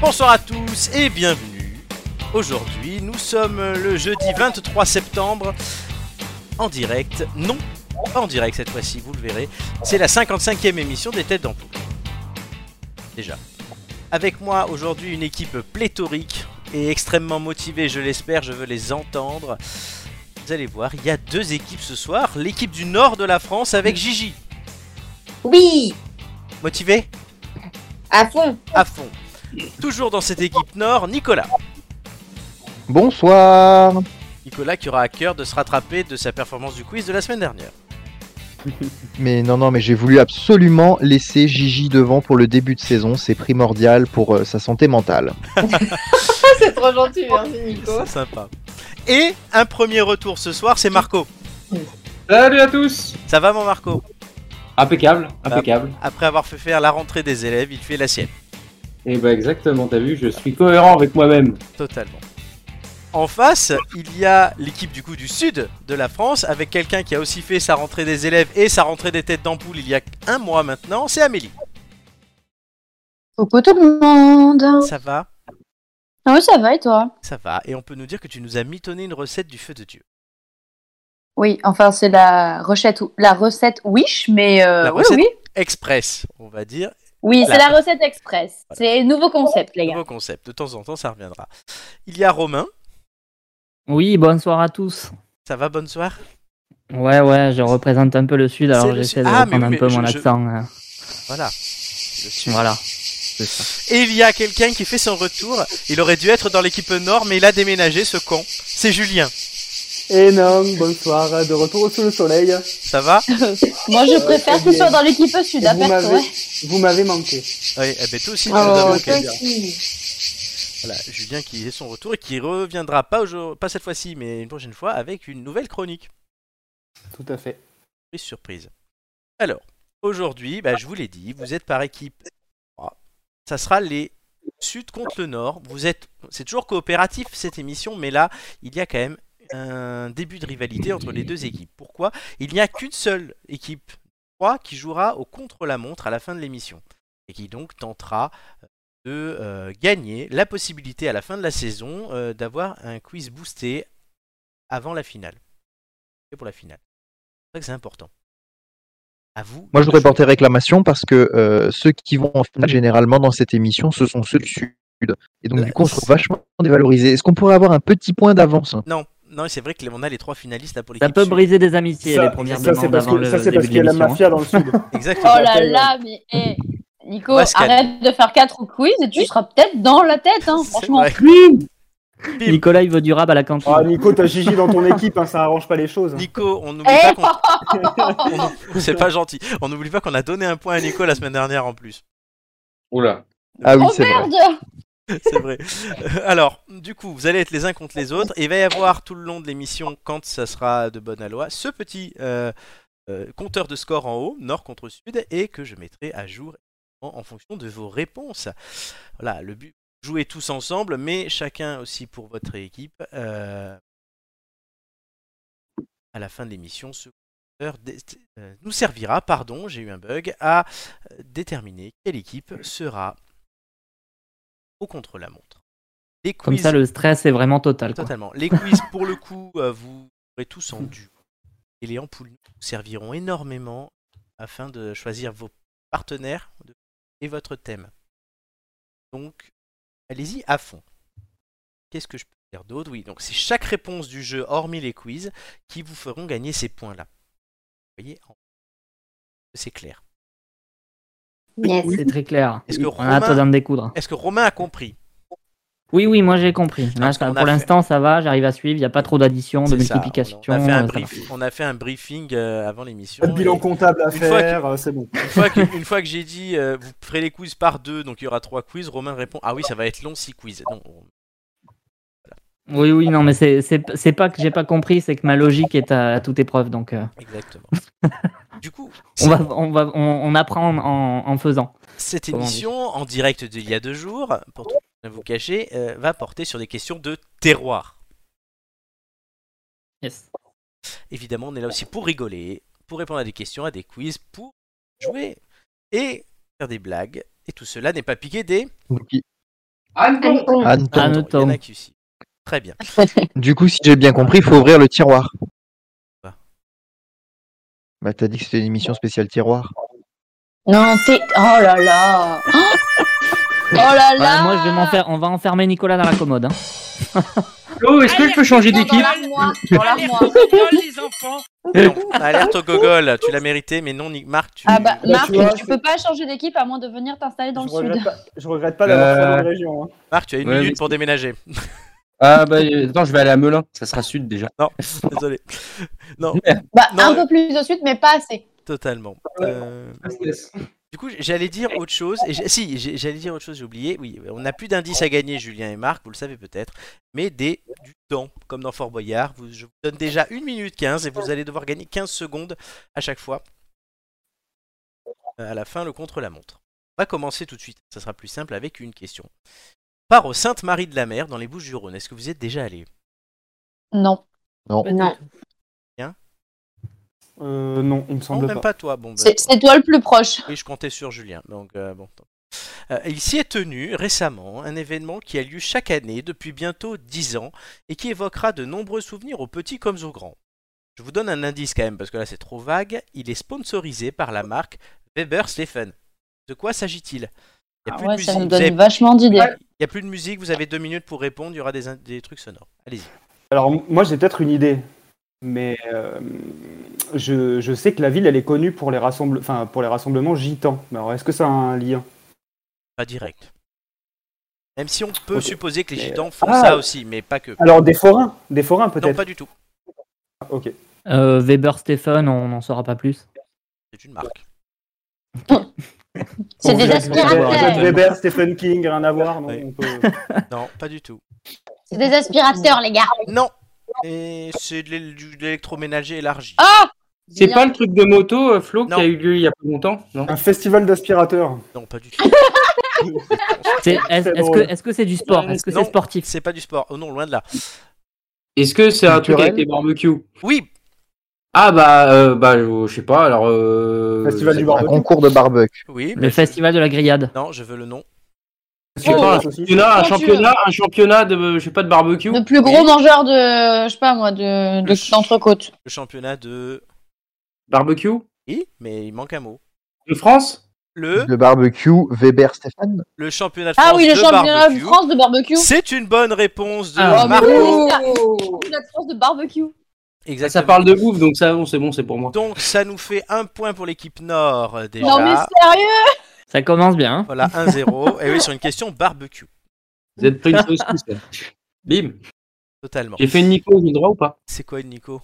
Bonsoir à tous et bienvenue. Aujourd'hui, nous sommes le jeudi 23 septembre en direct. Non, pas en direct cette fois-ci, vous le verrez. C'est la 55e émission des Têtes d'Ampoule. Déjà. Avec moi aujourd'hui une équipe pléthorique et extrêmement motivée, je l'espère, je veux les entendre. Vous allez voir, il y a deux équipes ce soir. L'équipe du nord de la France avec Gigi. Oui, Motivé à fond. À fond. Toujours dans cette équipe nord, Nicolas. Bonsoir Nicolas qui aura à cœur de se rattraper de sa performance du quiz de la semaine dernière. Mais non, non, mais j'ai voulu absolument laisser Gigi devant pour le début de saison, c'est primordial pour euh, sa santé mentale. C'est trop gentil, merci Nico. C'est sympa. Et un premier retour ce soir, c'est Marco. Salut à tous Ça va mon Marco Bah, Impeccable, impeccable. Après avoir fait faire la rentrée des élèves, il fait la sienne. Eh Et ben, bah exactement, t'as vu, je suis cohérent avec moi-même. Totalement. En face, il y a l'équipe du coup du sud de la France avec quelqu'un qui a aussi fait sa rentrée des élèves et sa rentrée des têtes d'ampoule il y a un mois maintenant, c'est Amélie. Coucou tout le monde Ça va Ah oui, ça va et toi Ça va. Et on peut nous dire que tu nous as mitonné une recette du feu de Dieu. Oui, enfin c'est la recette, la recette Wish, mais euh, La oui, recette- oui. Express, on va dire. Oui, La- c'est la recette express. Voilà. C'est nouveau concept, les gars. Nouveau concept. De temps en temps, ça reviendra. Il y a Romain. Oui, bonsoir à tous. Ça va, bonne soirée Ouais, ouais, je représente un peu le sud, C'est alors le j'essaie sud. de Ah, mais reprendre oui, un peu mais mon je- je- accent. hein. Voilà. Je suis- Voilà. C'est ça. Et il y a quelqu'un qui fait son retour. Il aurait dû être dans l'équipe Nord, mais il a déménagé, ce con. C'est Julien. Énorme, bonsoir, de retour sous le soleil. Ça va Moi, je préfère c'est qu'il bien. soit dans l'équipe sud, à vous perso, m'avez, ouais. vous m'avez manqué. Oui, eh ben, toi aussi, tu nous as Oh, manqué. toi aussi. Voilà, Julien qui fait son retour et qui reviendra pas, aujourd'hui- pas cette fois-ci, mais une prochaine fois avec une nouvelle chronique. Tout à fait. Surprise, surprise. Alors, aujourd'hui, bah, je vous l'ai dit, vous êtes par équipe. Ça sera les Sud contre le Nord. Vous êtes, c'est toujours coopératif cette émission, mais là, il y a quand même un début de rivalité entre les deux équipes. Pourquoi Il n'y a qu'une seule équipe, trois, qui jouera au contre-la-montre à la fin de l'émission et qui donc tentera de euh, gagner la possibilité à la fin de la saison euh, d'avoir un quiz boosté avant la finale. Et pour la finale. C'est vrai que c'est important. À vous. Moi, je voudrais de jouer. porter réclamation parce que euh, ceux qui vont en Mm. finale généralement dans cette émission, ce sont ceux du Sud. Et donc, Ouais, du coup, on se trouve c'est- vachement dévalorisé. Est-ce qu'on pourrait avoir un petit point d'avance hein? Non, non, c'est vrai que les- on a les trois finalistes là pour l'équipe. Ça peut sud. briser des amitiés, les premières ça, c'est demandes parce avant que, le ça, c'est parce début qu'il y de a la l'émission. mafia dans le sud. Exactement. Oh là là, mais hé, Nico, On va se calmer. arrête de faire quatre quiz et tu seras peut-être dans la tête, hein, C'est franchement. vrai. Oui Bim. Nicolas, il veut du rab à la cantine. Ah, Nico, t'as Gigi dans ton équipe, hein, ça arrange pas les choses. Nico, on n'oublie Eh. pas qu'on. Eh on- C'est pas gentil. On n'oublie pas qu'on a donné un point à Nico la semaine dernière en plus. Oula. Ah oui, oh c'est vrai. merde C'est vrai. Euh, Alors, du coup, vous allez être les uns contre les autres. Et il va y avoir tout le long de l'émission, quand ça sera de bonne aloi, ce petit euh, euh, compteur de score en haut, nord contre sud, et que je mettrai à jour en, en fonction de vos réponses. Voilà, le but, jouer tous ensemble, mais chacun aussi pour votre équipe. euh, à la fin de l'émission, ce compteur dé- euh, nous servira, pardon, j'ai eu un bug, à euh, déterminer quelle équipe sera au contre-la-montre. Les Comme quiz- ça, le stress est vraiment total. quoi. Totalement. Les quiz, pour le coup, euh, vous aurez tous en duo. Et les ampoules nous serviront énormément afin de choisir vos partenaires de- et votre thème. Donc, allez-y à fond. Qu'est-ce que je peux dire d'autre Oui, donc c'est chaque réponse du jeu, hormis les quiz, qui vous feront gagner ces points-là. Vous voyez en- C'est clair. Yes. C'est très clair. Est-ce que On a hâte Romain- d'en découdre. Est-ce que Romain a compris Oui, oui, moi j'ai compris. Là, Parce qu'on a pour fait- l'instant, ça va, j'arrive à suivre. Il n'y a pas trop d'addition, de C'est ça, multiplication. On a, on a fait un euh, ça va. brief- on a fait un briefing euh, avant l'émission. Pas de bilan et- comptable à Une fois faire, euh, c'est bon. Une fois que, une fois que j'ai dit, euh, vous ferez les quiz par deux, donc il y aura trois quiz. Romain répond, ah oui, ça va être long, six quiz. Non, on- Oui, oui, non, mais c'est- c'est c'est pas que j'ai pas compris, c'est que ma logique est à, à toute épreuve. Donc, euh, exactement. du coup, on, va, on, va, on, on apprend en- en faisant. cette Comment on dit émission, en direct d'il y a deux jours, pour tout ne vous cacher, euh, va porter sur des questions de terroir. Yes. Évidemment, on est là aussi pour rigoler, pour répondre à des questions, à des quiz, pour jouer et faire des blagues. Et tout cela n'est pas piqué des... Donc, il- Anton. Anne Tom. Ah, non. Il y en a qui aussi. Très bien. Du coup, si j'ai bien compris, il faut ouvrir le tiroir. Bah. Bah, t'as dit que c'était une émission spéciale tiroir. Non, t'es. Oh là là Oh Oh là là Ouais, moi, je vais m'en faire. On va enfermer Nicolas dans la commode. hein. Oh, est-ce que je peux changer d'équipe Dans l'armoire. les enfants Non, alerte au gogol, tu l'as mérité, mais non, Nick- Marc, tu. Ah bah, tu Marc, vois, tu peux pas changer d'équipe à moins de venir t'installer dans le Je sud. regrette pas, je regrette pas d'avoir Euh, fait la bonne région. hein. Marc, tu as une Ouais, minute mais- pour déménager. Ah bah euh, attends, je vais aller à Melun, ça sera sud déjà. Désolé. Non, Bah, Non, un euh, peu plus au sud, mais pas assez. totalement. Euh, Du coup, j'allais dire autre chose. Et j'ai- si, j'ai- j'allais dire autre chose, j'ai oublié. Oui, on n'a plus d'indices à gagner, Julien et Marc, vous le savez peut-être. Mais des, du temps, comme dans Fort Boyard. Vous- je vous donne déjà 1 minute 15 et vous allez devoir gagner 15 secondes à chaque fois. Euh, À la fin, le contre-la-montre. On va commencer tout de suite. Ça sera plus simple avec une question. On Part au Sainte-Marie de la Mer, dans les Bouches-du-Rhône. Est-ce que vous y êtes déjà allé Non. Non. Euh, non, il me Non, semble même pas. pas toi. Bon, bah, C'est c'est toi le plus proche. Oui, je comptais sur Julien. Donc, euh, bon. tant pis. Euh, il s'y est tenu récemment un événement qui a lieu chaque année depuis bientôt 10 ans et qui évoquera de nombreux souvenirs aux petits comme aux grands. Je vous donne un indice quand même parce que là c'est trop vague. Il est sponsorisé par la marque Weber Stephen. De quoi s'agit-il Il y a Ah plus ouais, de ça me musique. Vous avez- donne vachement d'idées. Il y a plus de musique. Vous avez deux minutes pour répondre. Il y aura des, in- des trucs sonores. Allez-y. Alors, m- moi, j'ai peut-être une idée. Mais euh, je, je sais que la ville, elle est connue pour les, rassemble... enfin, pour les rassemblements gitans. Mais alors, est-ce que ça a un lien Pas direct. Même si on peut Ok. supposer que les Mais- gitans font Ah ça aussi, mais pas que. Alors, des forains Des forains, Non, peut-être pas du tout. Ah, Ok. Euh, Weber Stephen, on n'en saura pas plus. C'est une marque. C'est Bon, des vous avez- aspirateurs. Jacques Weber, Stephen King, rien à voir. Non, Oui. on peut... Non, pas du tout. C'est des aspirateurs, les gars. Non. Et c'est de l'é- du- de l'électroménager élargi. C'est Bien. pas le truc de moto, euh, Flo, Non. qui a eu lieu il y a pas longtemps Non. Un festival d'aspirateurs. Non, pas du tout. C'est- Est-ce C'est est-ce drôle. que est-ce que c'est du sport Est-ce que Non. c'est sportif C'est pas du sport. Oh non, loin de là. Est-ce que c'est un truc Culturel avec des barbecues Oui, Ah bah euh, bah je je sais pas alors. Euh, Festival je du sais Un barbecue. concours de barbecue. oui. mais Le je- festival de la grillade. Non, je veux le nom. pas, Oh, un championnat, un championnat, un championnat de je sais pas de barbecue. Le plus gros mangeur de, je sais pas moi, de de- d'entrecôte. Le championnat de. Barbecue Oui, mais il manque un mot. de France. Le, Le barbecue Weber Stéphane. le championnat de France ah oui, le de championnat barbecue. de France de barbecue. C'est une bonne réponse de Ah, Marc. Le championnat de France de barbecue. Exactement. Ça parle de bouffe donc ça bon, Ah c'est bon c'est pour moi. Donc ça nous fait un point pour l'équipe Nord euh, déjà. Non mais sérieux Ça commence bien. hein. Voilà, 1-0. Et oui, sur une question barbecue. Vous êtes pris une fausse piste, là. Bim. Totalement. J'ai fait une Nico, j'ai le droit ou pas C'est quoi une Nico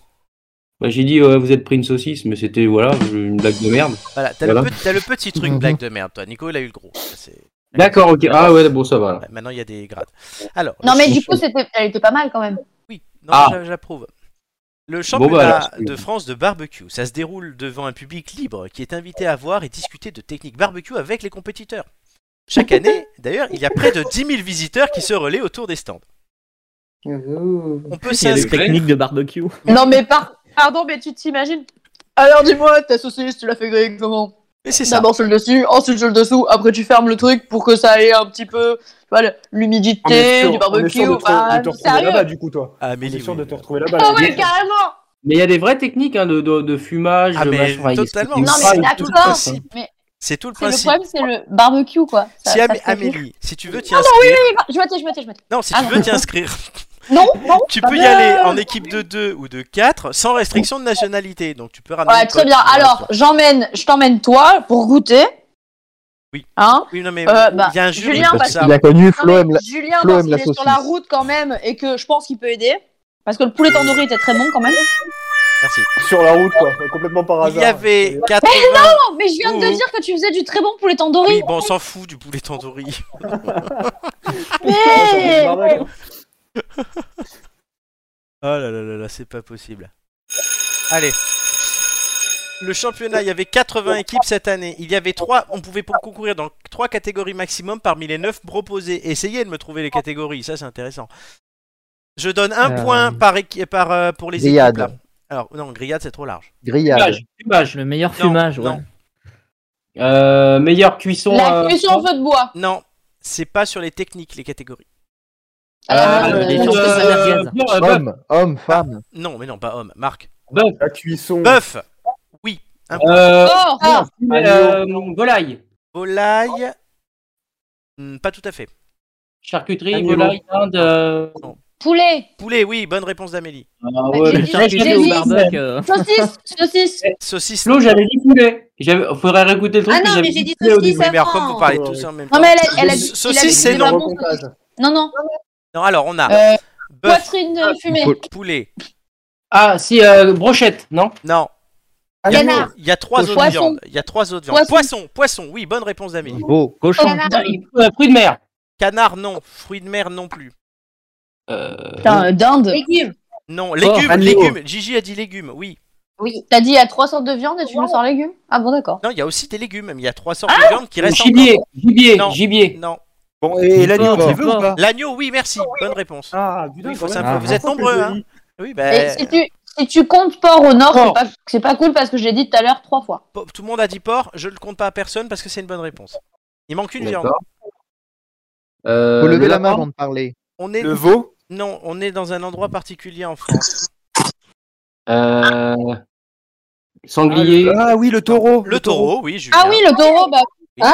Bah, J'ai dit, euh, vous êtes pris une saucisse, mais c'était, voilà, une blague de merde. Voilà, t'as Voilà. le, petit- t'as le petit truc Mhm. blague de merde, toi. Nico, il a eu le gros. Ça, c'est- D'accord, ok. Ah ouais, bon, ça va. Ouais, Maintenant, il y a des grades. Alors, Non le- mais du coup, c'était- elle était pas mal quand même. oui, non, Ah. j'a- j'approuve. Le Bon, bah, alors, championnat c'est- de France de barbecue, ça se déroule devant un public libre qui est invité à voir et discuter de techniques barbecue avec les compétiteurs. Chaque année, d'ailleurs, il y a près de 10 000 visiteurs qui se relaient autour des stands. On peut Il y a des s'inscrire. techniques de barbecue. Non mais par... pardon, mais tu t'imagines Alors dis-moi, ta saucisse, tu l'as fait griller comment Mais c'est ça. D'abord sur le dessus, ensuite sur le dessous, après tu fermes le truc pour que ça ait un petit peu tu vois, le- On est l'humidité, sûr- du on barbecue. est sûr de te, ah, bah, de te retrouver là-bas, sérieux du coup, toi. Ah, On mais est oui, sûr de oui. te retrouver là-bas. Oh Ah là. ouais, carrément Mais il y a des vraies techniques hein, de, de, de fumage, Ah, de mais machin. Ouais, il y a ce totalement. truc de Non fumage. mais tout le d'accord principe. Mais C'est tout le c'est le principe. problème, c'est le barbecue quoi. Ça- si ça Am- fait rire. Ah Amélie, si tu veux t'y inscrire, Je m'attends, je m'attends, je m'attends. non, si Ah, tu non. veux t'y inscrire, Non, non tu peux y bien. aller en équipe de 2 ou de 4 sans restriction de nationalité. Donc tu peux ramener. Ouais, le très code bien. si tu veux. Alors, j'emmène, je t'emmène toi pour goûter. Oui. Hein Oui, non, mais Euh, il bah, y a un jury Julien, pour parce ça. Il a connu Flo Non, aime mais la- Julien, Flo parce aime qu'il la est sur saucisse. la route quand même et que je pense qu'il peut aider. Parce que le poulet tandoori était très bon quand même. Merci. Sur la route, quoi. Complètement par Il hasard. y avait 80... Oh, mais je viens de Ouh. te dire que tu faisais du très bon poulet tandoori. Oui, bon, on s'en fout du poulet tandoori. Ah, ça fait du bordel. Oh là là là là, c'est pas possible. Allez. Le championnat, il y avait 80 équipes cette année. Il y avait 3, on pouvait pour concourir dans 3 catégories maximum parmi les 9 proposées. Essayez de me trouver les catégories, ça c'est intéressant. Je donne un Euh, point par équi- par, euh, pour les grillade. équipes. là. Alors, non, grillade c'est trop large. grillage. Fumage, fumage. Le meilleur Non, fumage, ouais. non. Euh, meilleure cuisson. La euh, cuisson au feu de bois. Non, c'est pas sur les techniques, les catégories. Ah, Ah, euh, les euh, gens qui euh, s'énergisent. Homme, homme, femme. Non, mais non, pas homme. Marc. La cuisson. Bœuf, Oh, Ah, euh, volaille. volaille. Hmm, Pas tout à fait. Charcuterie, Ah, Agneau. volaille, dinde. euh, Poulet, Poulet, oui, bonne réponse d'Amélie. Ah, Bah, ouais. j'ai- Charcuterie au J'ai- barbec, euh, saucisse, saucisse. Saucisse. Flo, j'avais dit poulet. J'avais- Faudrait réécouter le truc. Ah non, j'avais mais j'ai dit poulet au saucisse. début. Oui, mais alors, comme vous parlez Ouais, tous ouais. en même temps. Non, mais elle a, elle a dit. Saucisse, il a dit c'est des non. bonbons. Non, non. Non, alors on a Euh, bœuf, Poitrine euh, fumée. Ah, Faut- poulet. Ah, si, euh, brochette, non Non. Il y a- Canard. Il y a trois autres Poisson. viandes. Il y a trois autres viandes. Poisson. Poisson, poisson, oui, bonne réponse d'Amélie. Beau. Cochon. Canard. Euh, Fruits de mer. Canard, non. Fruits de mer, non plus. Euh, Putain, euh, dinde. Légumes. Non. Légumes, agneau. légumes. Gigi a dit légumes, oui. Oui. T'as dit il y a trois sortes de viande et tu me sors légumes Ah bon, d'accord. Non, il y a aussi des légumes, mais il y a trois sortes de viandes qui restent gibier, gibier, Non. gibier. Non. Bon, et l'agneau, Encore, tu veux ou pas L'agneau, oui, merci. Bonne réponse. Ah, Oui, putain, il faut quand ça, même. vous êtes Ah, nombreux, que hein. joli. Oui, Et ben, si tu, si tu comptes porc au nord, c'est Porc. pas, c'est pas cool parce que je l'ai dit tout à l'heure trois fois. po- tout le monde a dit porc. Je le compte pas à personne parce que c'est une bonne réponse. Il manque une viande. D'accord. Euh, Faut lever le la main lapin avant de parler. On est Le veau non, on est dans un endroit particulier en France. Euh, sanglier. Ah oui, le taureau. Le taureau, oui, Julien. Ah oui, le taureau, bah Et Bah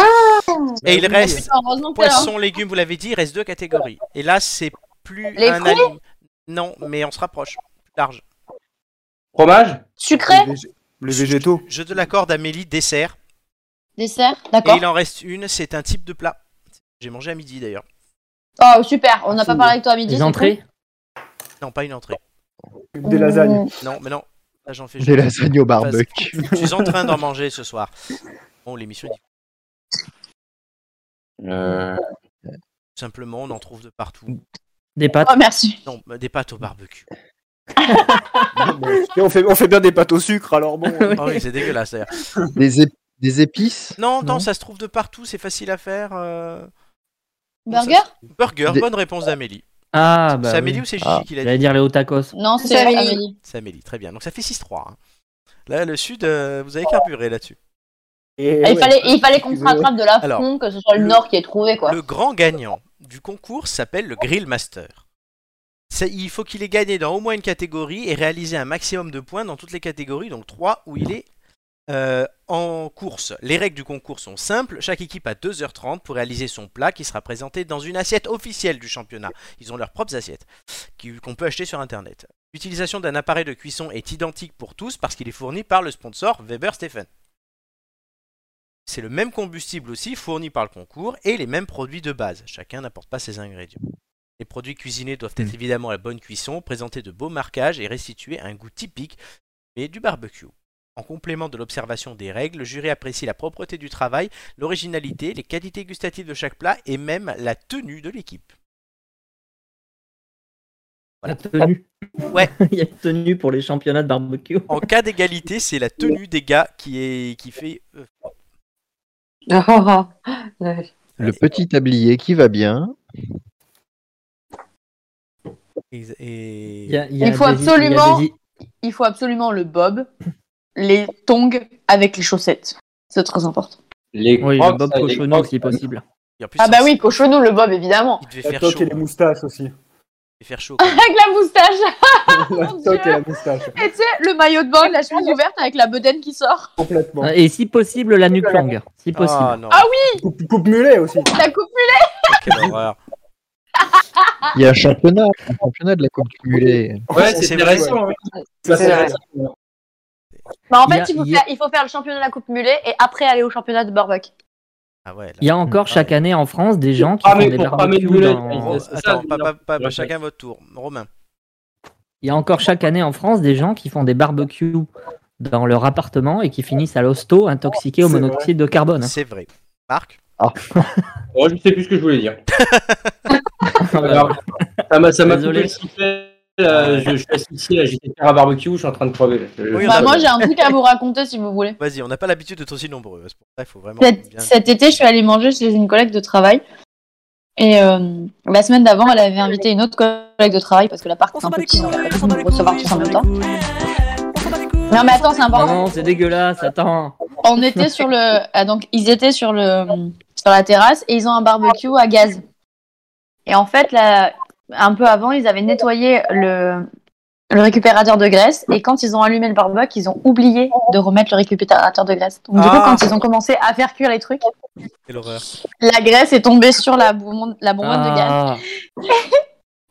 il reste putain, heureusement que t'es là. poisson, légumes, vous l'avez dit, il reste deux catégories. Et là, c'est plus Les un fruits aliment. Non, mais on se rapproche. Plus Large. Fromage. Sucré, Les vég- Les végétaux. Je te l'accorde, Amélie, dessert. dessert, Et d'accord. il en reste une, c'est un type de plat. J'ai mangé à midi d'ailleurs. Oh super, on n'a pas parlé avec toi à midi. Les c'est entrées. Non, pas une entrée. cool. Des lasagnes. Mmh. Non, mais non. Là, j'en fais Des lasagnes au Parce- barbecue. Je suis en train d'en manger ce soir. Bon, l'émission dit Euh, tout simplement, on en trouve de partout. Des pâtes. Oh merci. Non, des pâtes au barbecue. Bon, Et on fait, on fait bien des pâtes au sucre, alors bon. Oh oui, c'est dégueulasse d'ailleurs. Des, ép- des épices. Non, non, Non. ça se trouve de partout, c'est facile à faire. euh. Burger Burger, Des- bonne réponse d'Amélie. Ah bah. c'est oui. Amélie ou c'est Gigi Ah. qui l'a dit J'allais dire les hauts tacos. Non, C'est c'est Amélie. Amélie. C'est Amélie, très bien. Donc ça fait 6-3. hein. Là, le sud, euh, vous avez carburé là-dessus. Et Ah, Il Eh ouais. fallait, il fallait qu'on se rattrape de la Alors. front, que ce soit le nord qui ait trouvé quoi. Le grand gagnant du concours s'appelle le Grill Master. C'est- Il faut qu'il ait gagné dans au moins une catégorie et réalisé un maximum de points dans toutes les catégories, donc 3 où il est euh, en course. Les règles du concours sont simples, chaque équipe a 2h30 pour réaliser son plat qui sera présenté dans une assiette officielle du championnat. Ils ont leurs propres assiettes qui- qu'on peut acheter sur Internet. L'utilisation d'un appareil de cuisson est identique pour tous parce qu'il est fourni par le sponsor Weber Stephen. C'est le même combustible aussi fourni par le concours et les mêmes produits de base. Chacun n'apporte pas ses ingrédients. Les produits cuisinés doivent être évidemment à la bonne cuisson, présenter de beaux marquages et restituer un goût typique, mais du barbecue. En complément de l'observation des règles, le jury apprécie la propreté du travail, l'originalité, les qualités gustatives de chaque plat et même la tenue de l'équipe. La tenue. Ouais. Il y a une tenue pour les championnats de barbecue. En cas d'égalité, c'est la tenue des gars qui, est, qui fait... euh, Le petit tablier qui va bien. et- et- y a- y a Il faut des- y a absolument- des- Il faut absolument le bob, les tongs avec les chaussettes. C'est très important. les Oui, crocs, le Bob ça, les Cochonou crocs. si possible. et en plus, Ah bah il- oui, cochonou le bob évidemment. Il devait La faire toque chaud. et les moustaches aussi. Il devait faire chaud. Avec la moustache. Oh La Mon toque et Dieu. la moustache, Et tu sais, le maillot de bain, la chemise ouverte avec la bedaine qui sort. complètement. Ah, Et si possible, la nuque longue. Si Ah possible. non, Ah, Ah Coupe, coupe mulet aussi. La coupe quelle horreur. Il y a un championnat, un championnat de la Coupe du Mulet. Ouais, C'est c'est intéressant. hein. Ça, c'est vrai. Bah, en Il y fait, a- il, faut il y a- faire, il faut faire le championnat de la Coupe Mulet et après aller au championnat de Barbac. Ah ouais, là. Il y a encore chaque année en France des gens qui Ah, mais font des pour cramer le barbecues boulet, dans... Ro- c'est ça, Attends, c'est pas, bien. pas- pas- Ouais, chacun votre tour. Romain. Il y a encore chaque année en France des gens qui font des barbecues dans leur appartement et qui finissent à l'hosto intoxiqués au C'est Ah. monoxyde de carbone. hein. C'est vrai. Marc Oh, je sais plus ce que je voulais dire. Ah bah, Alors, ça m'a ça m'a coupé Désolé. le sifflet. là, je, je suis asphyxié, là, j'étais faire un barbecue, je suis en train de crever. là. Je- Oui, je- on a- Bah, moi, j'ai un truc à vous raconter si vous voulez. Vas-y, on n'a pas l'habitude d'être aussi nombreux. C'est pour ça qu'il faut vraiment. Cet, bien- cet été, je suis allée manger chez une collègue de travail. Et euh, la semaine d'avant, elle avait invité une autre collègue de travail parce que l'appart est un peu petit, donc elle peut pas recevoir tous en même temps. Bah Non mais attends, c'est Ah important. non, c'est dégueulasse, attends. On on était sur le. ah, donc, ils étaient sur, le, sur la terrasse et ils ont un barbecue à gaz. Et en fait, là, un peu avant, ils avaient nettoyé le, le récupérateur de graisse. Et quand ils ont allumé le barbecue, ils ont oublié de remettre le récupérateur de graisse. Donc, du coup, Ah. quand ils ont commencé à faire cuire les trucs, Quelle horreur. la graisse est tombée sur la bonbonne, la bonbonne de Ah. gaz.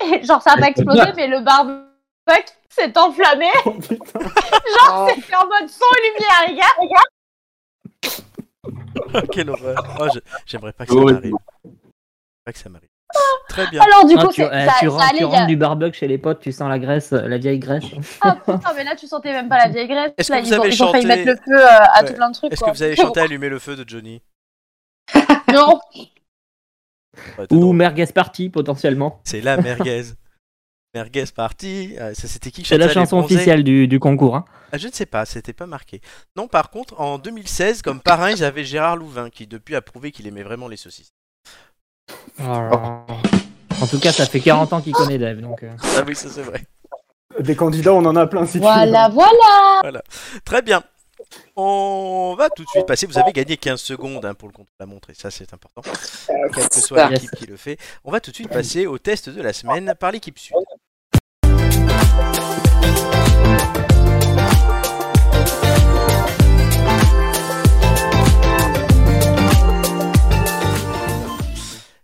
Ah. Et genre, ça n'a pas explosé, mais le barbecue s'est enflammé. Oh, genre, c'était en mode son et lumière, les gars, les gars. Quelle horreur. Oh, je- J'aimerais pas que ça Horrible. m'arrive. Pas que ça m'arrive. Très bien. Alors, du Ah, coup, tu, c'est- eh, ça- tu ça rentres, allait, tu euh. il y rentres a- du barbecue chez les potes, tu sens la graisse, euh, la vieille graisse. Ah putain, mais là, tu sentais même pas la vieille graisse. Est-ce là, que vous ils, ont, avez ils ont failli chanté- mettre le feu euh, à Ouais. tout plein de trucs. Est-ce quoi. que vous avez chanté Allumer le feu de Johnny Non, Ouais, t'es Ou drôle. merguez party potentiellement. C'est la Ah, merguez. merguez party. Ah, ça c'était qui qui C'est la chantait ça, les chanson bronzés officielle du, du concours. hein. Ah, Je ne sais pas, c'était pas marqué. Non, par contre, en 2016, comme parrain, ils avaient Gérard Louvain, qui depuis a prouvé qu'il aimait vraiment les saucisses. En tout cas, ça fait 40 ans qu'il connaît Dave. Donc, euh. Ah oui, ça c'est vrai. Des candidats, on en a plein si voilà, voilà. Très bien. On va tout de suite passer. Vous avez gagné 15 secondes hein, pour le compte la montre, et ça c'est important. Quelle que soit ça. l'équipe qui le fait. On va tout de suite passer au test de la semaine par l'équipe sud.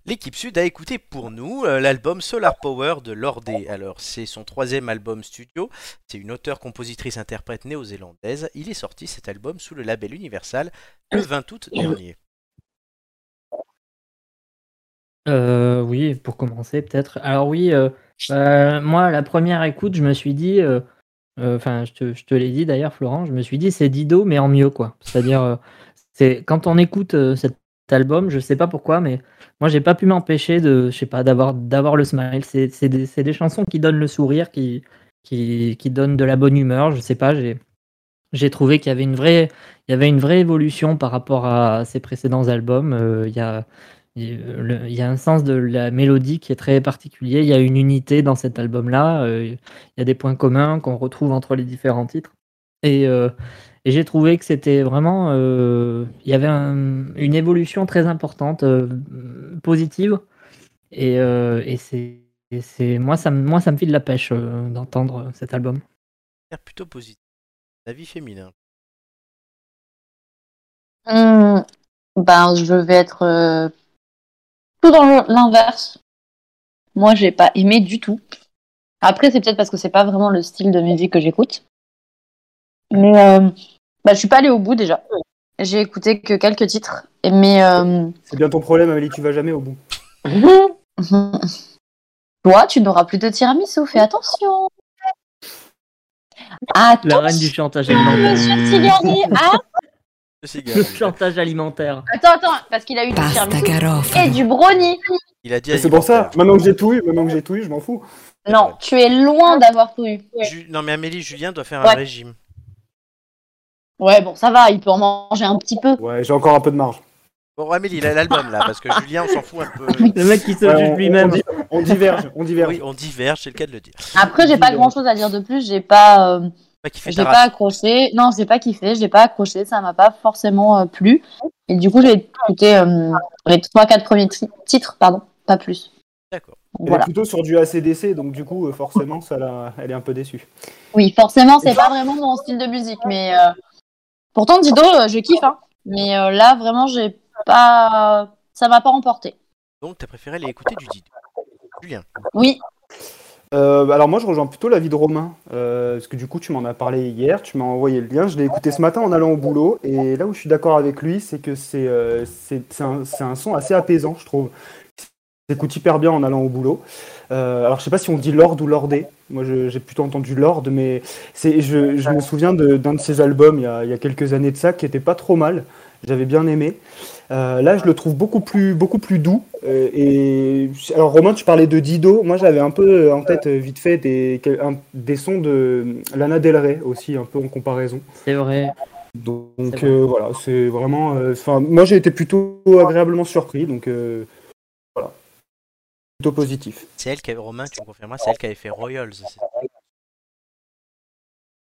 L'équipe Sud a écouté pour nous euh, l'album Solar Power de Lorde. Alors, c'est son troisième album studio. C'est une auteure, compositrice, interprète néo-zélandaise. Il est sorti cet album sous le label Universal le 20 août dernier. Euh, oui, pour commencer, peut-être. Alors, oui, euh, euh, moi, la première écoute, je me suis dit. euh, euh, Enfin, je te, je te l'ai dit d'ailleurs, Florent, je me suis dit c'est Dido, mais en mieux, quoi. C'est-à-dire, euh, c'est quand on écoute euh, cet album, je sais pas pourquoi, mais moi, j'ai pas pu m'empêcher de, je sais pas, d'avoir d'avoir le smile. C'est c'est des, c'est des chansons qui donnent le sourire, qui, qui, qui donnent de la bonne humeur. Je sais pas, j'ai j'ai trouvé qu'il y avait une vraie, il y avait une vraie évolution par rapport à ses précédents albums. Euh, Il y a il le- il y a un sens de la mélodie qui est très particulier. Il y a une unité dans cet album-là. euh, Il y a des points communs qu'on retrouve entre les différents titres. Et, euh, et j'ai trouvé que c'était vraiment. euh, il y avait un- une évolution très importante, euh, positive. Et, euh, et c'est. et c'est- Moi ça, me- moi, ça me file la pêche euh, d'entendre cet album. L'air Plutôt positif. Avis féminin. Hum, ben, je vais être euh, tout dans le- l'inverse. Moi, j'ai pas aimé du tout. Après, c'est peut-être parce que c'est pas vraiment le style de musique que j'écoute. Mais euh, bah, je suis pas allée au bout déjà. J'ai écouté que quelques titres. Mais euh, C'est bien ton problème, Amélie, tu vas jamais au bout. toi, tu n'auras plus de tiramisu. Fais attention. La Attention, reine du chantage alimentaire. monsieur le Tigarni. Ah, Le Le cigare. chantage alimentaire. attends, attends, parce qu'il a eu du tiramisu et du brownie. Il a dit. Et C'est pour ça, maintenant que j'ai tout eu, maintenant que j'ai tout eu, je m'en fous. Non, tu es loin d'avoir tout eu. Ju- Non, mais Amélie Julien doit faire un Ouais. régime. Ouais, bon, ça va, il peut en manger un petit peu. Ouais, j'ai encore un peu de marge. Bon, Amélie, il a l'album là, parce que Julien, on s'en fout un peu. Le mec qui se Ouais, juge lui-même. di- on diverge, on diverge. Oui, on diverge, c'est le cas de le dire. Après, j'ai pas grand chose à dire de plus, j'ai pas, euh, Pas qu'il fait j'ai ta pas race. accroché. Non, j'ai pas kiffé, j'ai pas accroché, ça m'a pas forcément euh, plu. Et du coup, j'ai écouté euh, les 3-4 premiers ti- titres, pardon, pas plus. D'accord. Donc, Elle Voilà. est plutôt sur du ACDC, donc du coup, euh, forcément, ça l'a- elle est un peu déçue. Oui, forcément, c'est pas vraiment mon style de musique, mais euh, pourtant, Dido, euh, je kiffe, hein. Mais euh, là, vraiment, j'ai pas. Ça m'a pas emporté. Donc, t'as préféré aller écouter du Dido. Julien. Oui, Euh, alors moi, je rejoins plutôt l'avis de Romain, euh, parce que du coup, tu m'en as parlé hier, tu m'as envoyé le lien, je l'ai écouté ce matin en allant au boulot, et là où je suis d'accord avec lui, c'est que c'est euh, c'est c'est un, c'est un son assez apaisant, je trouve. J'écoute hyper bien en allant au boulot. Euh, alors je sais pas si on dit Lord ou Lordé, moi je- j'ai plutôt entendu Lord, mais c'est je, je me souviens de- d'un de, ses albums il y, a, il y a quelques années de ça, qui était pas trop mal, j'avais bien aimé. Euh, là, je le trouve beaucoup plus, beaucoup plus doux. euh, et alors, Romain, tu parlais de Dido. Moi, j'avais un peu euh, en tête euh, vite fait des, quel- un- des sons de euh, Lana Del Rey aussi, un peu en comparaison. C'est vrai. C'est Donc vrai. euh, voilà, c'est vraiment. euh, Enfin, moi, j'ai été plutôt agréablement surpris. Donc euh, voilà, plutôt positif. C'est elle qui avait, Romain, tu me confirmeras, c'est elle qui avait fait Royals. c'est-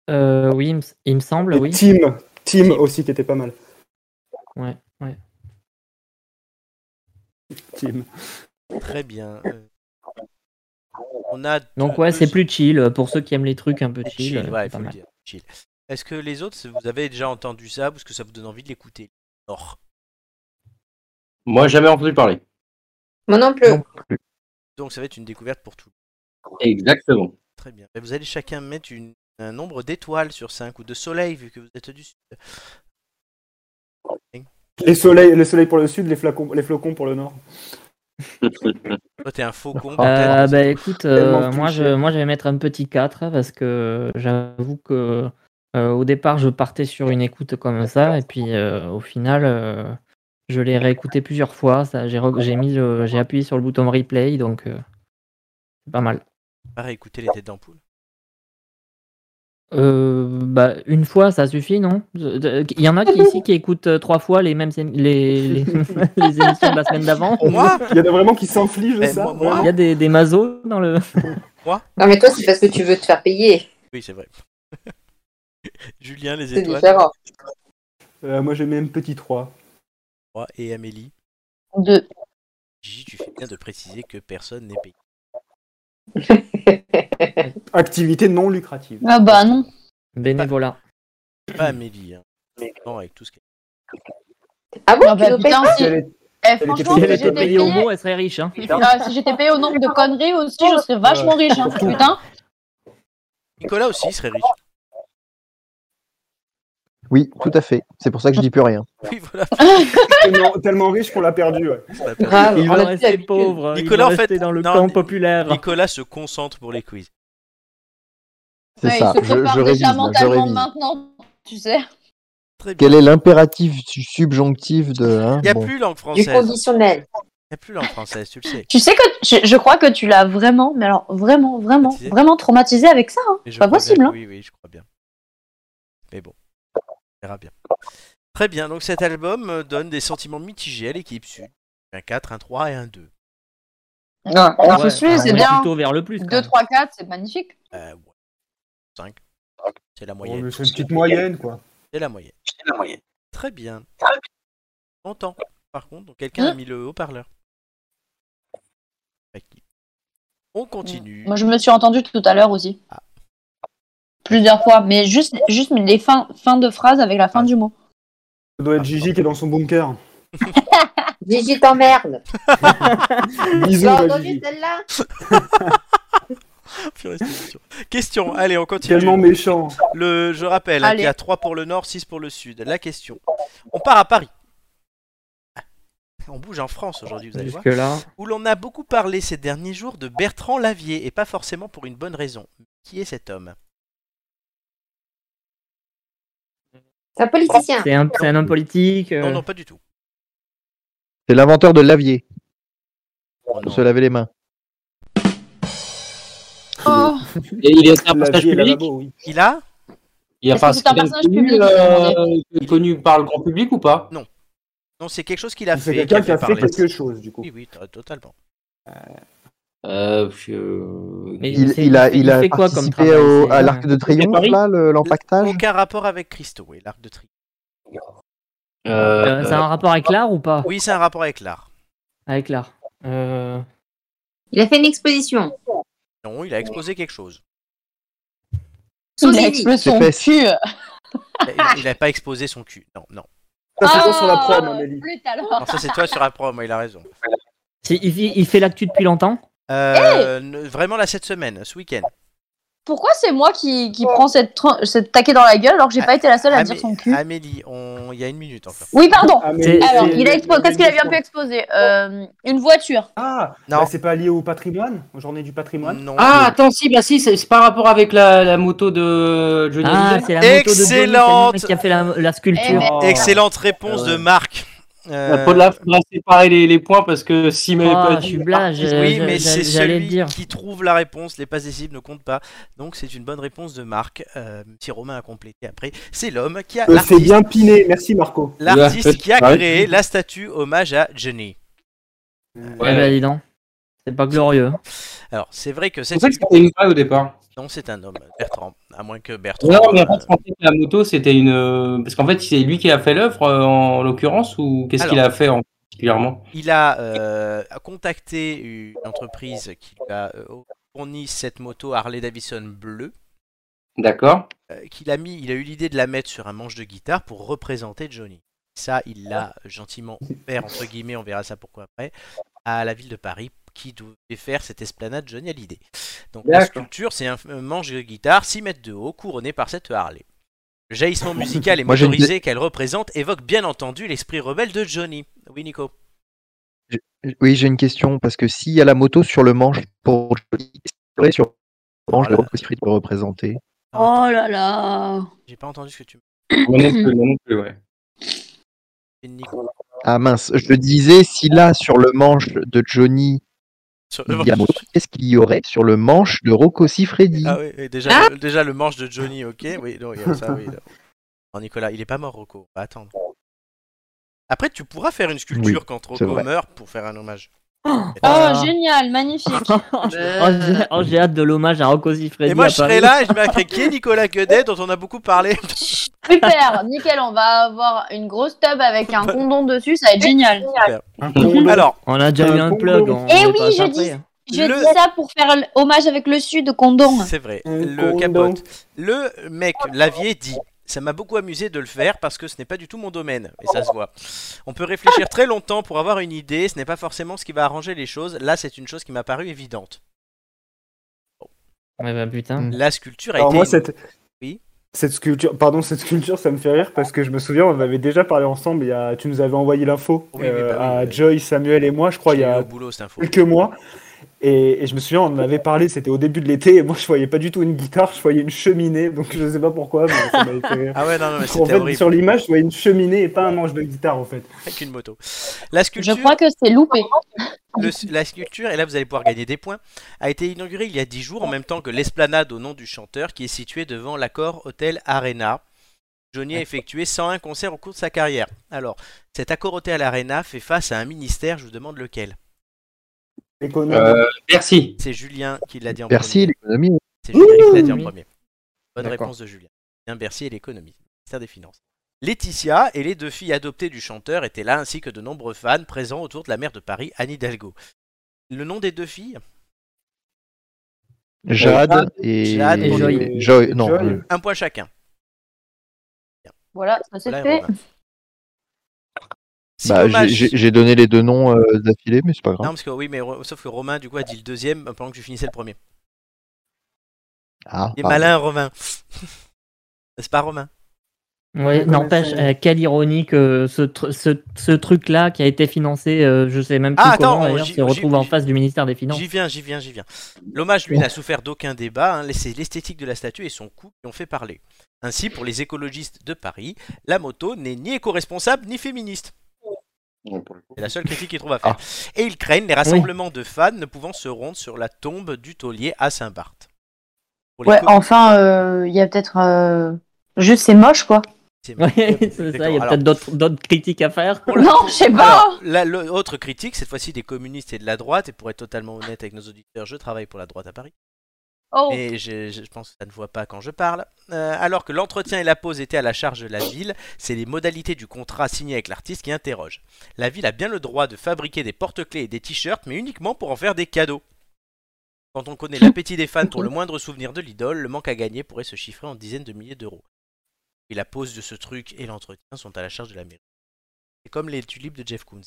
Euh, oui, il me, il me semble, Et oui. Tim, Tim aussi, qui était pas mal. Ouais, ouais. Tim. Très bien. euh, on a. Donc ouais, c'est plus chill pour ceux qui aiment les trucs un peu chill. Euh, Chill, euh, ouais, c'est faut pas le mal. dire. Chill. Est-ce que les autres, vous avez déjà entendu ça Parce que ça vous donne envie de l'écouter. Or. Moi, jamais entendu parler. Moi non plus. Donc ça va être une découverte pour tout. Exactement. Très bien. Et vous allez chacun mettre une- un nombre d'étoiles sur 5 ou de soleil vu que vous êtes du sud. Les soleils, le soleil pour le sud, les, flacons, les flocons pour le nord. Toi t'es un faucon. Euh, peut-être. bah écoute, Tellement euh, moi, touché. je, moi je vais mettre un petit 4 parce que j'avoue que euh, au départ je partais sur une écoute comme ça et puis euh, au final euh, je l'ai réécouté plusieurs fois. Ça, j'ai, re- j'ai, mis, le- j'ai appuyé sur le bouton replay donc euh, c'est pas mal. Pareil, écoutez les têtes d'ampoule. Euh, bah, une fois, ça suffit, non Euh, Il y en a qui, ici qui écoutent euh, trois fois les mêmes émi- les, les, les émissions de la semaine d'avant. Moi Il y en a vraiment qui s'infligent Eh, ça. moi- moi Il y a des, des masos dans le. Non, mais toi, c'est parce que tu veux te faire payer. Oui, c'est vrai. Julien, les C'est étoiles. différent. Euh, moi j'ai même petit 3. Trois. Et Amélie. Deux. Gigi, tu fais bien de préciser que personne n'est payé. Activité non lucrative. Ah bah non. Bénévolat. Pas Amélie. Hein. Non, avec tout ce qu'elle- Ah bon, Ah bah tu veux putain, payer si. Elle est- Eh, était franchement, Si payée- elle était si j'étais payée au payé, mot, elle serait riche. hein. euh, si j'étais payé au nombre de conneries aussi, je serais vachement riche. hein. Putain. Nicolas aussi serait riche. Oui, tout à fait. C'est pour ça que je dis plus rien. Oui, voilà. tellement, tellement riche qu'on l'a perdu. ouais. on a perdu. Ah, Grave, Il on a va plus rester l'habitude. pauvre. hein. Nicolas, en il va rester fait, dans le non, camp mais- populaire. Nicolas se concentre pour les quiz. C'est Euh, Ouais, ça. il se Je, prépare je révise. déjà là, Je mentalement révise. maintenant, tu sais. Très bien. Quel est l'impératif su- subjonctif de hein, Il n'y a bon. plus langue Du française. Il conditionnel. n'y a plus langue française, tu le sais. Tu sais que je, je crois que tu l'as vraiment, mais alors vraiment, vraiment, Traumatisé. vraiment traumatisé avec ça. hein. Mais je Pas crois possible, bien- hein. Oui, oui, je crois bien. Mais bon, on verra bien. Très bien, donc cet album euh, donne des sentiments mitigés à l'équipe sud. Un 4, un 3 et un 2. Non, on Ouais, Ah, suis, on c'est est bien. Plutôt vers le plus. quand 2, même. 3, 4, c'est magnifique. Euh, 5. C'est Oh, la Bon, moyenne. Oh, mais c'est une petite moyenne quoi. C'est la moyenne. la moyenne. Très bien. J'entends. Par contre, donc quelqu'un Hein a mis le haut-parleur. Avec qui On continue. Moi, je me suis entendue tout à l'heure aussi. Ah. Plusieurs fois, mais juste, juste les fins, fins de phrase avec la fin Ah. du mot. Ça doit être Gigi qui est dans son bunker. Gigi t'emmerde. Tu Ah, Bisous, l'as ma entendu Gigi. celle-là Purée, cette question. Question, allez, on continue. Tellement méchant. Le, je rappelle, hein, Allez. qu'il y a 3 pour le nord, 6 pour le sud. La question. On part à Paris. Ah, On bouge en France aujourd'hui, vous allez voir. Jusque-là. Où l'on a beaucoup parlé ces derniers jours de Bertrand Lavier, et pas forcément pour une bonne raison. Qui est cet homme C'est un politicien. C'est un, c'est un homme politique. euh, Non, non, pas du tout. C'est l'inventeur de l'avier Oh, pour non. se laver les mains. Oh, Et il est un La personnage vie est public. là-bas, oui. Il a Il y a Est-ce que c'est un quelqu'un personnage connu, public, euh, connu par le grand public ou pas Non, c'est quelque chose qu'il a C'est fait. quelqu'un a qui a fait parler. quelque chose du coup. Oui, oui, to- totalement. euh, je- euh, mais Il, c'est- il a, fait- il a fait quoi comme participé travail au- C'est- à Ah, l'arc de triomphe, Paris là, le- l'empaquetage. Aucun rapport avec Christo et l'arc de tri. Euh, euh, ça a un rapport avec l'art ou pas Oui, c'est un rapport avec l'art. Avec l'art. Euh, Il a fait une exposition. Non, il a exposé quelque chose. il a Souzini. explosé son fesses. cul. Il n'a pas exposé son cul. Non, non. Ça, Oh c'est toi sur la Ah, prom, hein, Amélie. Plus alors. Alors ça, c'est toi sur la promo, il a raison. c'est- il, fait- il fait l'actu depuis longtemps Euh, ne- Vraiment là cette semaine, ce week-end. Pourquoi c'est moi qui, Oh. qui prends cette, tra- cette taquée dans la gueule alors que j'ai Ah, pas été la seule à Amé- dire son cul Amélie, on... il y a une minute encore. Oui, pardon. Amélie, Alors, c'est- il a expo- Qu'est-ce qu'il a bien pu Amélie. exposer Euh, Une voiture. Ah, Non. bah, c'est pas lié au patrimoine, aux journées du patrimoine. Non. Ah, attends, si, bah si, c'est c'est par rapport avec la, la moto de Johnny Ah, Hallyday. c'est la moto de Johnny, c'est le mec Excellente. qui a fait la, la Eh sculpture. ben. Oh. Excellente réponse de Marc. Euh, Faudra, faudra séparer les, les points parce que si mais Oh, je suis blague. Oui, mais c'est Euh, J'allais celui le dire. qui trouve la réponse. Les passes décisives ne comptent pas. Donc c'est une bonne réponse de Marc. Euh, si Romain a complété après, c'est l'homme qui a Euh, C'est l'artiste- bien piné, merci Marco. l'artiste qui a Ouais. créé la statue hommage à Johnny. Eh ben, dis donc. C'est pas glorieux. Alors c'est vrai que C'est cette pour ça que c'était une blague au départ. Non, c'est un homme, Bertrand. À moins que Bertrand. Non, mais en fait, je pensais que la moto, c'était une. euh, Parce qu'en fait, c'est lui qui a fait l'œuvre, euh, en l'occurrence, ou qu'est-ce Alors. qu'il a fait en particulièrement Il a euh, contacté une entreprise qui lui a euh, fourni cette moto Harley Davidson bleue. D'accord. euh, qu'il a mis, il a eu l'idée de la mettre sur un manche de guitare pour représenter Johnny. Ça, il l'a gentiment offert, entre guillemets, on verra ça pourquoi après, à la ville de Paris qui devait faire cette esplanade Johnny Hallyday. Donc la D'accord. sculpture, c'est un un manche de guitare 6 mètres de haut, couronné par cette Harley. Le jaillissement musical et Moi, j'ai une idée. motorisé qu'elle représente évoque bien entendu l'esprit rebelle de Johnny. Oui, Nico Oui, j'ai une question, parce que s'il y a la moto sur le manche pour Johnny, c'est vrai, sur le manche, le esprit doit représenter. Oh là là J'ai pas entendu ce que tu Moi non plus, moi non plus, ouais. me dis, Nico. Ah mince, je disais, si là, sur le manche de Johnny, Sur le il y a manche. moto, qu'est-ce qu'il y aurait sur le manche de Rocco Siffredi Ah oui, oui, déjà, le, déjà le manche de Johnny, ok. Oui, non, il y a ça, oui. non. Oh, Nicolas, il est pas mort, Rocco. On va attendre. Après, tu pourras faire une sculpture Oui, quand c'est Rocco vrai. meurt pour faire un hommage. Oh, génial, magnifique Ah. Euh. Oh, j'ai- oh, j'ai hâte de l'hommage à Rocco Siffredi. Et moi, à je serai Paris. là et je m'accueille qui est Nicolas Quedet, dont on a beaucoup parlé. Super, nickel, on va avoir une grosse tub avec un condom dessus, ça va être génial. Alors, On a déjà eu un plug. on Eh est oui, pas je surpris, dis- hein. Je Le- dis ça pour faire l- hommage avec le sud au condom. c'est vrai, le capote. Le mec, Lavier, dit Ça m'a beaucoup amusé de le faire parce que ce n'est pas du tout mon domaine. Et ça se voit. On peut réfléchir très longtemps pour avoir une idée. Ce n'est pas forcément ce qui va arranger les choses. Là, c'est une chose qui m'a paru évidente. Ouais, bah putain. Mm. La sculpture a Alors été. moi, cette... Oui. cette sculpture, pardon, cette sculpture, ça me fait rire parce que je me souviens, on avait déjà parlé ensemble. Il y a... Tu nous avais envoyé l'info Oui, oui, euh, bah oui, à oui. Joy, Samuel et moi, je crois, il y J'ai eu a au boulot, cette info. quelques mois. Et, et je me souviens, on en avait parlé, c'était au début de l'été, et moi je voyais pas du tout une guitare, je voyais une cheminée, donc je sais pas pourquoi, mais ça m'avait fait rire. Ah ouais, non, non, mais en c'était fait, horrible. sur l'image, je voyais une cheminée et pas un manche de guitare en fait. Avec une moto. La Je sculpture, crois que c'est loupé. le- la sculpture, et là vous allez pouvoir gagner des points, a été inaugurée il y a 10 jours en même temps que l'esplanade au nom du chanteur qui est située devant l'accord Hôtel Arena. Johnny a effectué 101 concerts au cours de sa carrière. Alors, cet accord Hôtel Arena fait face à un ministère, je vous demande lequel. Économie. Euh, merci. C'est Julien qui l'a dit en Merci, premier. l'économie. C'est Julien qui l'a dit en Oui. premier. Bonne D'accord. réponse de Julien. Bien Bercy et l'économie, ministère des Finances. Laetitia et les deux filles adoptées du chanteur étaient là, ainsi que de nombreux fans présents autour de la maire de Paris, Anne Hidalgo. Le nom des deux filles Jade et, Jade et Joy. et Joy, non, Joy. euh, Un point chacun. Voilà, ça c'est Voilà, fait. Romain. Si bah, j'ai- dommage- j'ai j'ai donné les deux noms euh, d'affilée, mais c'est pas Non, grave. parce que oui, mais Ro- sauf que Romain, du coup, a dit le deuxième euh, pendant que tu finissais le premier. Ah, Il est pardon. malin, Romain. C'est pas Romain. Ouais, n'empêche, euh, quelle ironie que ce, tr- ce, ce truc-là qui a été financé, euh, je sais même plus Ah, attends, comment, d'ailleurs, j'y- se retrouve j'y- en face du ministère des Finances. J'y viens, j'y viens, j'y viens. L'hommage, lui, n'a souffert d'aucun débat. hein. C'est l'esthétique de la statue et son coût qui ont fait parler. Ainsi, pour les écologistes de Paris, la moto n'est ni éco-responsable ni féministe. C'est la seule critique qu'ils trouvent à faire. Ah. Et ils craignent les rassemblements de fans ne pouvant se rendre sur la tombe du taulier à Saint-Barth. Pour les Ouais, co- enfin, euh, il y a peut-être. euh, Juste, c'est moche quoi. c'est- Ouais, c'est ça, il y Exactement. a Alors, peut-être d'autres d'autres critiques à faire. Non, je sais pas. Alors, la- le- autre critique, cette fois-ci des communistes et de la droite, et pour être totalement honnête avec nos auditeurs, je travaille pour la droite à Paris, Oh, et je, je pense que ça ne voit pas quand je parle. Euh, alors que l'entretien et la pause étaient à la charge de la ville, c'est les modalités du contrat signé avec l'artiste qui interroge. La ville a bien le droit de fabriquer des porte-clés et des t-shirts, mais uniquement pour en faire des cadeaux. Quand on connaît l'appétit des fans pour le moindre souvenir de l'idole, le manque à gagner pourrait se chiffrer en dizaines de milliers d'euros. Et la pause de ce truc et l'entretien sont à la charge de la mairie. C'est comme les tulipes de Jeff Koons.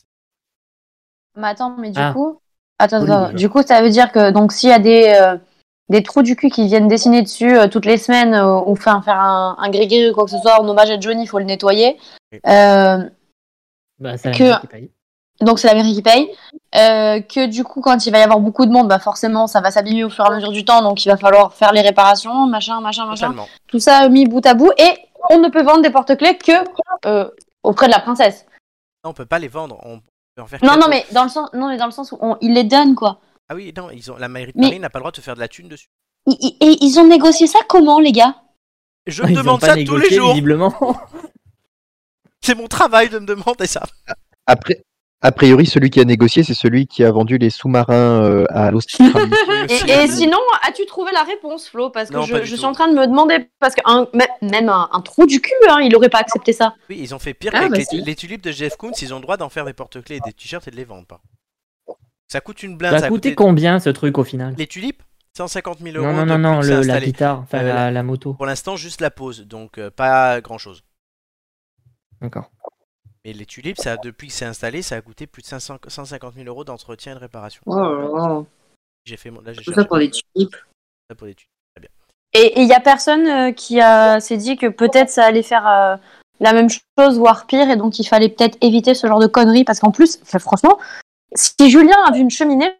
mais attends, mais du Ah. coup. Attends, Oui, attends. déjà. Du coup, ça veut dire que donc s'il y a des, euh, des trous du cul qui viennent dessiner dessus euh, toutes les semaines euh, ou enfin, faire un, un gris-gris ou quoi que ce soit en hommage à Johnny, il faut le nettoyer. Oui. Euh, Bah, c'est la Que- mairie qui paye. Donc c'est la mairie qui paye. Euh, que du coup, quand il va y avoir beaucoup de monde, bah forcément, ça va s'abîmer au fur et à mesure du temps. Donc il va falloir faire les réparations, machin, machin, machin. Totalement. Tout ça mis bout à bout. Et on ne peut vendre des porte-clés que euh, auprès de la princesse. Non, on peut pas les vendre. On peut en faire. Non, cadeau. non, mais dans le sens, non, mais dans le sens où on, ils les donnent quoi. Ah oui, non, ils ont... la mairie de Mais- Paris n'a pas le droit de te faire de la thune dessus. Ils- ils- Et ils ont négocié ça comment, les gars Je me Ah, Ils ont demande pas ça tous négocié, les jours. Visiblement. C'est mon travail de me demander ça. Après, A priori, celui qui a négocié, c'est celui qui a vendu les sous-marins euh, à l'Australie. Et, et sinon, as-tu trouvé la réponse, Flo Parce que Non, pas je, du je suis tout. en train de me demander, parce que un- même- même un, un trou du cul, hein, il n'aurait pas accepté ça. Oui, ils ont fait pire Ah, qu'avec bah les, si. les tulipes de Jeff Koons, ils ont le droit d'en faire des porte-clés et des t-shirts et de les vendre. par contre. Ça coûte une blinde. Ça ça a a coûté coûté- combien ce truc au final Les tulipes 150 000 euros. Non, non, non, depuis non, que le- c'est la installé. guitare, enfin, Euh, la, la moto. Pour l'instant, juste la pose, donc euh, pas grand-chose. D'accord. Mais les tulipes, ça, depuis que c'est installé, ça a coûté plus de 500 150 000 euros d'entretien et de réparation. Oh là là. J'ai fait mon. Là, j'ai Tout ça cherché- pour des tulipes. Ça pour des tulipes. Très bien. Et il n'y a personne euh, qui a- s'est dit que peut-être ça allait faire euh, la même chose, voire pire, et donc il fallait peut-être éviter ce genre de conneries, parce qu'en plus, enfin, franchement, si Julien a vu une cheminée,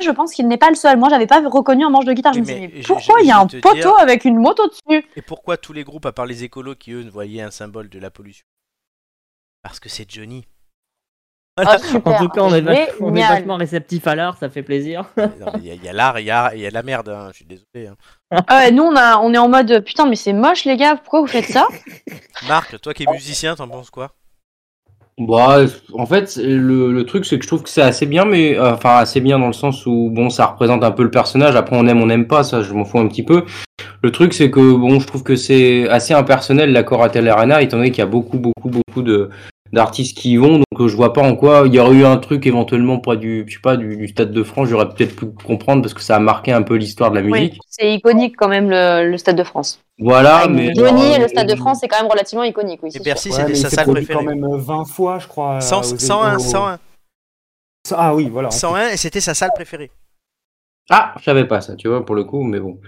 je pense qu'il n'est pas le seul. Moi, j'avais pas reconnu un manche de guitare. Je me Oui, suis dit, mais mais je- pourquoi je- il y je a un vais te poteau dire- avec une moto dessus Et pourquoi tous les groupes, à part les écolos, qui eux ne voyaient un symbole de la pollution Parce que c'est Johnny. Voilà. Ah, En tout cas, on est, vach- on est Ah, Génial. vachement réceptif à l'art, ça fait plaisir. Non, mais Il y a- il y a l'art, il y a, il y a de la merde, hein, je suis désolé. hein. Ah ouais, nous, on, a, on est en mode putain, mais c'est moche, les gars, pourquoi vous faites ça Marc, toi qui es musicien, t'en penses quoi Bah, en fait, le, le truc, c'est que je trouve que c'est assez bien, mais euh, enfin assez bien dans le sens où bon, ça représente un peu le personnage. Après, on aime, on n'aime pas, ça, je m'en fous un petit peu. Le truc, c'est que bon, je trouve que c'est assez impersonnel l'accord à Tell Arena, étant donné qu'il y a beaucoup, beaucoup, beaucoup de d'artistes qui y vont, donc euh, je vois pas en quoi il y aurait eu un truc éventuellement pour du, je sais pas, du, du Stade de France, j'aurais peut-être pu comprendre parce que ça a marqué un peu l'histoire de la musique. Oui, c'est iconique quand même le, le Stade de France. Voilà, Avec mais Johnny genre, euh, et le Stade de France, c'est quand même relativement iconique. Oui, c'est sûr. Ouais, mais il s'est produit quand même euh, 20 fois, je crois. euh, 100, aux- 101, aux- 101. Ah oui, voilà. 101, et c'était sa salle préférée. Ah, je savais pas ça, tu vois, pour le coup, mais bon.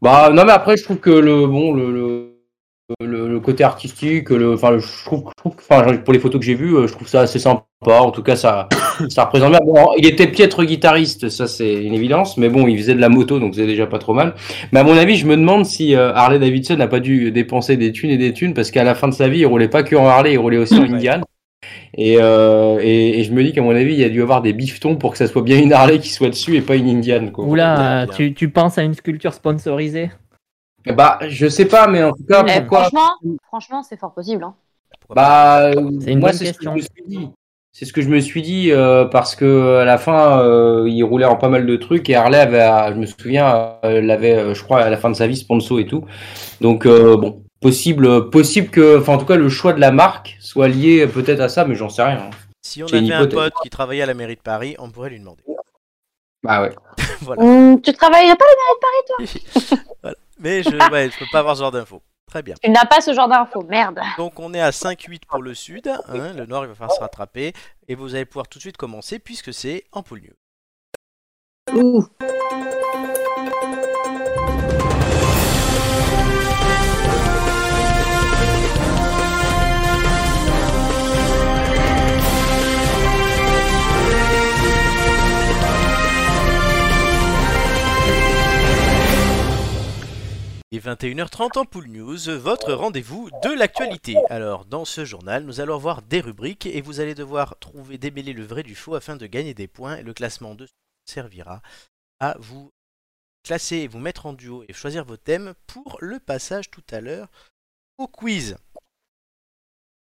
Bah non, mais après, je trouve que le bon, le, le, le- le côté artistique, le, enfin, le- je trouve, je trouve que- enfin, pour les photos que j'ai vues, euh, je trouve ça assez sympa. En tout cas, ça, ça représente bien. Bon, il était piètre guitariste, ça c'est une évidence, mais bon, il faisait de la moto, donc c'est déjà pas trop mal. Mais à mon avis, je me demande si euh, Harley Davidson n'a pas dû dépenser des thunes et des thunes, parce qu'à la fin de sa vie, il roulait pas que en Harley, il roulait aussi en Indian. Et, euh, et, et je me dis qu'à mon avis, il y a dû avoir des bifetons pour que ça soit bien une Harley qui soit dessus et pas une Indian. Quoi. Oula, tu, tu penses à une sculpture sponsorisée Bah, je sais pas, mais en tout cas, Eh, pourquoi franchement, franchement, c'est fort possible. hein. Bah, une moi, bonne c'est ce que je question. me suis dit. C'est ce que je me suis dit euh, parce que à la fin, euh, il roulait en pas mal de trucs et Harley avait, euh, je me souviens, euh, l'avait, euh, je crois, à la fin de sa vie, sponsor et tout. Donc euh, bon, possible, euh, possible que, enfin, en tout cas, le choix de la marque soit lié peut-être à ça, mais j'en sais rien. hein. Si on C'est une avait un hypothèse. pote qui travaillait à la mairie de Paris, on pourrait lui demander. Bah ouais. voilà. Hum, tu travailles pas la mairie de Paris, toi Voilà. Mais je, ouais, je peux pas avoir ce genre d'infos. Très bien. Tu n'as pas ce genre d'infos, merde. Donc on est à 5-8 pour le sud, hein, le nord il va falloir se rattraper, et vous allez pouvoir tout de suite commencer puisque c'est en poule news. Ouh. Il est 21h30 en Pool News, votre rendez-vous de l'actualité. Alors, dans ce journal, nous allons voir des rubriques et vous allez devoir trouver, démêler le vrai du faux afin de gagner des points. Le classement de servira à vous classer, vous mettre en duo et choisir vos thèmes pour le passage tout à l'heure au quiz.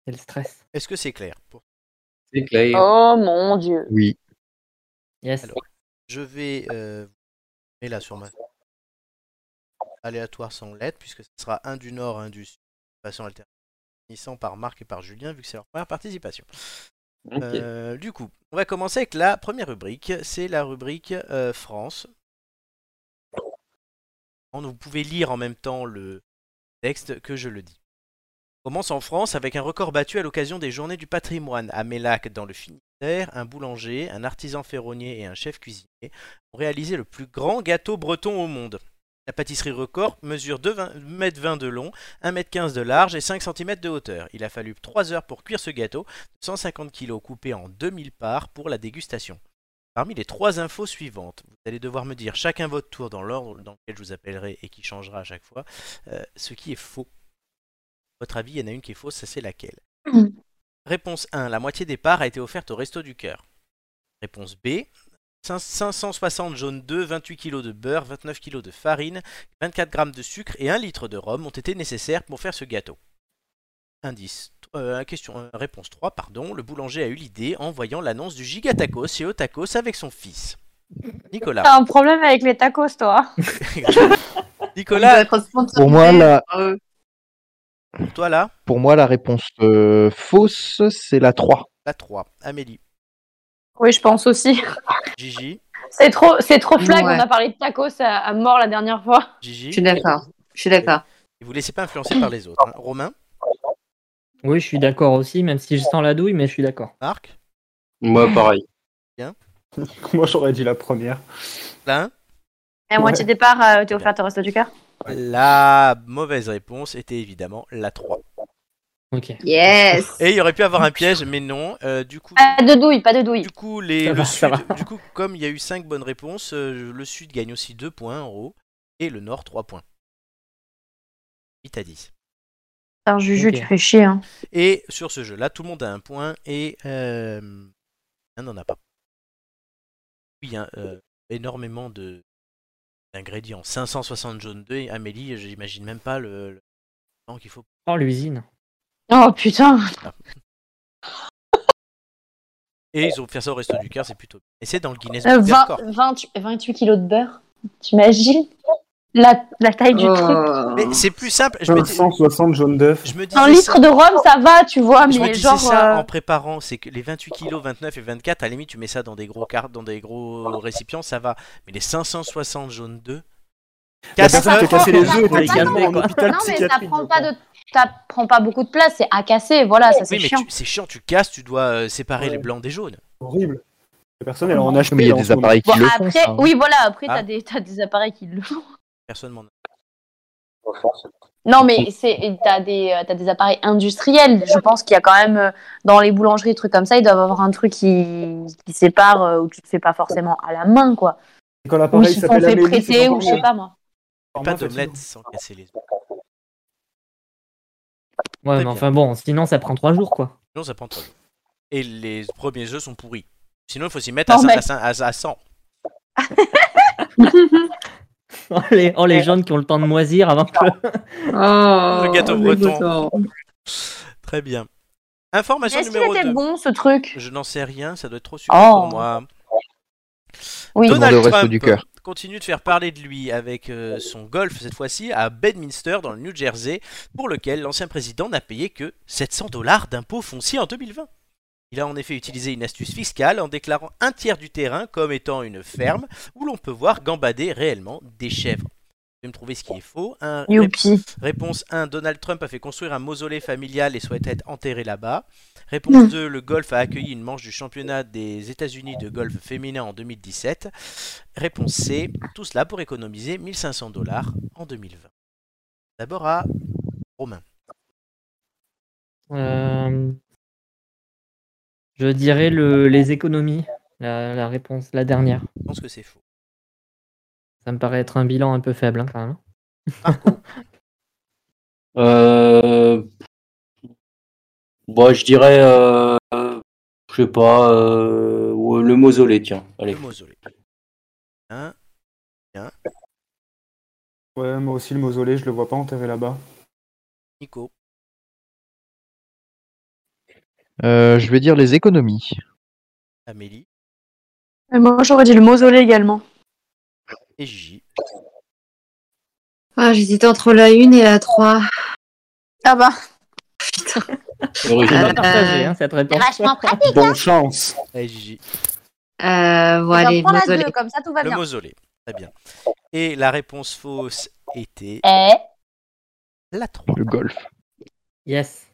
Quel stress. Est-ce que c'est clair pour- C'est clair. Oh mon dieu. Oui. Yes. Alors, je vais euh, mettre là sur ma aléatoire sans lettres, puisque ce sera un du nord, un du sud, de façon alternée, finissant par Marc et par Julien, vu que c'est leur première participation. Ok. Euh, du coup, on va commencer avec la première rubrique, c'est la rubrique euh, France. En- Vous pouvez lire en même temps le texte que je le dis. On commence en France avec un record battu à l'occasion des journées du patrimoine. À Mélac, dans le Finistère, un boulanger, un artisan ferronnier et un chef cuisinier ont réalisé le plus grand gâteau breton au monde. La pâtisserie record mesure 2,20 m de long, 1,15 m de large et 5 cm de hauteur. Il a fallu 3 heures pour cuire ce gâteau, 150 kg coupé en 2000 parts pour la dégustation. Parmi les trois infos suivantes, vous allez devoir me dire chacun votre tour dans l'ordre dans lequel je vous appellerai et qui changera à chaque fois, euh, ce qui est faux. Votre avis, il y en a une qui est fausse, ça c'est laquelle Mmh. Mm. Réponse 1. La moitié des parts a été offerte au Resto du Cœur. Réponse B. 5- 560 jaunes d'œufs, 28 kg de beurre, 29 kg de farine, 24 g de sucre et 1 litre de rhum ont été nécessaires pour faire ce gâteau. Indice euh, question, euh, réponse 3, pardon. Le boulanger a eu l'idée en voyant l'annonce du giga tacos et au tacos avec son fils. Nicolas. T'as un problème avec les tacos, toi. Nicolas, Pour euh, moi, la- pour toi là, Pour moi, la réponse euh, fausse, c'est la 3. la 3. Amélie, Oui, je pense aussi. Gigi, C'est trop, c'est trop flag. Ouais. On a parlé de tacos à, à mort la dernière fois. Gigi. Je suis d'accord. Je suis d'accord. Et vous laissez pas influencer par les autres. hein. Romain, Oui, je suis d'accord aussi, même si je sens la douille, mais je suis d'accord. Marc, Moi, pareil. Moi, j'aurais dit la première. Alain. Et à moitié départ, euh, t'es offert au resto du cœur. La mauvaise réponse était évidemment la 3. Ok. Yes. Et il y aurait pu avoir un piège, mais non. Euh, du coup, Pas Ah, de douille, pas de douille. du coup, les, Ça le va, ça Sud- du coup, comme il y a eu 5 bonnes réponses, euh, le Sud gagne aussi 2 points en haut et le Nord 3 points. 8 à 10. Putain, Juju, Ok. tu fais chier. Hein. Et sur ce jeu-là, tout le monde a un point et euh, un n'en a pas. Oui, il y a euh, énormément de d'ingrédients. 562, Amélie, j'imagine même pas le, le temps qu'il faut. Oh, l'usine. Oh putain. Et ils ont fait ça au resto du cœur, c'est plutôt. Et c'est dans le Guinness Euh, Book des 20 Records. 20 28 kilos de beurre. T'imagines la, la taille du truc. Oh. Mais c'est plus simple. Je me, dis- 560 jaune d'œuf. je me disais Un ça, litre de rhum, ça va, tu vois, je me Ah, mais disais genre. ça euh, en préparant. C'est que les 28 kilos, 29 et 24, à la limite, tu mets ça dans des gros cartes, dans des gros récipients, ça va. Mais les 560 jaunes 2. La personne qui a cassé les Ça œufs prend était pas de calmée en temps. hôpital Non, mais ça psychiatrique. prend pas de. Ça prend pas beaucoup de place, c'est à casser, voilà, ça c'est Oui, mais chiant. tu- c'est chiant, tu casses, tu dois euh, séparer Ouais. les blancs des jaunes. Horrible. La personne, elle en a Mais il y a des appareils qui Bon, le font. après, ça. hein. oui, voilà, après, Ah. t'as des, t'as des appareils qui le font. Personne m'en a. Non, Mm. mais c'est, t'as des, euh, t'as des appareils industriels. Je pense qu'il y a quand même, euh, dans les boulangeries, trucs comme ça, ils doivent avoir un truc qui, qui sépare, euh, où tu te fais pas forcément à la main, quoi. Quand Ou l'appareil s'ils sont s'appelle fait Amélie, c'est prêter, encore ou je sais mieux. pas, moi. Pas Apparemment, d'omelette sans casser les œufs. Ouais, Très mais bien. enfin bon, sinon ça prend trois jours, quoi. Sinon, ça prend trop jours. Et les premiers jeux sont pourris. Sinon, il faut s'y mettre à Non, cin- mais- à cin- à- à 100. Oh, les, oh, les jeunes qui ont le temps de moisir avant que. Ah, Le gâteau breton. Très bien. Information Est-ce qu'il bah, numéro était 2. bon, ce truc? Je n'en sais rien, ça doit être trop sucré Oh. pour moi. Oui. Demande au Donald resto Trump du cœur. continue de faire parler de lui avec euh, son golf, cette fois-ci, à Bedminster, dans le New Jersey, pour lequel l'ancien président n'a payé que 700 dollars d'impôts fonciers en 2020. Il a en effet utilisé une astuce fiscale en déclarant un tiers du terrain comme étant une ferme où l'on peut voir gambader réellement des chèvres. Je vais me trouver ce qui est faux. Un, Youpi. Réponse 1, Donald Trump a fait construire un mausolée familial et souhaite être enterré là-bas. Réponse 2, le golf a accueilli une manche du championnat des États-Unis de golf féminin en 2017. Réponse C, tout cela pour économiser 1500 dollars en 2020. D'abord à Romain. Euh, Je dirais le, les économies, la, la réponse, la dernière. Je pense que c'est faux. Ça me paraît être un bilan un peu faible, hein, quand même. Euh... Bon, Bah, je dirais, euh... je sais pas, euh... ouais, le mausolée, tiens. Allez. Le mausolée. Hein, Ouais, moi aussi, le mausolée, je le vois pas enterré là-bas. Nico. Euh, je vais dire les économies. Amélie Euh, Moi, j'aurais dit le mausolée également. et Gigi. Ah, j'hésitais entre la 1 et la 3. Ah bah. On Original. va partager hein, cette réponse. Vachement pratique. Bonne chance Allez, Gigi. hein. Euh, bon, allez, prends la désolé. deux, comme ça tout va Le bien. mausolée. Très bien. Et la réponse fausse était Euh. Eh, la 3. Le golf. Yes.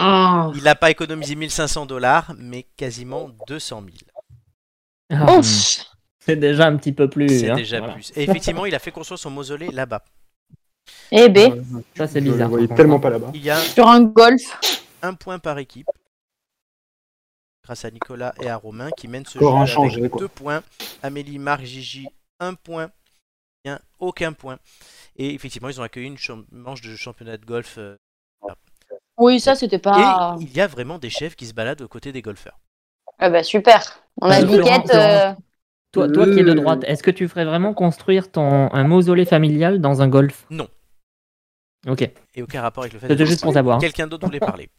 Oh. Il n'a pas économisé 1500 dollars, mais quasiment 200 000. Ah, ouf. C'est déjà un petit peu plus. C'est hein, déjà voilà. plus. Et effectivement, il a fait construire son mausolée là-bas. Eh B, Ça, c'est Je le bizarre. voyais par contre. tellement pas là-bas. Il y a sur un golf. un point par équipe. Grâce à Nicolas et à Romain qui mènent ce jeu Score avec inchangé, quoi. deux points. Amélie, Marc, Gigi, un point. Bien, aucun point. Et effectivement, ils ont accueilli une cham- manche de championnat de golf. euh, Oui, ça c'était pas. Et il y a vraiment des chefs qui se baladent aux côtés des golfeurs. Ah bah super. On a Ah, Euh, une Florent, piquette. Florent. euh, Toi, toi qui es de droite, est-ce que tu ferais vraiment construire ton, un mausolée familial dans un golf Non. Ok, Et aucun rapport avec le fait c'était juste pour savoir. hein. quelqu'un d'autre voulait parler.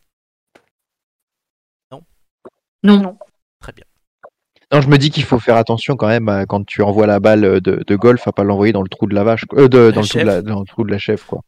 Non. Non, je me dis qu'il faut faire attention quand même euh, quand tu envoies la balle euh, de, de golf à pas l'envoyer dans le trou de la vache, quoi. Euh, de- dans, le trou de la, dans le trou de la chèvre, quoi.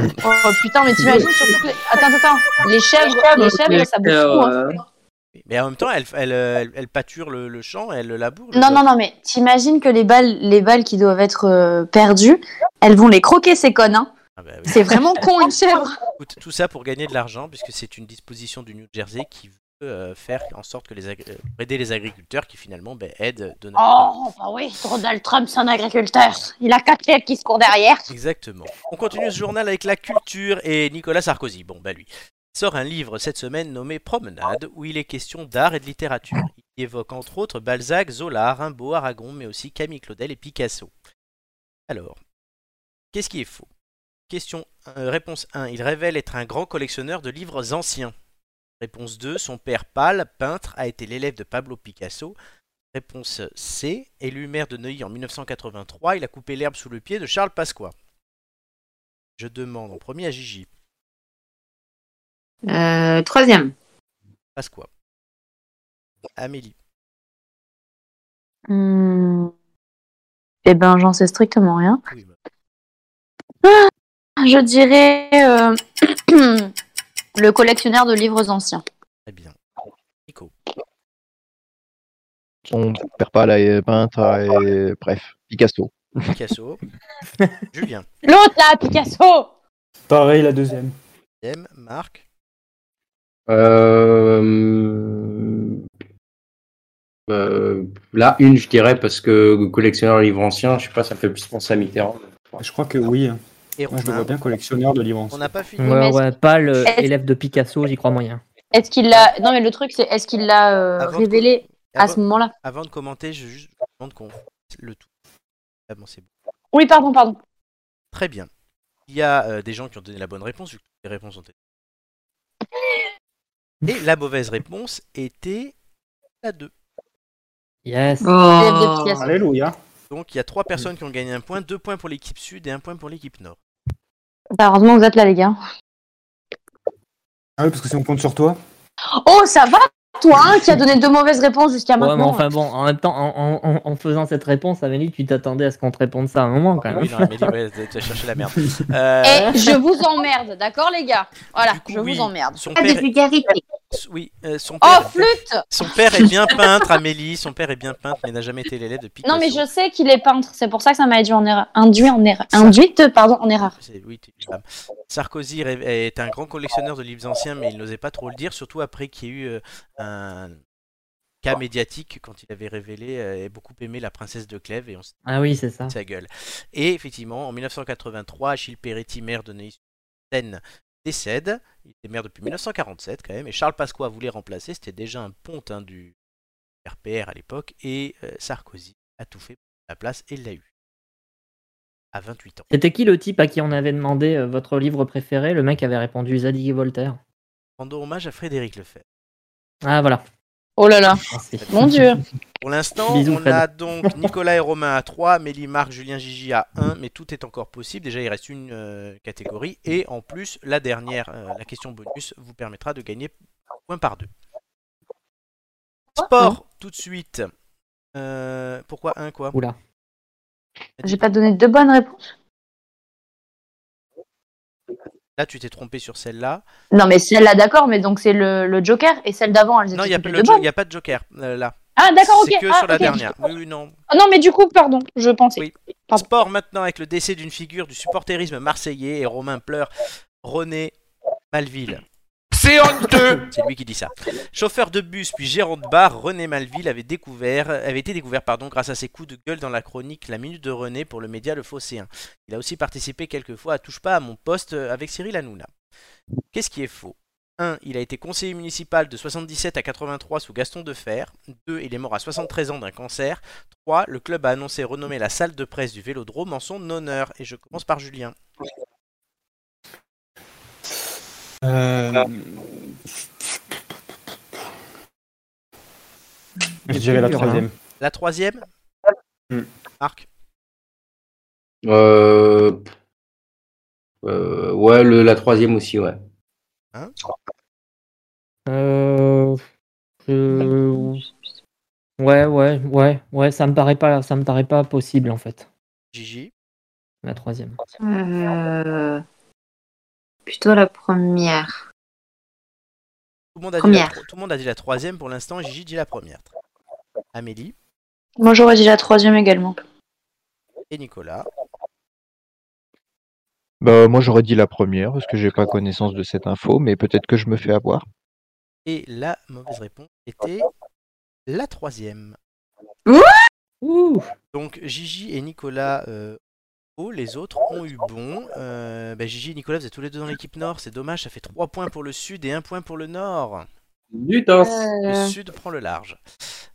Oh putain, mais t'imagines surtout que les... Attends, attends, attends. Les chèvres, les chèvres Ah, ça bouffe tout. hein. euh, Mais en même temps, elle, elle, euh, elle, elle pâture le, le champ, elle le laboure. le Non, golf. non, non, mais t'imagines que les balles, les balles qui doivent être euh, perdues, elles vont les croquer, ces connes. Hein. Ah bah oui. C'est vraiment con, une chèvre. Écoute, tout ça pour gagner de l'argent, puisque c'est une disposition du New Jersey qui veut euh, faire en sorte que les agri- euh, aider les agriculteurs qui finalement ben, aident Donald Trump. Oh, bah oui, Donald Trump, c'est un agriculteur. Il a quatre chèvres qui se courent derrière. Exactement. On continue ce journal avec la culture et Nicolas Sarkozy. Bon, bah lui sort un livre cette semaine nommé Promenade, où il est question d'art et de littérature. Il évoque entre autres Balzac, Zola, Rimbaud, Aragon, mais aussi Camille Claudel et Picasso. Alors, qu'est-ce qui est faux Question euh, réponse 1. Il révèle être un grand collectionneur de livres anciens. Réponse 2. Son père pâle, peintre, a été l'élève de Pablo Picasso. Réponse C. Élu maire de Neuilly en 1983, il a coupé l'herbe sous le pied de Charles Pasqua. Je demande en premier à Gigi. Euh, troisième. Passe quoi Amélie. Hmm. Eh ben, j'en sais strictement rien. Oui, bah, Ah, Je dirais euh, le collectionneur de livres anciens. très bien. Nico. On perd pas la euh, peintre, et... bref, Picasso. Picasso. Julien. L'autre là, Picasso Oh, Pareil, la deuxième. M. Marc. Euh, euh, là, une, je dirais, parce que collectionneur de livres anciens, je sais pas, ça me fait plus penser à Mitterrand. Je crois que oui. hein. Et Moi, je le Romain. vois bien collectionneur de livres On anciens. n'a pas fini. Ouais, ouais, pas le Est-ce- élève de Picasso, j'y crois moyen. Est-ce qu'il l'a. Non, mais le truc, c'est est-ce qu'il l'a euh, Avant de- révélé à Avant, ce moment-là avant de commenter, je juste je demande qu'on le tout. Ah bon, c'est bon. Oui, pardon, pardon. Très bien. Il y a euh, des gens qui ont donné la bonne réponse, vu que toutes les réponses ont été. Et la mauvaise réponse était la 2. Yes. Élève de Oh. Picasso. Alléluia. Donc il y a trois personnes qui ont gagné un point, deux points pour l'équipe sud et un point pour l'équipe nord. Bah, heureusement que vous êtes là, les gars. Ah oui, parce que si on compte sur toi. Oh, ça va, toi, hein, qui a donné deux mauvaises réponses jusqu'à Ouais, mais Ah, maintenant hein. enfin bon, en même temps, en, en- en- en faisant cette réponse, Amélie, tu t'attendais à ce qu'on te réponde ça à un moment quand même. Ah Oui, non, Amélie, ouais, tu as cherché la merde. Euh, Et Eh, je vous emmerde, d'accord, les gars Voilà, Du coup, je oui. vous emmerde. Son Pas de père, vulgarité. oui, euh, son Oh, père, flûte son père est bien peintre, Amélie. Son père est bien peintre, mais n'a jamais été l'élève de Picasso. Non, mais je sais qu'il est peintre, c'est pour ça que ça m'a induit en erreur. Induit en erreur. Induite, pardon, en erreur. C'est- oui, t'es une femme. Sarkozy rêve- est un grand collectionneur de livres anciens, mais il n'osait pas trop le dire, surtout après qu'il y ait eu euh, un cas médiatique quand il avait révélé euh, et beaucoup aimé la princesse de Clèves et on s'est Ah oui, c'est ça. de sa gueule. Et effectivement, en 1983, Achille Peretti, maire de Neuilly-sur-Seine, décède. Il était maire depuis 1947 quand même. Et Charles Pasqua voulait remplacer. C'était déjà un ponte hein, du RPR à l'époque. Et euh, Sarkozy a tout fait pour la place et l'a eu. À 28 ans. C'était qui le type à qui on avait demandé euh, votre livre préféré Le mec avait répondu Zadig et Voltaire. Rendons hommage à Frédéric Lefebvre. Ah voilà. Oh là là, Merci. mon dieu. Pour l'instant, Bisous, on Fred. a donc Nicolas et Romain à 3, Mélie, Marc, Julien, Gigi à 1, mais tout est encore possible. Déjà, il reste une euh, catégorie. Et en plus, la dernière, euh, la question bonus, vous permettra de gagner point par deux. Sport, Hein tout de suite. Euh, pourquoi 1 quoi Oula. J'ai pas donné deux bonnes réponses. Là, tu t'es trompé sur celle-là. Non, mais celle-là, d'accord, mais donc c'est le, le Joker et celle d'avant, elles étaient Non, il n'y a, toutes pas les le deux jo- bonnes. y a pas de joker euh, là. Ah, d'accord, ok. C'est que Ah, sur la ok. dernière. Oui, oui, non. Ah non, mais du coup, pardon, je pensais. Oui. Pardon. Sport maintenant avec le décès d'une figure du supporterisme marseillais et Romain pleure René Malville. C'est honteux C'est lui qui dit ça. Chauffeur de bus puis gérant de bar, René Malville avait, découvert, avait été découvert pardon, grâce à ses coups de gueule dans la chronique La Minute de René pour le média Le Phocéen. Il a aussi participé quelquefois à Touche pas à mon poste avec Cyril Hanouna. Qu'est-ce qui est faux 1. Il a été conseiller municipal de 77 à 83 sous Gaston Defer. 2. Il est mort à 73 ans d'un cancer. 3. Le club a annoncé renommer la salle de presse du Vélodrome en son honneur. Et je commence par Julien. Euh... Je dirais la hein. dur, troisième. La troisième Hmm. Marc Euh, euh, ouais, le- la troisième aussi, ouais. Euh, Euh, Ouais, ouais, ouais, ouais, ça me paraît pas, ça me paraît pas possible en fait. Gigi La troisième. Euh, Plutôt la première. Tout le, monde a dit la, Première. tout le monde a dit la troisième pour l'instant, Gigi dit la première. Amélie Moi, j'aurais dit la troisième également. et Nicolas. Bah, moi j'aurais dit la première parce que j'ai pas connaissance de cette info, mais peut-être que je me fais avoir. Et la mauvaise réponse était la troisième. Ouh Donc Gigi et Nicolas euh, ont, les autres ont eu bon. Euh, bah, Gigi et Nicolas, vous êtes tous les deux dans l'équipe nord, c'est dommage, ça fait 3 points pour le sud et 1 point pour le nord. Zut, hein. Le sud prend le large.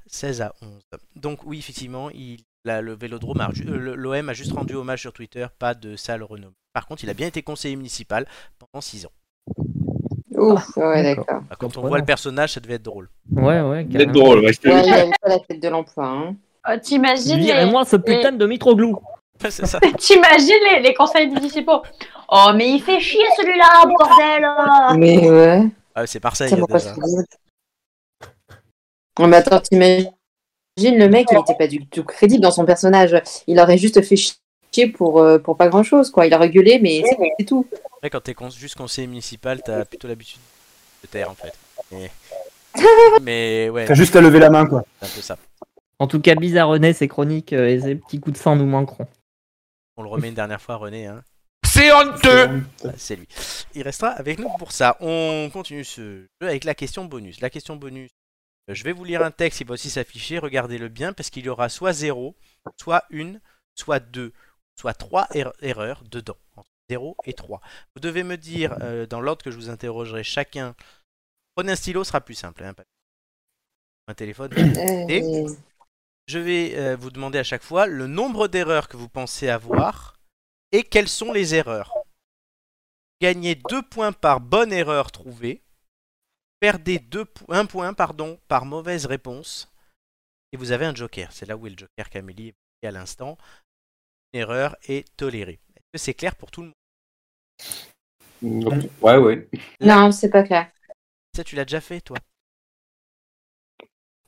16 à 11. Donc oui, effectivement, il a- le vélodrome, a ju- euh, le- l'OM a juste rendu hommage sur Twitter, pas de salle renommée. Par contre, il a bien été conseiller municipal pendant 6 ans. Ouf, ouais, D'accord. d'accord. Bah, quand on voit le personnage, ça devait être drôle. Ouais, ouais. Vous êtes carrément. drôle, ouais, je te Ouais, le il dis. avait pas la tête de l'emploi. Hein. Oh, T'imagines Lui, et les... moi, ce putain de mitroglou. C'est ça. T'imagines les, les conseils municipaux Oh, mais il fait chier celui-là, bordel Mais ouais. Ah, c'est Marseille Tiens, pourquoi déjà. je rigole Non, mais attends, t'imagines le mec, il était pas du tout crédible dans son personnage. Il aurait juste fait chier pour, euh, pour pas grand chose, quoi. Il aurait gueulé, mais c'est- c'est tout. Après, quand t'es con- juste conseiller municipal, t'as plutôt l'habitude de taire en fait. Mais, mais ouais, T'as juste à lever la main, quoi. c'est un peu ça. En tout cas, bizarre René, ses chroniques euh, et ses petits coups de sang nous manqueront. On le remet une dernière fois, René. Hein. C'est honteux Ah, C'est lui. Il restera avec nous pour ça. On continue ce jeu avec la question bonus. La question bonus. euh, Je vais vous lire un texte, il va aussi s'afficher. Regardez-le bien parce qu'il y aura soit 0, soit 1, soit 2, soit 3 erreurs dedans. Entre 0 et 3. Vous devez me dire, euh, dans l'ordre que je vous interrogerai chacun, prenez un stylo, ce sera plus simple. hein, pas- un téléphone. Et- Euh, Je vais euh, vous demander à chaque fois le nombre d'erreurs que vous pensez avoir et quelles sont les erreurs. Gagnez 2 points par bonne erreur trouvée. Perdez 1 point pardon, par mauvaise réponse. Et vous avez un joker. C'est là où est le joker qu'Amélie est à l'instant. Une erreur est tolérée. Est-ce que c'est clair pour tout le monde Ouais, ouais. Non, c'est pas clair. Ça, tu l'as déjà fait, toi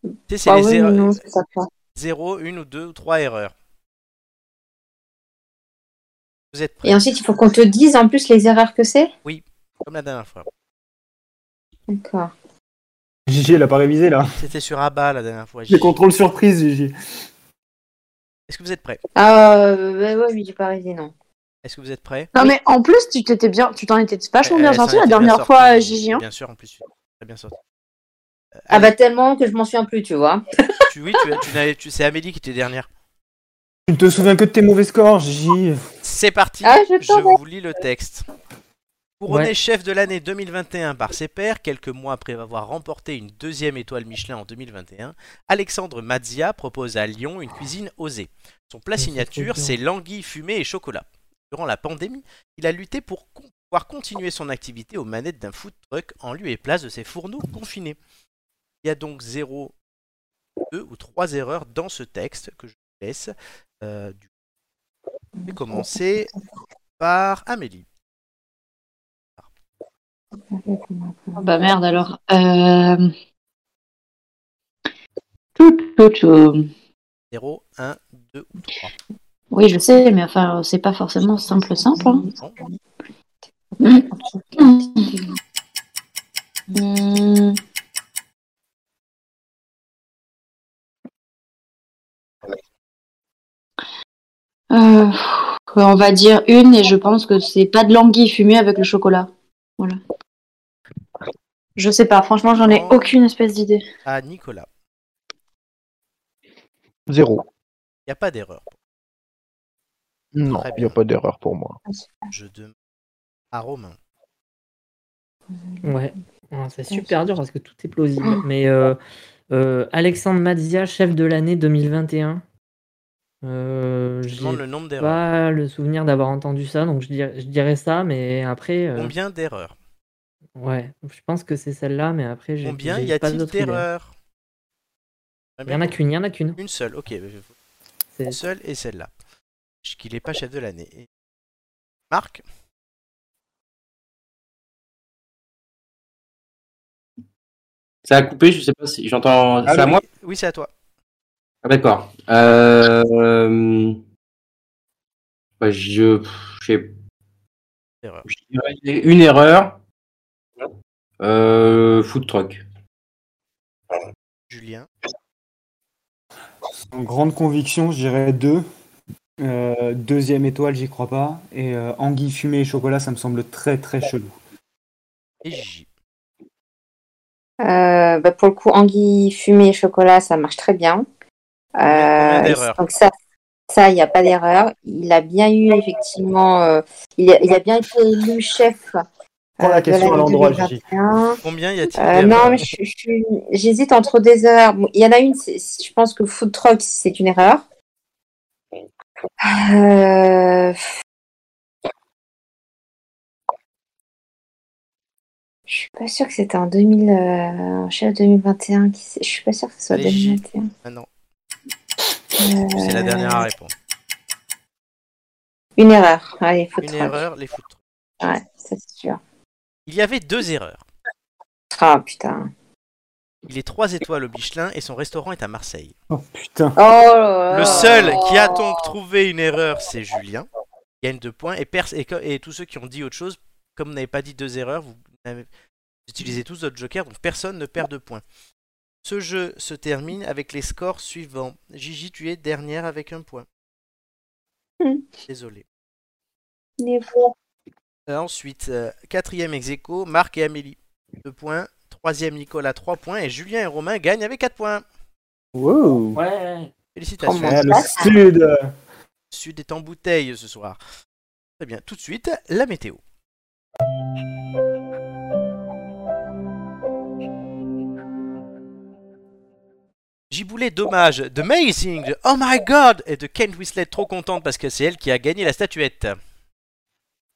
Tu sais, c'est Bah Ah les oui, erreurs- non, c'est pas clair. 0, 1 ou 2 ou 3 erreurs. Vous êtes prêts Et ensuite, il faut qu'on te dise en plus les erreurs que c'est. comme la dernière fois. D'accord. Gigi, elle a pas révisé, là. C'était sur Abba la dernière fois. Les Gigi. contrôles surprise, Gigi. Est-ce que vous êtes prêts Ah, euh, bah ouais, oui, j'ai pas révisé, non. Est-ce que vous êtes prêts Non, mais en plus, tu t'étais bien, tu t'en étais vachement Euh, bien euh, ça sorti en la était bien dernière sorti, fois, euh, Gigi. hein. Bien sûr, en plus, tu- très bien sorti. Euh, Ah bah tellement que je m'en souviens plus, tu vois. tu, oui, tu, tu n'avais- tu- c'est Amélie qui était dernière. Tu ne te souviens que de tes mauvais scores, Gigi. C'est parti, Ah, je je t'en vous lis le texte. Couronné Ouais. chef de l'année 2021 par ses pairs, quelques mois après avoir remporté une deuxième étoile Michelin en 2021, Alexandre Mazzia propose à Lyon une cuisine osée. Son plat Mais c'est signature, trop bien. c'est l'anguille fumée et chocolat. Durant la pandémie, il a lutté pour con- pouvoir continuer son activité aux manettes d'un food truck en lieu et place de ses fourneaux confinés. Il y a donc 0, 2 ou 3 erreurs dans ce texte que je vous laisse. Euh, du... Je vais commencer par Amélie. Ah bah merde alors. Euh... tout, tout, tout. 0, 1, 2 ou 3. Oui, je sais, mais enfin, c'est pas forcément simple, simple. hein. Bon, Hmm. Euh, on va dire une et je pense que c'est pas de l'anguille fumée avec le chocolat. Voilà. Je sais pas, franchement, j'en ai aucune espèce d'idée. à Nicolas. Zéro. Il n'y a pas d'erreur. Non, Très il n'y a bien. pas d'erreur pour moi. Je demande à Romain. Ouais. Ouais, C'est super dur parce que tout est plausible. Mais euh, euh, Alexandre Mazzia, chef de l'année 2021. Euh, Je j'ai demande le nombre d'erreurs. pas le souvenir d'avoir entendu ça, donc je dirais, je dirais ça, mais après, euh, Combien d'erreurs ouais, je pense que c'est celle-là, mais après, j'ai Combien j'ai y pas a-t-il d'autres idées. d'erreurs Ah, Il y en a qu'une, il y en a qu'une. Une seule, ok. C'est- Une seule et celle-là. Parce Qu'il n'est pas chef de l'année. Et- Marc Ça a coupé, je sais pas si j'entends. Ah c'est à oui, moi Oui, c'est à toi. Ah, D'accord. Euh, euh, bah, je, pff, je sais- Erreur. je dirais une erreur. Euh, food truck. Julien. En grande conviction, je dirais deux. Euh, deuxième étoile, j'y crois pas. Et euh, anguille fumée et chocolat, ça me semble très très chelou. Et Gigi. Euh, bah, pour le coup, anguille, fumée et chocolat, ça marche très bien. Combien Euh, d'erreurs donc ça, ça, il n'y a pas d'erreur. Il a bien eu effectivement, euh, il, a, il a bien été élu chef. Prends la euh, de question à l'année l'endroit, Gigi. 2021. Combien y a-t-il Euh, d'erreurs non, mais je- je suis- j'hésite entre des erreurs. Bon, Il y en a une, c'est- je pense que food truck, c'est une erreur. Euh, Je suis pas sûre que c'était en 2000, euh, en chef 2021. Qui... c'est- Je suis pas sûre que ce soit Allez, Gigi. 2021. Ah non, Euh, c'est la dernière à répondre. Une erreur. Allez, food Une truck. erreur, les foot. Ouais, ça, c'est sûr. Il y avait deux erreurs. Ah putain. Il est 3 étoiles au Michelin et son restaurant est à Marseille. Oh putain. Oh là là. Le seul qui a donc trouvé une erreur, c'est Julien. Il gagne deux points. Et, pers- et, co- et tous ceux qui ont dit autre chose, comme vous n'avez pas dit deux erreurs, vous, n'avez- vous utilisez tous votre joker, donc personne ne perd de points. Ce jeu se termine avec les scores suivants. Gigi, tu es dernière avec un point. Hmm. Désolé. Il est bon. Euh, ensuite, euh, quatrième ex aequo, Marc et Amélie. Deux points. Troisième, Nicolas, trois points. Et Julien et Romain gagnent avec quatre points. Wow. Ouais. Félicitations. Oh mon Ouais, Eh, le sud. Sud est en bouteille ce soir. Très bien, tout de suite, la météo. Giboulé, dommage, The Amazing, de Oh My God et de Kate Winslet, trop contente parce que c'est elle qui a gagné la statuette.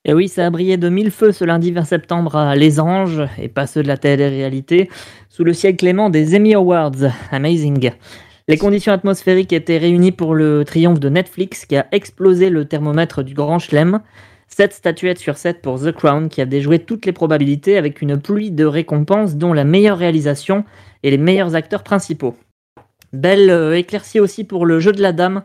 Et oui, ça a brillé de mille feux ce lundi 20 septembre à Les Anges, et pas ceux de la télé-réalité, sous le ciel clément des Emmy Awards. Amazing. Les conditions atmosphériques étaient réunies pour le triomphe de Netflix qui a explosé le thermomètre du Grand Chelem. 7 statuettes sur 7 pour The Crown qui a déjoué toutes les probabilités avec une pluie de récompenses dont la meilleure réalisation et les meilleurs acteurs principaux. Belle euh, éclaircie aussi pour le jeu de la dame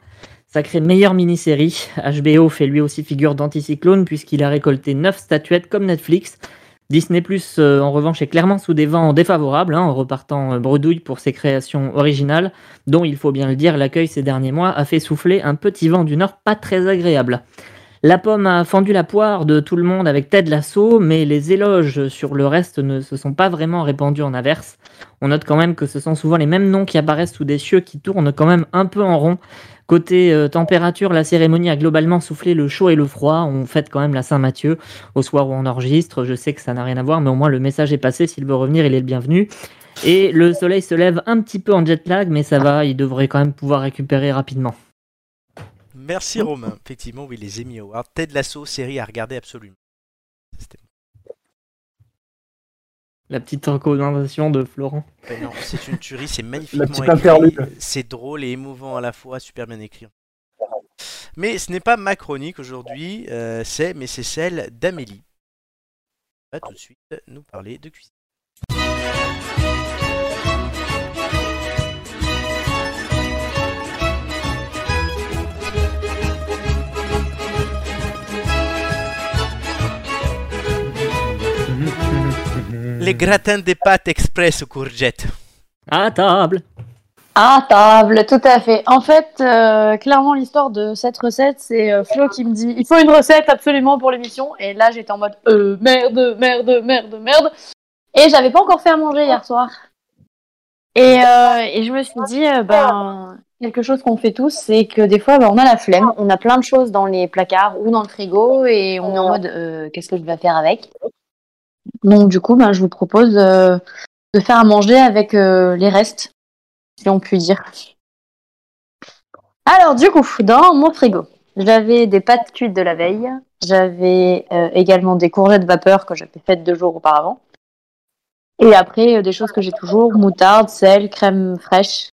Sacré meilleure mini-série, HBO fait lui aussi figure d'anticyclone puisqu'il a récolté 9 statuettes comme Netflix. Disney Plus euh, en revanche est clairement sous des vents défavorables hein, en repartant euh, bredouille pour ses créations originales dont il faut bien le dire l'accueil ces derniers mois a fait souffler un petit vent du nord pas très agréable. La pomme a fendu la poire de tout le monde avec Ted Lasso mais les éloges sur le reste ne se sont pas vraiment répandus en averse. On note quand même que ce sont souvent les mêmes noms qui apparaissent sous des cieux qui tournent quand même un peu en rond Côté euh, température, la cérémonie a globalement soufflé le chaud et le froid. On fête quand même la Saint-Mathieu au soir où on enregistre. Je sais que ça n'a rien à voir, mais au moins le message est passé. S'il veut revenir, il est le bienvenu. Et le soleil se lève un petit peu en jet lag, mais ça va, il devrait quand même pouvoir récupérer rapidement. Oh. Merci Romain. Effectivement, oui, les Emmy Awards. Ted Lasso, série à regarder absolument. C'était- La petite recommandation de Florent. Ben non, c'est une tuerie, c'est magnifiquement petite écrit. interlude. C'est drôle et émouvant à la fois, super bien écrit. Mais ce n'est pas ma chronique aujourd'hui, euh, c'est mais c'est celle d'Amélie. Elle Va tout de suite nous parler de cuisine. Hmm. Les gratins des pâtes express aux courgettes. À table À table, tout à fait. En fait, euh, clairement, l'histoire de cette recette, c'est euh, Flo qui me dit il faut une recette absolument pour l'émission. Et là, j'étais en mode euh, merde, merde, merde, merde. Et j'avais pas encore fait à manger hier soir. Et, euh, et je me suis dit euh, ben, quelque chose qu'on fait tous, c'est que des fois, ben, on a la flemme. On a plein de choses dans les placards ou dans le frigo et on est en mode euh, qu'est-ce que je vais faire avec Donc, du coup, ben, je vous propose euh, de faire à manger avec euh, les restes si on peut dire. Alors, du coup, dans mon frigo, j'avais des pâtes cuites de la veille. J'avais euh, également des courgettes vapeur que j'avais faites deux jours auparavant. Et après, euh, des choses que j'ai toujours moutarde, sel, crème fraîche,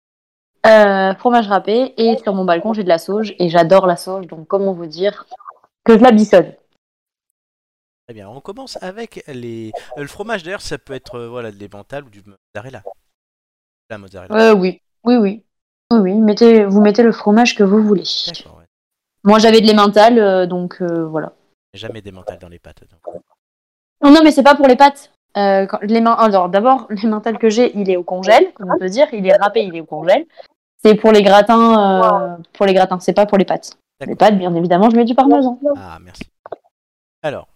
euh, fromage râpé. Et sur mon balcon, j'ai de la sauge. Et j'adore la sauge. Donc, comment vous dire que je la bissonne Très bien, on commence avec les. euh, Le fromage d'ailleurs, ça peut être euh, voilà, de l'emmental ou du mozzarella. La mozzarella. Euh, oui, oui, oui. Oui, oui. Mettez, vous mettez le fromage que vous voulez. Moi, j'avais de l'emmental, euh, donc euh, voilà. Jamais des mentales dans les pâtes. donc. Oh Non, non, mais c'est pas pour les pâtes. Euh, quand- les mains, alors d'abord, l'emmental que j'ai, il est au congèle, comme on peut dire, il est râpé, il est au congèle. C'est pour les gratins, euh, pour les gratins, c'est pas pour les pâtes. Les pâtes, bien évidemment, je mets du parmesan. Ah, merci. Alors,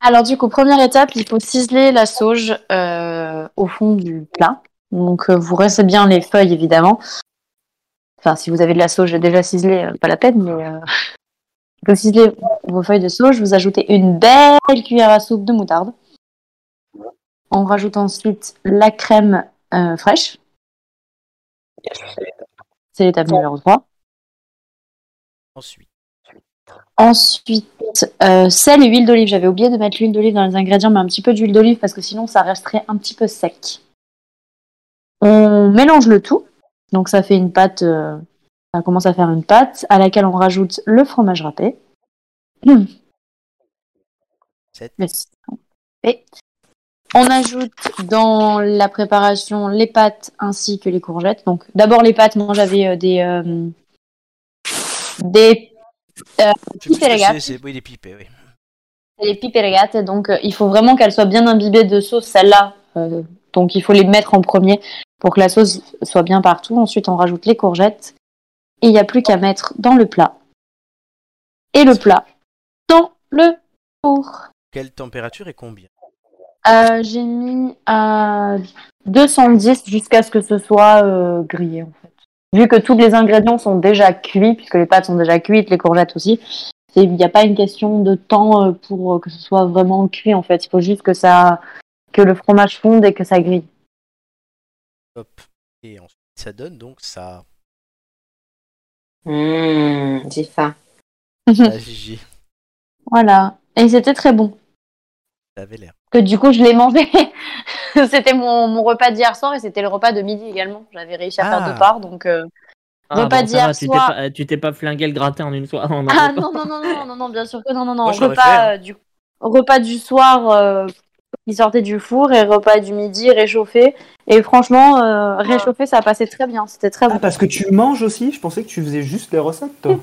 Alors du coup, première étape, il faut ciseler la sauge euh, au fond du plat. Donc euh, vous restez bien les feuilles évidemment. Enfin, si vous avez de la sauge déjà ciselée, euh, pas la peine, mais euh, vous ciselez vos feuilles de sauge, vous ajoutez une belle cuillère à soupe de moutarde. On rajoute ensuite la crème euh, fraîche. C'est l'étape numéro 3. ensuite. Ensuite, euh, sel et huile d'olive. J'avais oublié de mettre l'huile d'olive dans les ingrédients, mais un petit peu d'huile d'olive parce que sinon ça resterait un petit peu sec. On mélange le tout, donc ça fait une pâte. euh, ça commence à faire une pâte à laquelle on rajoute le fromage râpé. Hum. Sept. Le six. Et on ajoute dans la préparation les pâtes ainsi que les courgettes. Donc d'abord les pâtes. Moi j'avais euh, des euh, des euh, Je sais plus ce que piperegate. c'est, c'est- Oui, il est pipé, oui. C'est les piperegates, donc euh, il faut vraiment qu'elles soient bien imbibées de sauce, celles-là. Euh, donc il faut les mettre en premier pour que la sauce soit bien partout. Ensuite, on rajoute les courgettes. Et il n'y a plus qu'à mettre dans le plat. Et le plat dans le four. Quelle température et combien Euh, J'ai mis euh, à 210 jusqu'à ce que ce soit euh, grillé, en fait. Vu que tous les ingrédients sont déjà cuits, puisque les pâtes sont déjà cuites, les courgettes aussi, c'est- il n'y a pas une question de temps euh, pour euh, que ce soit vraiment cuit, en fait. Il faut juste que, ça, que le fromage fonde et que ça grille. Hop. Et ensuite, ça donne donc ça. Mmh, j'ai faim. La Gigi, Voilà. Et c'était très bon. ça avait l'air. Que du coup, je l'ai mangé. c'était mon, mon repas d'hier soir et c'était le repas de midi également. J'avais réussi à Ah. faire deux parts, donc... euh, Ah, repas bon, ça d'hier va, tu t'es soir... pas- Tu t'es pas flingué le gratin en une soirée. en un Ah repas. non, non, non, non, non, non, bien sûr que non, non, non. Moi, je l'aurais repas, fait, hein. euh, du, repas du soir euh, qui sortait du four et repas du midi réchauffé. Et franchement, euh, réchauffé, ça passait très bien. C'était très bon. Ah, Parce que tu manges aussi, je pensais que tu faisais juste les recettes, toi.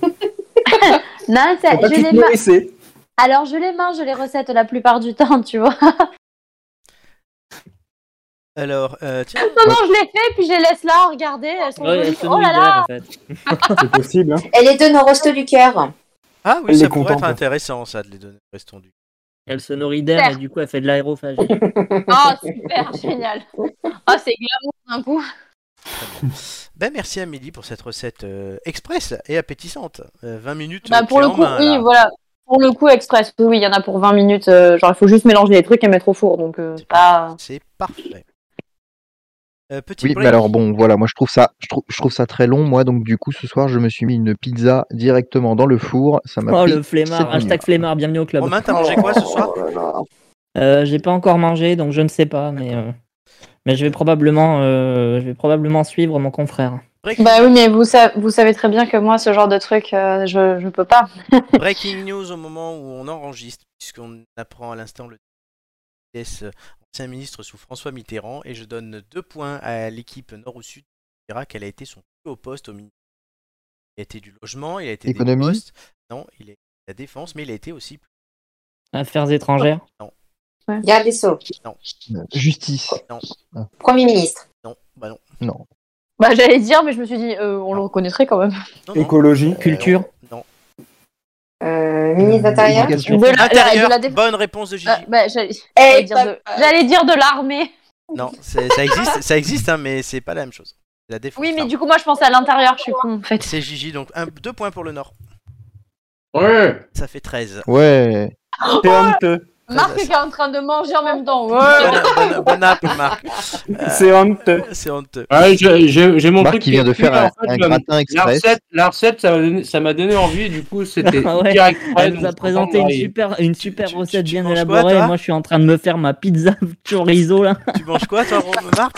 Non, ça- Faut pas que je tu les te ma- nourrissais. Alors, je les mange les recettes la plupart du temps, tu vois. Alors, euh, tiens, Ah, Non, non, je les fais, puis je les laisse là, regardez. Elles sont Ouais, jolies. elles sont Oh là là solidaires, en fait. C'est possible. Hein. Elle les donne au rosto du cœur. Ah oui, Elle ça les pourrait contente. hein. être intéressant, ça, de les donner. Restons du. Elle se nourrit d'air et du coup elle fait de l'aérophagie. Oh, super, génial. Oh, c'est glamour d'un coup. Ben, merci Amélie pour cette recette euh, express et appétissante. Euh, 20 minutes. Bah, euh, pour clé le en coup, main, oui, là. voilà. Pour le coup, express, oui, oui, il y en a pour 20 minutes. euh, genre, il faut juste mélanger les trucs et mettre au four. Donc, euh, c'est pas. C'est parfait. Euh, petit Oui, break. mais alors bon, voilà, moi je trouve ça, je trouve, je trouve ça très long, moi. Donc du coup, ce soir, je me suis mis une pizza directement dans le four. Ça m'a Oh pris le sept flemmard, minutes. hashtag flemmard, bienvenue au club. Romain, t'as mangé quoi ce soir Euh, j'ai pas encore mangé donc je ne sais pas mais euh, mais je vais probablement euh, je vais probablement suivre mon confrère. Break- Bah oui, mais vous, sa- vous savez très bien que moi, ce genre de truc, euh, je, je peux pas. Breaking news au moment où on enregistre, puisqu'on apprend à l'instant le DS ancien ministre sous François Mitterrand, et je donne deux points à l'équipe nord ou sud qui dira qu'elle a été son plus haut poste au ministère. Il a été du logement, il a été Économie des postes. Non, il a été de la défense, mais il a été aussi plus. Affaires étrangères. Garde des Sceaux. Non, Ah, Justice. Ah. non, Premier ministre. non, bah non. Non. Bah j'allais dire, mais je me suis dit, euh, on le reconnaîtrait quand même. non, non. Écologie. Culture. Non. Euh, ministre d'Intérieur. Éducation. De la- Intérieur, de la défense. bonne réponse de Gigi. Ah, bah, j'allais Eh, j'allais dire, de... j'allais dire de l'armée. Non, c'est- ça existe, ça existe hein, mais c'est pas la même chose. La défense. Oui, mais pardon. du coup, moi, je pensais à l'intérieur, je suis con en fait. C'est Gigi, donc un, deux points pour le nord. Ouais. Ça fait 13. Ouais. C'est honteux. Marc qui est en train de manger en même temps. Ouais. Bonne, bonne, bonne app, Marc. Euh, C'est honteux. c'est honteux. Ouais, j'ai- j'ai j'ai mon Marc truc qui vient de est faire cuit, un, en fait, un la- gratin La express. recette, la recette, ça m'a donné, ça m'a donné envie, du coup, c'était Ah ouais. direct. prêt, Elle nous donc a je présenté une comprends, super, une super tu- tu- recette tu bien manges quoi, élaborée. toi et moi, je suis en train de me faire ma pizza chorizo là. Tu manges quoi, toi, Ro- Marc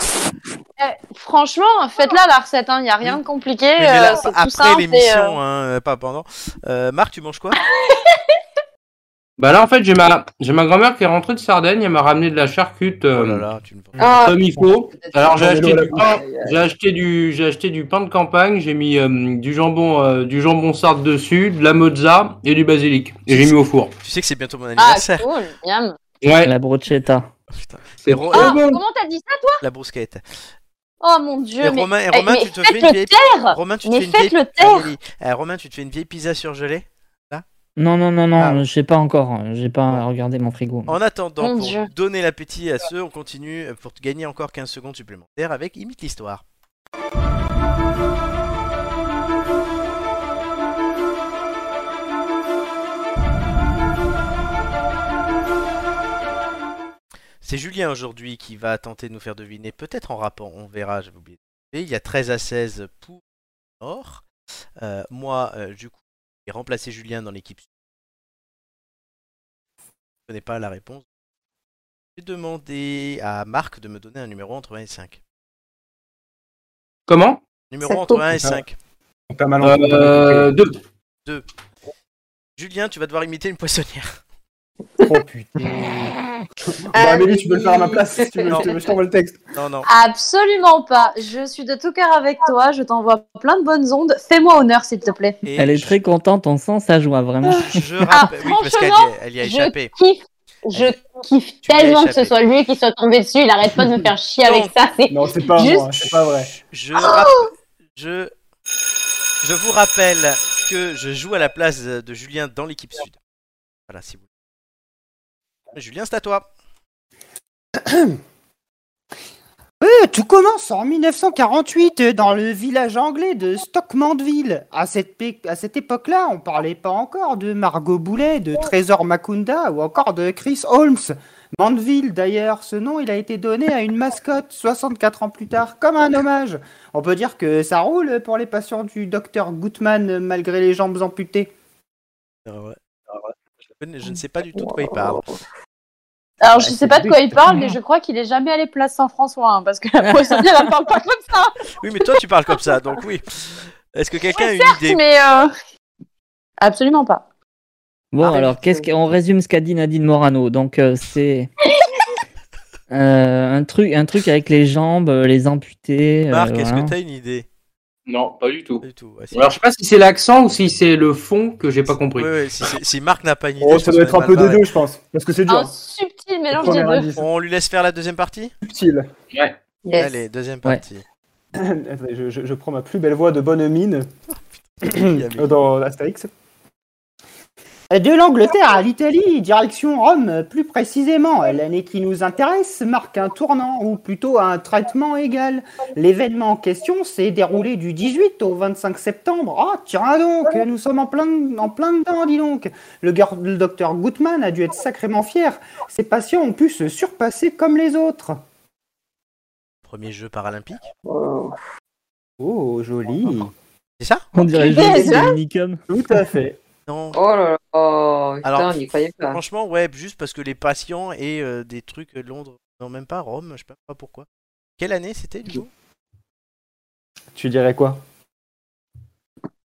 Eh, franchement, faites-la la recette, il n'y a rien de compliqué. Oui, mais là, euh, c'est tout Après hein, simple et, euh, l'émission, hein, euh, pas pendant. Euh, Marc, tu manges quoi Bah là, en fait, j'ai ma, j'ai ma grand-mère qui est rentrée de Sardaigne, elle m'a ramené de la charcute Oh euh, Ah, comme il faut. Alors, j'ai acheté, Vélo à du la pain, bouche. j'ai acheté du, j'ai acheté du pain de campagne, j'ai mis euh, du jambon, euh, du jambon sarde dessus, de la mozza et du basilic. Et j'ai mis au four. Tu sais que c'est bientôt mon Ah, anniversaire. cool, miam. Ouais. La bruschetta. C'est Ro- Ah, comment t'as dit ça, toi La brusquette. Oh mon dieu. Et mais... Romain, et eh, Romain, mais tu te fais une faites-le vieille- taire Romain, tu te Mais fais une vieille- faites-le taire Amélie, euh, Romain, tu te fais une vieille pizza surgelée Non, non, non, non, Ah. je sais pas encore. J'ai pas regardé mon frigo. En attendant, Mon pour Dieu. donner l'appétit à ceux, on continue euh, pour te gagner encore 15 secondes supplémentaires avec Imite l'histoire. C'est Julien aujourd'hui qui va tenter de nous faire deviner, peut-être en rapport, on verra, j'avais oublié. de le noter. Il y a 13 à 16 pour Nord. Euh, moi, euh, du coup, j'ai remplacé Julien dans l'équipe je connais pas la réponse. J'ai demandé à Marc de me donner un numéro entre 1 et 5. Comment Numéro entre 1 et 5. hein. Euh, deux. 2. Julien, tu vas devoir imiter une poissonnière. Oh putain. Bah, Amélie, tu peux le faire à ma place si tu veux, Non. je te- je t'envoie le texte. Non, non. Absolument pas. Je suis de tout cœur avec toi. Je t'envoie plein de bonnes ondes. Fais-moi honneur, s'il te plaît. Elle est très contente, on sent sa joie, vraiment. Ah, Je Ah, rappelle. oui, parce qu'elle y a- elle y a échappé. Je kiffe, je kiffe lui as tellement que ce échappé. soit lui qui soit tombé dessus. Il arrête pas de me faire chier avec ça. C'est Non, c'est pas juste moi, c'est pas vrai. Je, rapp- je... je vous rappelle que je joue à la place de Julien dans l'équipe sud. Voilà, si vous Julien, c'est à toi. Euh, tout commence en 1948 euh, dans le village anglais de Stockmanville. À cette, pé- à cette époque-là, on parlait pas encore de Margot Boulet, de Trésor Macunda ou encore de Chris Holmes. Manville, d'ailleurs, ce nom, il a été donné à une mascotte 64 ans plus tard, comme un hommage. On peut dire que ça roule pour les patients du docteur Goodman euh, malgré les jambes amputées. Euh, ouais. Je ne- Je ne sais pas du tout de quoi il parle. Alors, je sais pas de quoi il parle, mais je crois qu'il est jamais allé place Saint-François, hein, parce que la poissonnière, elle parle pas comme ça. Oui, mais toi, tu parles comme ça, donc oui. Est-ce que quelqu'un a une Certes, idée mais euh, absolument pas. Bon, alors, qu'est-ce qu'on résume ce qu'a dit Nadine Morano. Donc, euh, c'est euh, un, truc, un truc avec les jambes, euh, les amputés. euh, Marc, est-ce voilà. que t'as une idée Non, pas du tout. ouais, c'est- Alors, je sais pas si c'est l'accent ou si c'est le fond que j'ai pas compris. Ouais, ouais, si, c'est- si Marc n'a pas une idée, Oh, je ça pense doit qu'on être est un peu mal des barré. deux, je pense. Parce que c'est dur. Subtil mélange des Premier deux. indice. On lui laisse faire la deuxième partie Subtil. Ouais. Yes. Allez, deuxième partie. Attendez, je, je- je prends ma plus belle voix de bonne mine Oh, dans Astérix. De l'Angleterre à l'Italie, direction Rome euh, plus précisément. L'année qui nous intéresse marque un tournant, ou plutôt un traitement égal. L'événement en question s'est déroulé du 18 au 25 septembre. Ah, tiens donc, nous sommes en plein, en plein dedans, dis donc. Le, gar- le docteur Gutmann a dû être sacrément fier. Ses patients ont pu se surpasser comme les autres. Premier jeu paralympique. Oh, joli. C'est ça On dirait Putain, Joseph c'est vrai Dominicum. Tout à fait. Non. Oh là là, oh, putain, Alors, on n'y croyait pas. Franchement, ouais, juste parce que les patients et euh, des trucs euh, Londres, non, même pas Rome, je sais pas pourquoi. Quelle année c'était, du coup Tu dirais quoi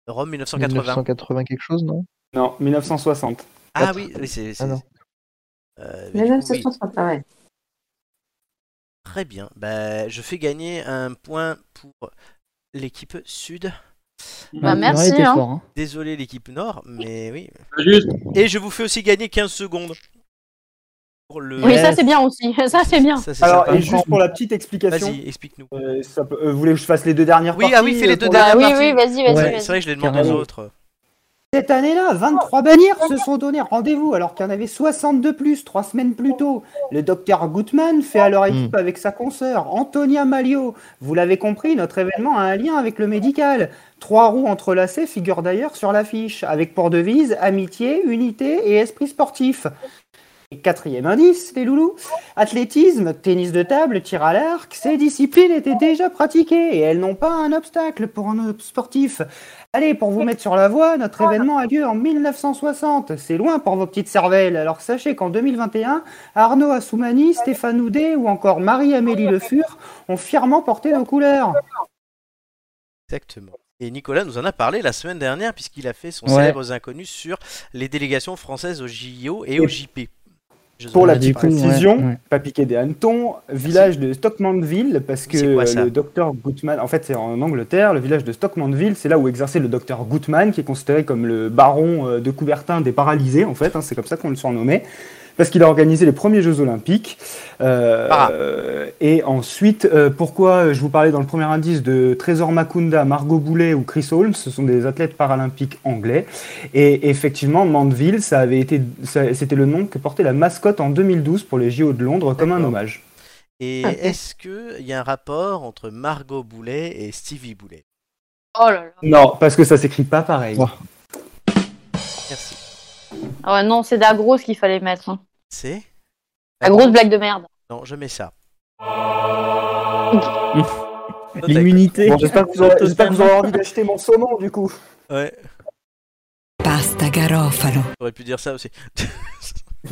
Rome 1980. 1980 quelque chose, non Non, 1960. Ah oui, oui, c'est. c'est- Ah non. Euh, mais Mais du même coup, ça oui. se passe pas pareil. Très bien. Bah, je fais gagner un point pour l'équipe sud. Euh, Bah, merci, Ouais, t'es hein. fort, hein. Désolé l'équipe nord, mais oui. Juste. Et je vous fais aussi gagner 15 secondes. Pour le... Oui, ça c'est bien aussi. Ça c'est bien. Euh, Ça, c'est Alors, sympa. et juste pour la petite explication. euh, Vas-y, explique-nous. vous voulez que je fasse les deux dernières Oui, parties ah oui, fais les euh, deux pour la- dernières oui, parties. oui, vas-y, vas-y, Ouais, vas-y. C'est vrai que je les demande aux Carrément. autres. euh, Cette année-là, 23 bannières se sont donné rendez-vous alors qu'il y en avait 62 plus trois semaines plus tôt. Le docteur Gutmann fait alors équipe avec sa consoeur Antonia Malio. Vous l'avez compris, notre événement a un lien avec le médical. Trois roues entrelacées figurent d'ailleurs sur l'affiche, avec pour devise amitié, unité et esprit sportif. Et Quatrième indice, les loulous. Athlétisme, tennis de table, tir à l'arc, ces disciplines étaient déjà pratiquées et elles n'ont pas un obstacle pour un sportif. Allez, pour vous mettre sur la voie, notre événement a lieu en 1960. C'est loin pour vos petites cervelles. Alors sachez qu'en 2021, Arnaud Assoumani, Stéphane Houdet ou encore Marie-Amélie Le Fur ont fièrement porté nos couleurs. Exactement. Et Nicolas nous en a parlé la semaine dernière, puisqu'il a fait son Ouais. célèbre Aux Inconnus sur les délégations françaises au JO et au JP. Jeux Pour la Olympiques. petite précision, pas piquer des hannetons, village de Stockmanville, parce que euh, C'est quoi, ça le docteur Goodman, en fait c'est en Angleterre, le village de Stockmanville, c'est là où exerçait le docteur Goodman, qui est considéré comme le baron euh, de Coubertin des paralysés, en fait, hein, c'est comme ça qu'on le surnommait, parce qu'il a organisé les premiers Jeux Olympiques. Euh, euh, et ensuite, euh, pourquoi euh, je vous parlais dans le premier indice de Trésor Makunda, Margot Boulet ou Chris Holmes, ce sont des athlètes paralympiques anglais. Et effectivement, Mandeville, ça avait été, ça- c'était le nom que portait la mascotte en 2012 pour les JO de Londres comme un hommage. Et est-ce qu'il y a un rapport entre Margot Boulet et Stevie Boulet Oh là là. Non, parce que ça s'écrit pas pareil. Merci. Ah ouais, non, c'est de la grosse qu'il fallait mettre. hein. C'est La grosse blague de merde. Non, je mets ça. L'immunité. Bon, j'espère que vous aurez, j'espère que vous aurez envie d'acheter mon saumon du coup. Ouais. Pasta garofalo. J'aurais pu dire ça aussi.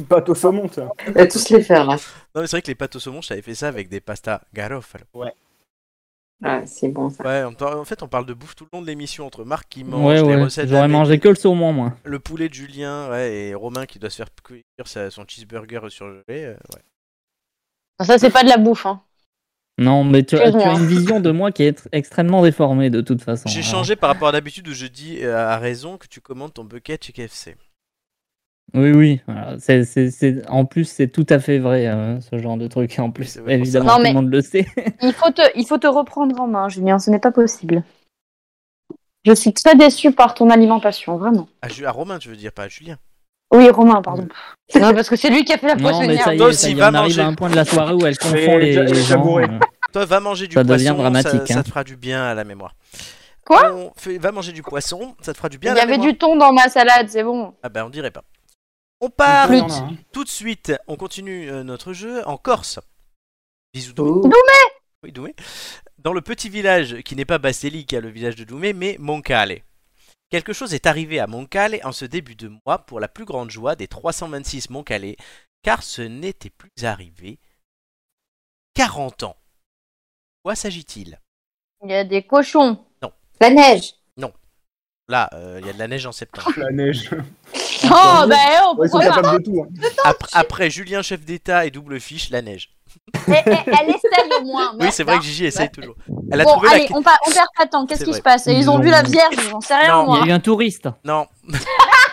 Pâte au saumon, ça. On va tous les faire, là. Non, mais c'est vrai que les pâtes au saumon, j'avais fait ça avec des pastas garofalo. Ouais. Ouais, Ah, c'est bon ça. Ouais, en, en fait, on parle de bouffe tout le long de l'émission entre Marc qui mange Ouais, les ouais. recettes J'aurais d'Amérique, mangé que le saumon, moi. le poulet de Julien ouais, et Romain qui doit se faire cuire sa- son cheeseburger surgelé. euh, ouais. Ça, c'est pas de la bouffe. Hein. Non, mais tu, tu as Excuse-moi. une vision de moi qui est tr- extrêmement déformée de toute façon. J'ai Alors, changé par rapport à d'habitude où je dis euh, à raison que tu commandes ton bucket chez KFC. Oui, oui. voilà. C'est- c'est- c'est- En plus, c'est tout à fait vrai, euh, ce genre de truc. En plus, évidemment, Non, tout mais- le monde le sait. Il, faut te, il faut te reprendre en main, Julien. Ce n'est pas possible. Je suis très déçue par ton alimentation, vraiment. À, Ah, Ju- à Romain, tu veux dire, pas à Julien. Oui, Romain, pardon. Non, parce que c'est lui qui a fait la Non, mais poissonnière. ça y est, ça y est, on arrive à un point de la soirée où elle confond les, les gens. euh. Toi, va manger du Ça devient poisson, dramatique, ça, hein. ça te fera du bien à la mémoire. Quoi On fait- Va manger du poisson, ça te fera du bien Il à y la avait mémoire. du thon dans ma salade, c'est bon. Ah ben, on dirait pas. On part Plus. Il y en a, hein. tout de suite, on continue euh, notre jeu en Corse. Bisous Doumé. Doumé Oui, Doumé. Dans le petit village qui n'est pas Bastelli, qui a le village de Doumé, mais Moncale. Quelque chose est arrivé à Moncale en ce début de mois pour la plus grande joie des 326 Moncalais, car ce n'était plus arrivé 40 ans. De Quoi s'agit-il Il y a des cochons. Non. La neige. Non. Là, euh, il y a de la neige en septembre. La neige. Oh, bah, eh, oh, Ouais, ils sont pourquoi capables pas de tout. hein. Après, après Julien, chef d'État et double fiche, la neige. Eh, eh, Elle essaye au moins. Oui, merde, c'est vrai hein. que Gigi essaye toujours. Elle a Bon, trouvé allez, la... on, pa- on perd pas de temps. Qu'est-ce C'est qui vrai. se passe Et Ils ont Ils vu ont- la Vierge, j'en sais rien, Non, Il y moi. a eu un touriste. Non,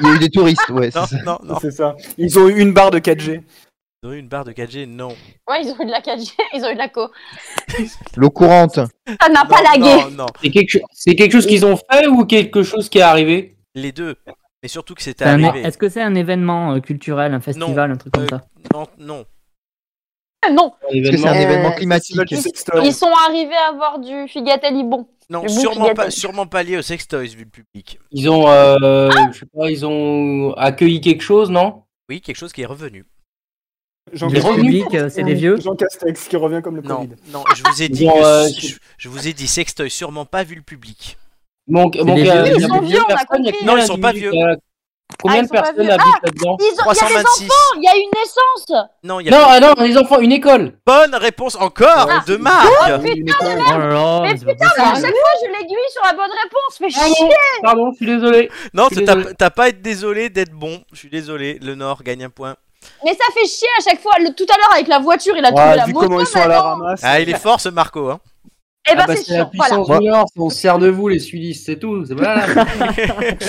Il y a eu des touristes, ouais. non, c'est ça. non, non. C'est ça. Ils ont eu une barre de 4G. Ils ont eu une barre de 4G, non. Ouais, ils ont eu de la 4G, ils ont eu de la co. L'eau courante. Ça n'a pas lagué. Non, non. C'est quelque, c'est quelque chose qu'ils ont fait ou quelque chose qui est arrivé Les deux. Mais surtout que c'était C'est un- arrivé. Euh, euh, Est-ce que c'est un événement euh, culturel, un festival, un truc comme ça Non, non. Non, Est-ce que c'est un Euh, événement Festival climatique du sextoy. ils sont arrivés à avoir du Figatelli bon. Non, Du bon sûrement pas, Figatelli. sûrement pas lié au sextoys vu le public. Ils ont, euh, je sais pas, ils ont accueilli quelque chose, non Oui, quelque chose qui est revenu. Jean Les Castex. publics, euh, c'est des vieux Jean Castex qui revient comme le Non, Covid. non, je vous ai dit, Bon, que- euh, je, je vous ai dit sextoys, sûrement pas vu le public. Mon, C'est des vieux, ils sont vieux, on a compris. Non, ils sont pas vieux. euh, Combien Ah, ils de sont pas personnes vieux. habitent là-dedans Ils ont- Il y a des 326. enfants, il y a une naissance. Non, il y a Non, ah non, les enfants, une école bonne réponse encore Ah. de Marc. Oh là là, Mais c'est pas putain, mais à chaque possible. fois, je l'aiguille sur la bonne réponse. Mais Pardon, chier. Pardon, je suis désolé. Non, Je suis t'as désolé. t'as pas à être désolé d'être bon. Je suis désolé. Le Nord gagne un point. Mais ça fait chier à chaque fois. Le- tout à l'heure, avec la voiture, il a trouvé Ouais, la vu moto. comment ils sont à la ramasse. Ah, il est fort ce Marco. Hein. Et ben, Ah bah, c'est c'est la sûr. Voilà. puissance du Nord, on se sert de vous les Sudistes, c'est tout. C'est voilà.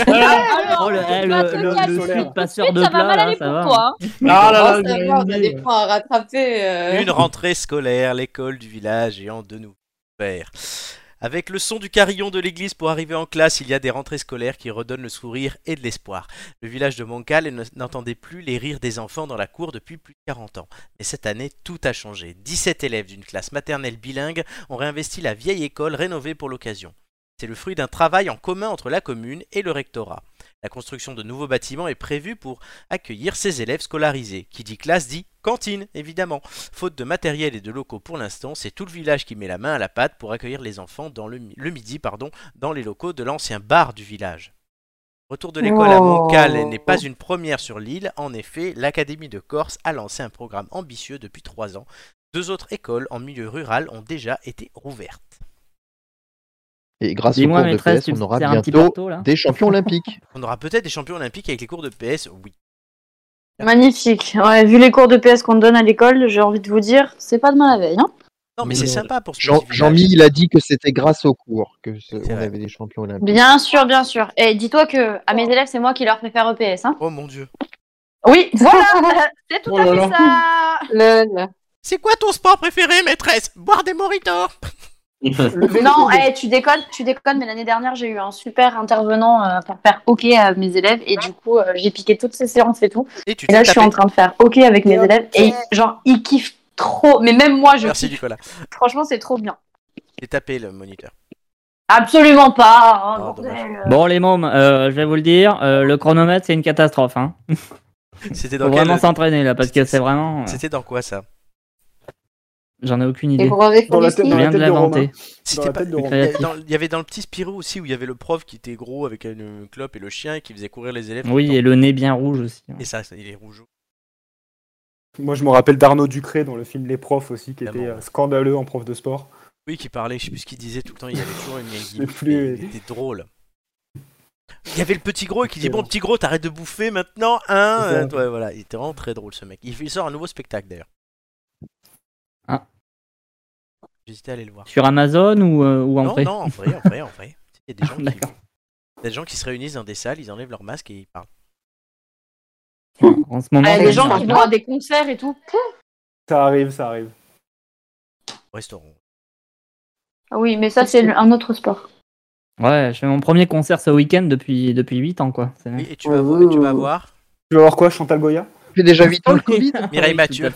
Alors, Oh, le, eh, bah, le, te le- calme. le Tout de sud passeur suite, de ça va plat, mal là, aller ça pour va. toi. hein. Ah là Oh, là, ça il va, on a a une des idée. points à rattraper. euh. Une rentrée scolaire, l'école du village ayant de nouveaux pères. Avec le son du carillon de l'église pour arriver en classe, il y a des rentrées scolaires qui redonnent le sourire et de l'espoir. Le village de Montcal ne- n'entendait plus les rires des enfants dans la cour depuis plus de 40 ans. Mais cette année, tout a changé. 17 élèves d'une classe maternelle bilingue ont réinvesti la vieille école rénovée pour l'occasion. C'est le fruit d'un travail en commun entre la commune et le rectorat. La construction de nouveaux bâtiments est prévue pour accueillir ces élèves scolarisés. Qui dit classe dit cantine, évidemment. Faute de matériel et de locaux pour l'instant, c'est tout le village qui met la main à la pâte pour accueillir les enfants dans le, mi- le midi pardon, dans les locaux de l'ancien bar du village. Retour de l'école à Oh. Montcal n'est pas une première sur l'île. En effet, l'Académie de Corse a lancé un programme ambitieux depuis trois ans. Deux autres écoles en milieu rural ont déjà été rouvertes. Et grâce aux Dis-moi, cours de maîtresse, PS, tu on aura me fais un petit bientôt plateau, là des champions olympiques. On aura peut-être des champions olympiques avec les cours de PS, oui. Magnifique. Ouais, vu les cours de PS qu'on te donne à l'école, j'ai envie de vous dire, c'est pas demain la veille. Hein Non, mais euh, c'est sympa pour ce Jean- petit Jean-Mi, village. il a dit que c'était grâce aux cours que ce- on avait des champions olympiques. bien sûr, bien sûr. Et dis-toi que à mes élèves, c'est moi qui leur fais faire EPS. Hein oh mon dieu. Oui, voilà, c'est tout Oh à là fait là. ça. C'est quoi ton sport préféré, maîtresse Boire des moritos Ah, Non, eh, tu déconnes, tu déconnes, mais l'année dernière, j'ai eu un super intervenant euh, pour faire OK à mes élèves, et du coup, euh, j'ai piqué toutes ces séances et tout. Et, tu là, t'es je suis tapé. en train de faire OK avec mes élèves, et genre, ils kiffent trop, mais même moi, je Merci, kiffe. Nicolas. Franchement, c'est trop bien. J'ai tapé le moniteur. Absolument pas, Ah, hein, bordel. Bon, les mômes, euh, je vais vous le dire, euh, le chronomètre, c'est une catastrophe. Hein. C'était Faut dans vraiment quel... s'entraîner là, parce que c'est vraiment. euh, C'était dans quoi ça J'en ai aucune idée. Dans la tête- Je dans la viens de tête de Romain. l'inventer. C'était pas- tête de Il y Romain. avait dans- il y avait dans le petit Spirou aussi où il y avait le prof qui était gros avec une clope et le chien et qui faisait courir les élèves. Oui, et le nez bien rouge aussi. Et ça, ça, il est rouge. Moi, je me rappelle d'Arnaud Ducré dans le film Les Profs aussi, qui était euh, scandaleux en prof de sport. Oui, qui parlait, je sais plus ce qu'il disait tout le temps, il y avait toujours une sais il- plus. Il était drôle. Il y avait le petit gros qui dit Bon, petit gros, t'arrêtes de bouffer maintenant, hein C'est ça. Euh, ouais, voilà, Il était vraiment très drôle ce mec. Il il sort un nouveau spectacle d'ailleurs. Ah. J'hésitais à aller le voir. Sur Amazon ou, euh, ou en non, vrai non, en vrai, en vrai, en vrai. Il y a des gens, qui... D'accord. il y a des gens qui se réunissent dans des salles, ils enlèvent leur masque et ils parlent. En ce moment, Eh, c'est les gens bizarre. qui vont à des concerts et tout. pouf. Ça arrive, ça arrive. Au restaurant. Ah Oui, mais ça, c'est le- un autre sport. Ouais, je fais mon premier concert ce week-end depuis, depuis 8 ans, quoi. C'est- Et tu vas, voir- tu vas voir Tu vas voir quoi, Chantal Goya J'ai déjà 8 ans le Covid. Mireille Mathieu.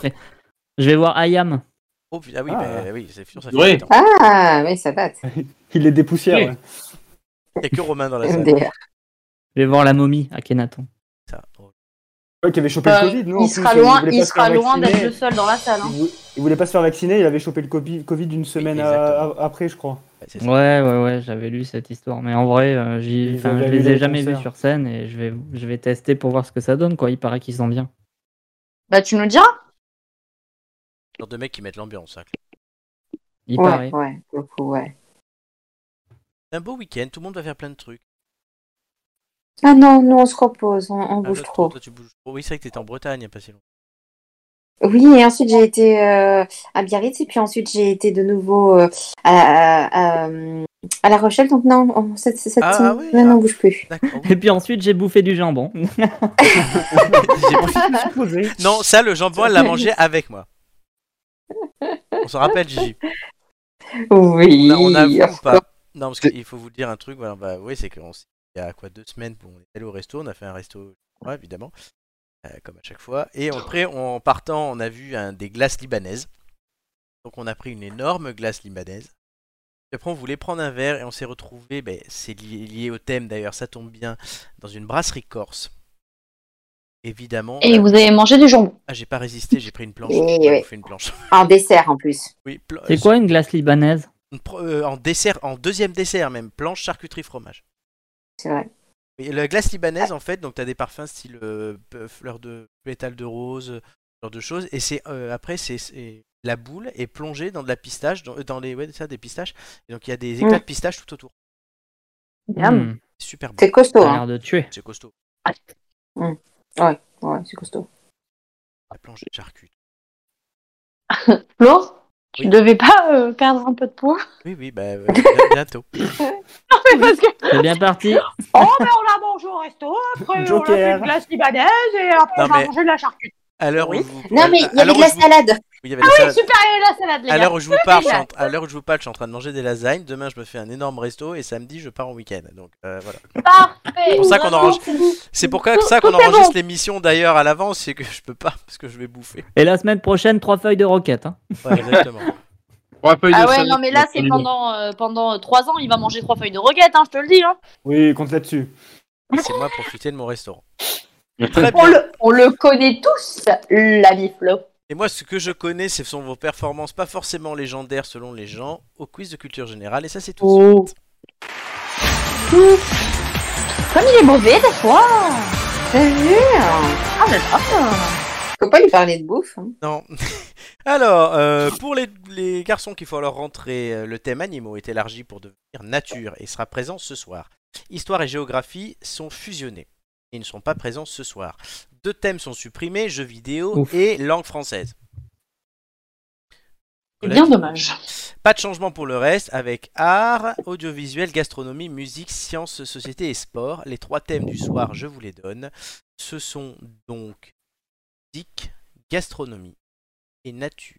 Je vais voir Ayam. Oh, putain, ah oui, Ah. bah, oui c'est sûr, ça fait Oui. longtemps. Ah, oui, ça date. Il les dépoussière. Oui. ouais. Il n'y a que Romain dans la MDR. salle. Je vais voir la momie à Kenaton. Ouais, qui avait chopé Euh, le Covid, non En il plus, sera euh, loin, voulait il pas se sera faire loin d'être vacciner. le seul dans la salle. hein. Il, vou- il voulait pas se faire vacciner, il avait chopé le Covid Covid une semaine à- à- après, je crois. Bah, Ouais, ouais, ouais, j'avais lu cette histoire. Mais en vrai, euh, j'y- Ils enfin, avaient je annulé les ai le jamais vus concert. sur scène et je vais, je vais tester pour voir ce que ça donne, quoi. Il paraît qu'ils sont bien. Bah, tu nous le diras. Genre de mecs qui mettent l'ambiance. hein. Il ouais, paraît. ouais, beaucoup, ouais. C'est Un beau week-end, tout le monde va faire plein de trucs. Ah non, nous on se repose, on, on Ah, bouge toi, trop. toi, tu bouges trop. Oui, c'est vrai que t'étais en Bretagne il n'y a pas si longtemps. Oui, et ensuite j'ai été euh, à Biarritz et puis ensuite j'ai été de nouveau euh, à, à- à, euh, à La Rochelle. Donc non, on, cette, cette Ah, semaine ah oui, on ah. bouge plus. Et puis ensuite, j'ai bouffé du jambon. Non, ça, le jambon, elle l'a mangé avec moi. On s'en rappelle, Gigi. Oui, On a- on avoue ou of course. pas. Non, parce qu'il faut vous dire un truc. Voilà, bah, oui, c'est qu'on s'est- il y a quoi deux semaines, bon, on est allé au resto, on a fait un resto, ouais, évidemment, euh, comme à chaque fois. Et après, en partant, on a vu un, des glaces libanaises. Donc, on a pris une énorme glace libanaise. Et Après, on voulait prendre un verre et on s'est retrouvé. ben, c'est lié, lié au thème d'ailleurs, ça tombe bien, dans une brasserie corse. Évidemment. Et euh, vous avez mangé du jambon. Ah, j'ai pas résisté, j'ai pris une planche. Oui, J'ai oui. bouffé une planche. En dessert en plus. Oui, pla- C'est quoi une glace libanaise une pro- euh, en dessert, en deuxième dessert même, planche charcuterie fromage. C'est vrai. Et la glace libanaise en fait, donc t'as des parfums style euh, p- fleur de pétale de rose, ce genre de choses, et c'est euh, après c'est c'est- la boule est plongée dans de la pistache, dans, euh, dans les ouais, ça, des pistaches, et donc il y a des éclats de pistache tout autour. Miam. C'est super bon. C'est costaud. Ça a Hein. Hmm. l'air de tuer. C'est costaud. Mm. Ouais, ouais, c'est costaud. La planche de charcuterie. Flo, tu Oui. devais pas euh, perdre un peu de poids Oui oui bah euh, bien- bientôt. Non, mais parce que... C'est bien parti. Oh, mais on l'a mangé au resto, après on a fait Joker. une glace libanaise et après Non, on a mais- mangé de la charcuterie. À l'heure où vous- Non, mais il y à l'heure avait de où la je vous- salade. Oui, il y avait Ah de la oui, salade. super, il y a eu la salade, les gars. À l'heure où je vous parle, je suis en- Génial. à l'heure où je vous parle, je suis en train de manger des lasagnes. Demain, je me fais un énorme resto et samedi, je pars en week-end. Donc euh, voilà. Parfait. C'est pour ça qu'on Vraiment, enregistre- c'est bon. C'est pourquoi Tout- ça tout qu'on est bon. enregistre l'émission d'ailleurs à l'avance, c'est que je peux pas parce que je vais bouffer. Et la semaine prochaine, trois feuilles de roquette. Hein. Ouais, exactement. Ah ouais, non, mais là, c'est pendant, euh, pendant 3 ans, il va manger 3 feuilles de roquette, hein, je te le dis. Hein. Oui, compte là-dessus. C'est moi profiter de mon restaurant. Très On, bien. le, on le connaît tous, l'ami Flo. Et moi, ce que je connais, ce sont vos performances, pas forcément légendaires selon les gens, au quiz de culture générale. Et ça, c'est tout. Oh. Hum. Comme il est mauvais, des fois. T'as vu hein Ah, mais là. Faut pas lui parler de bouffe. hein. Non. Alors, euh, pour les, les les garçons qu'il faut leur rentrer, euh, le thème animaux est élargi pour devenir nature et sera présent ce soir. Histoire et géographie sont fusionnés. Ils ne sont pas présents ce soir. Deux thèmes sont supprimés, jeux vidéo Ouf. et langue française. C'est bien dommage. Pas de changement pour le reste, avec art, audiovisuel, gastronomie, musique, sciences, société et sport. Les trois thèmes du soir, je vous les donne. Ce sont donc musique, gastronomie et nature.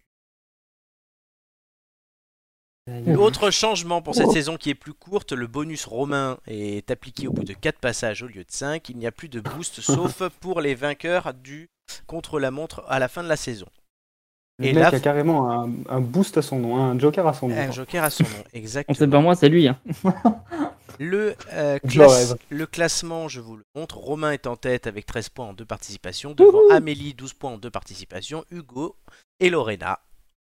Autre changement pour cette saison qui est plus courte, le bonus romain est appliqué au bout de 4 passages au lieu de 5. Il n'y a plus de boost sauf pour les vainqueurs du contre-la-montre à la fin de la saison. Le Et mec là, a carrément un, un boost à son nom, un joker à son nom. un joker à son nom, exact. C'est pas moi, c'est lui. Hein. Le, euh, Je le classe- rêve. le classement, je vous le montre. Romain est en tête avec 13 points en 2 participations. Devant Amélie, 12 points en 2 participations. Hugo et Lorena,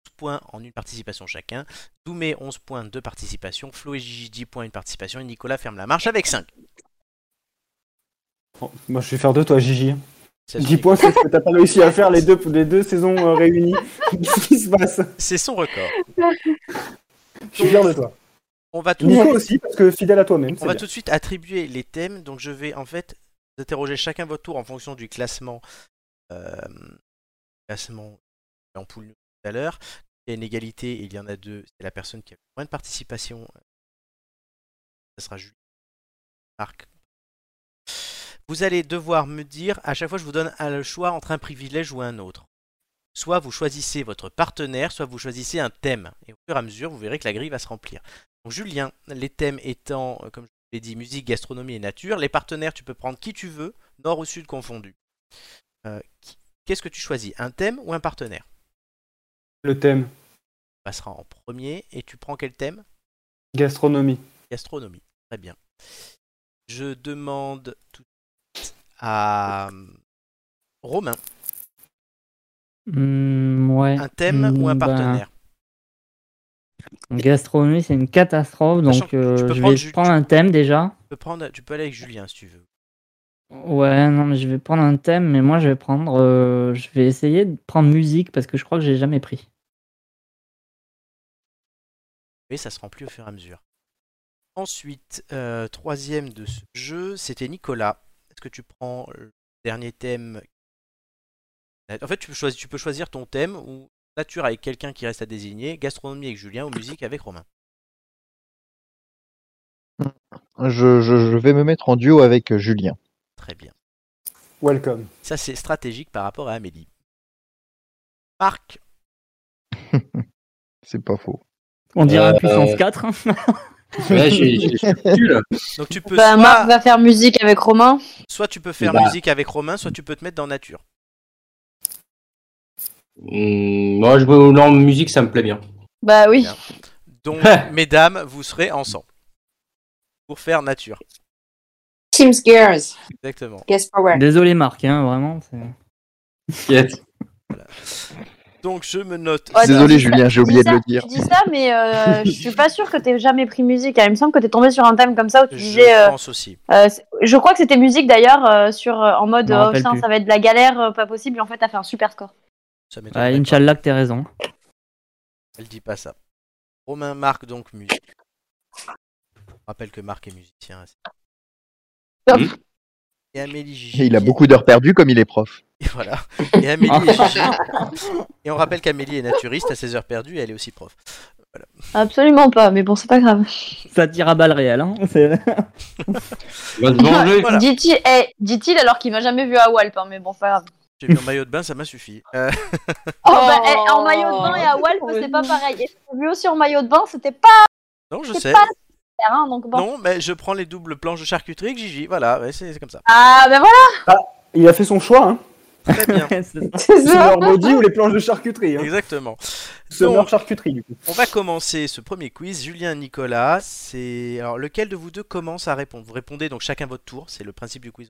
12 points en une participation chacun. Doumé, 11 points, 2 participations. Flo et Gigi, 10 points, une participation. Et Nicolas ferme la marche avec 5. Oh, moi, je vais faire deux, toi, Gigi. Ça 10 suffit. points, c'est ce que t'as pas réussi à faire les deux, les deux saisons euh, réunies. Qu'est-ce qui se passe C'est son record. Je suis fier de toi. On va tout, Nico aussi, parce que fidèle à toi-même. on va tout de suite attribuer les thèmes. Donc je vais en fait vous interroger chacun votre tour en fonction du classement. euh, classement en poule tout à l'heure. Il y a une égalité et il y en a deux. C'est la personne qui a le moins de participation. Ça sera Julie. Marc. Vous allez devoir me dire, à chaque fois je vous donne un- le choix entre un privilège ou un autre. Soit vous choisissez votre partenaire, soit vous choisissez un thème. Et au fur et à mesure, vous verrez que la grille va se remplir. Donc, Julien, les thèmes étant, euh, comme je vous l'ai dit, musique, gastronomie et nature. Les partenaires, tu peux prendre qui tu veux, nord ou sud confondu. Euh, qui- Qu'est-ce que tu choisis Un thème ou un partenaire Le thème, Tu passeras en premier et tu prends quel thème gastronomie. Gastronomie. Très bien. Je demande tout de suite à euh, Romain Hmm, ouais. un thème ou un Hmm, bah, partenaire. Gastronomie, c'est une catastrophe, Sachant donc que euh, tu peux je prendre vais ju- prendre un thème déjà. Tu peux, prendre, tu peux aller avec Julien si tu veux. Ouais, non, mais je vais prendre un thème, mais moi je vais prendre, euh, je vais essayer de prendre musique parce que je crois que j'ai jamais pris. Et ça se remplit au fur et à mesure. Ensuite, euh, troisième de ce jeu, c'était Nicolas. Est-ce que tu prends le dernier thème En fait, tu peux, choisir, tu peux choisir ton thème ou nature avec quelqu'un qui reste à désigner, gastronomie avec Julien ou musique avec Romain. Hein, Je, je- je vais me mettre en duo avec euh, Julien. Très bien. Welcome. Ça, c'est stratégique par rapport à Amélie. Marc, C'est pas faux. On dirait Euh, puissance euh, 4. Ouais, j'ai- j'ai- donc tu peux Bah, soit, Marc va faire musique avec Romain. soit tu peux faire Bah. musique avec Romain, soit tu peux te mettre dans nature. Hum, moi, je veux non, musique, ça me plaît bien. Bah oui. Donc, mesdames, vous serez ensemble pour faire nature. Team Gears. Exactement. Guess power. Désolé Marc, hein, vraiment. c'est- Donc je me note. Ouais, tu Désolé dis ça- Julien, j'ai tu oublié dis de le ça- dire. Tu dis ça, mais euh, je suis pas sûre que t'aies jamais pris musique. hein. Il me semble que t'es tombé sur un thème comme ça où tu disais. Je euh, pense aussi. euh, c'est- je crois que c'était musique d'ailleurs euh, sur euh, en mode Je m'en euh, oh, rappelle putain, plus. ça va être de la galère, euh, pas possible. En fait, t'as fait un super score. Ça m'étonne Ouais, pas. Inch'Allah que t'es raison. Elle dit pas ça. Romain Marc donc musique. Je rappelle que Marc est musicien. Hop. Hmm. Et Amélie Gigi. Et il a qui est- beaucoup d'heures perdues comme il est prof. Et voilà. Et Amélie est Gigi. Et on rappelle qu'Amélie est naturiste à ses heures perdues et elle est aussi prof. Voilà. Absolument pas, mais bon, c'est pas grave. Ça tire à balles réelles. Hein. c'est- Voilà. Dit-il eh, dit-il alors qu'il m'a jamais vu à Walp, hein, mais bon, c'est pas grave. J'ai vu en maillot de bain, ça m'a suffi. Euh, Oh, bah, eh, en maillot de bain et à Walp, c'est pas pareil. Et je l'ai vu aussi en maillot de bain, c'était pas. Non, je c'était sais. pas super, hein, donc bon. Non, mais je prends les doubles planches de charcuterie avec Gigi. Voilà, ouais, c'est c'est comme ça. Ah, ben voilà Il a fait son choix, hein. Très bien. C'est leur body ou les planches de charcuterie. Hein. Exactement. Summer Donc, charcuterie, du coup. On va commencer ce premier quiz. Julien, Nicolas, c'est. Alors, lequel de vous deux commence à répondre Vous répondez donc chacun votre tour, c'est le principe du quiz.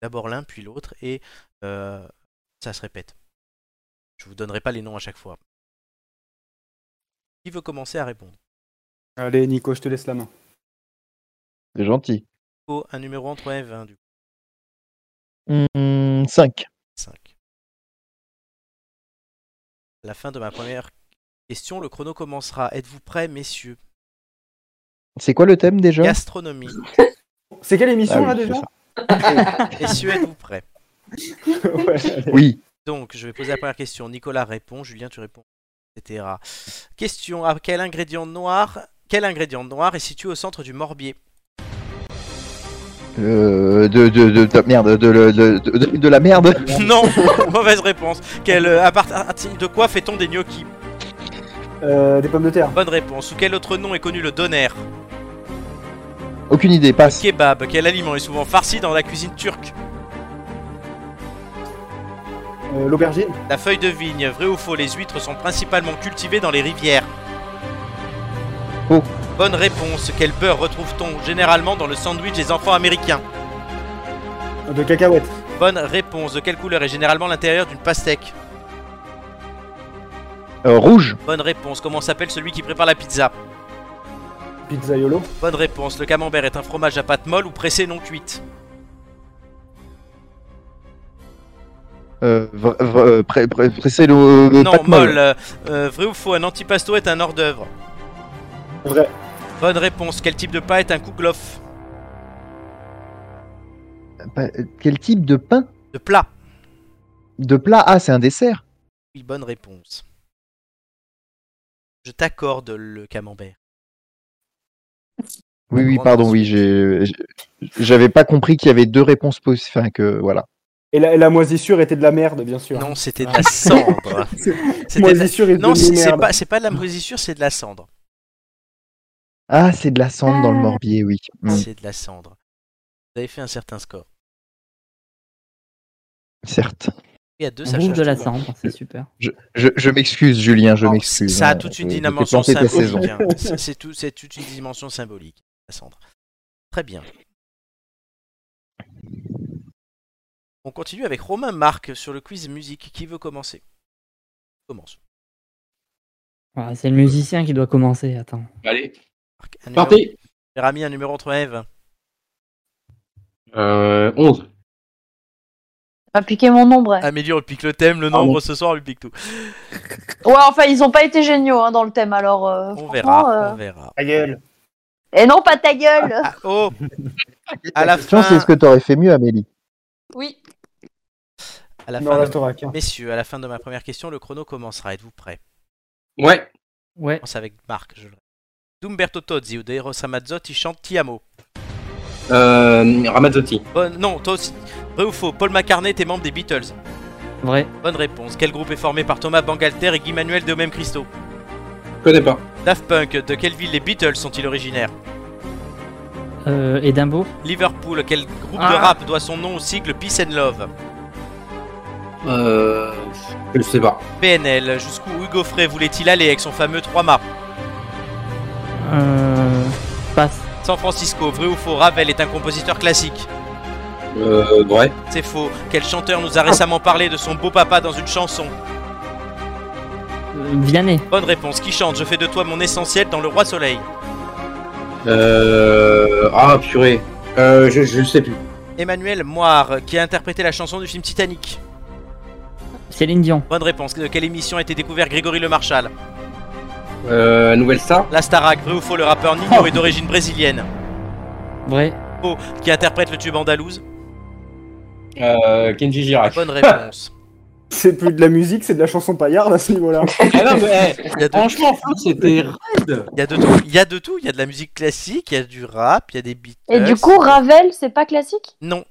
D'abord l'un, puis l'autre, et euh, ça se répète. Je vous donnerai pas les noms à chaque fois. Qui veut commencer à répondre Allez, Nico, je te laisse la main. C'est gentil. Nico, Un numéro entre 1 et 20, du coup. 5. Hmm, 5. À la fin de ma première Question, le chrono commencera. Êtes-vous prêts, messieurs C'est quoi le thème déjà Gastronomie. C'est quelle émission Ah oui, là c'est déjà messieurs, êtes-vous prêts Oui. Donc, je vais poser la première question. Nicolas répond, Julien, tu réponds, etc. Question à quel ingrédient noir Quel ingrédient noir est situé au centre du morbier Euh, de, de, de, de- merde, de, de, de, de- de la merde. Non, mauvaise réponse. Quel, euh, à part- à- de quoi fait-on des gnocchis Euh, Des pommes de terre. Bonne réponse. Sous quel autre nom est connu le doner Aucune idée, passe. Kebab. Quel aliment est souvent farci dans la cuisine turque Euh, L'aubergine. La feuille de vigne. Vrai ou faux Les huîtres sont principalement cultivées dans les rivières. Faux. Bonne réponse. Quel beurre retrouve-t-on généralement dans le sandwich des enfants américains De cacahuètes. Bonne réponse. De quelle couleur est généralement l'intérieur d'une pastèque Euh, rouge. Bonne réponse. Comment s'appelle celui qui prépare la pizza Pizzaiolo. Bonne réponse. Le camembert est un fromage à pâte molle ou pressé non cuite Euh, vr- vr- euh, pré- pré- pressez le. le Non, pâte molle. Euh, euh, vrai ou faux Un antipasto est un hors d'œuvre Vrai. Bonne réponse. Quel type de pain est un kouglof Pa- Quel type de pain De plat. De plat Ah, c'est un dessert. Oui, bonne réponse. Je t'accorde le camembert. Oui, oui, Grande pardon, oui, j'ai- j'ai- j'avais pas compris qu'il y avait deux réponses possibles. Enfin, que voilà. Et la, la moisissure était de la merde, bien sûr. Ah. Non, c'était de la cendre. C'était de la- Moisissure et Non, de c'est c'est merde. pas, c'est pas de la moisissure, c'est de la cendre. Ah, c'est de la cendre dans le Morbier, oui. Mm. C'est de la cendre. Vous avez fait un certain score. Certes. Il y a deux, On ça bouffe change de la tout. cendre, c'est super. Je, je- je m'excuse, Julien, je m'excuse. Ça a hein, toute je- une je t'ai dimension planté ta symbolique. saison. hein. C'est- C'est tout, c'est toute une dimension symbolique. la cendre. Très bien. On continue avec Romain Marc sur le quiz musique. Qui veut commencer Commence. Ouais, c'est le musicien qui doit commencer, attends. Allez. Un numéro- Parti Cher ami, un numéro entre Eve. euh, 11. Pas piqué mon nombre. ouais. Amélie, on pique le thème, le nombre ce soir, on lui pique tout. Ouais, enfin, ils ont pas été géniaux hein, dans le thème, alors. euh, On franchement, verra, euh, on verra. Ta gueule. Et non, pas ta gueule Oh À la Question, c'est fin, ce que t'aurais fait mieux, Amélie. Oui. à la Non, fin la de- thorac, hein. messieurs, à la fin de ma première question, le chrono commencera. Êtes-vous prêts Ouais. On commence avec Marc, je le D'Umberto Tozzi ou de Eros Ramazzotti chante Ti amo. Euh, Ramazzotti. Bonne- Non, toi aussi. Vrai ou faux Paul McCartney était membre des Beatles. Vrai. Bonne réponse. Quel groupe est formé par Thomas Bangalter et Guy Manuel de même Christo Je connais pas. Daft Punk, de quelle ville les Beatles sont-ils originaires Euh, Édimbourg Liverpool, quel groupe de Ah. rap doit son nom au sigle Peace and Love Euh, je sais pas. PNL, jusqu'où Hugo Frey voulait-il aller avec son fameux 3 mâts Euh, passe. San Francisco, vrai ou faux, Ravel est un compositeur classique. Euh, vrai. C'est faux. Quel chanteur nous a récemment parlé de son beau papa dans une chanson Euh, Vianney. Bonne réponse. Qui chante Je fais de toi mon essentiel dans Le Roi Soleil. Euh, ah, purée. Euh, je, je sais plus. Emmanuel Moir, qui a interprété la chanson du film Titanic. Céline Dion. Bonne réponse. De quelle émission a été découvert Grégory Le Marchal Euh, nouvelle star La Starac, vrai ou faux, le rappeur Nino est d'origine brésilienne. Vrai. Faux. Qui interprète le tube andalouse euh, Kenji Girac. Bonne réponse. C'est plus de la musique, c'est de la chanson paillarde à ce niveau-là. Ah, Ah non, mais, eh, Il y a de- franchement, Flo, c'était raide. Il y a de tout. Il y a de tout. Il y a de la musique classique, il y a du rap, il y a des beats. Et du coup, Ravel, c'est pas classique Non.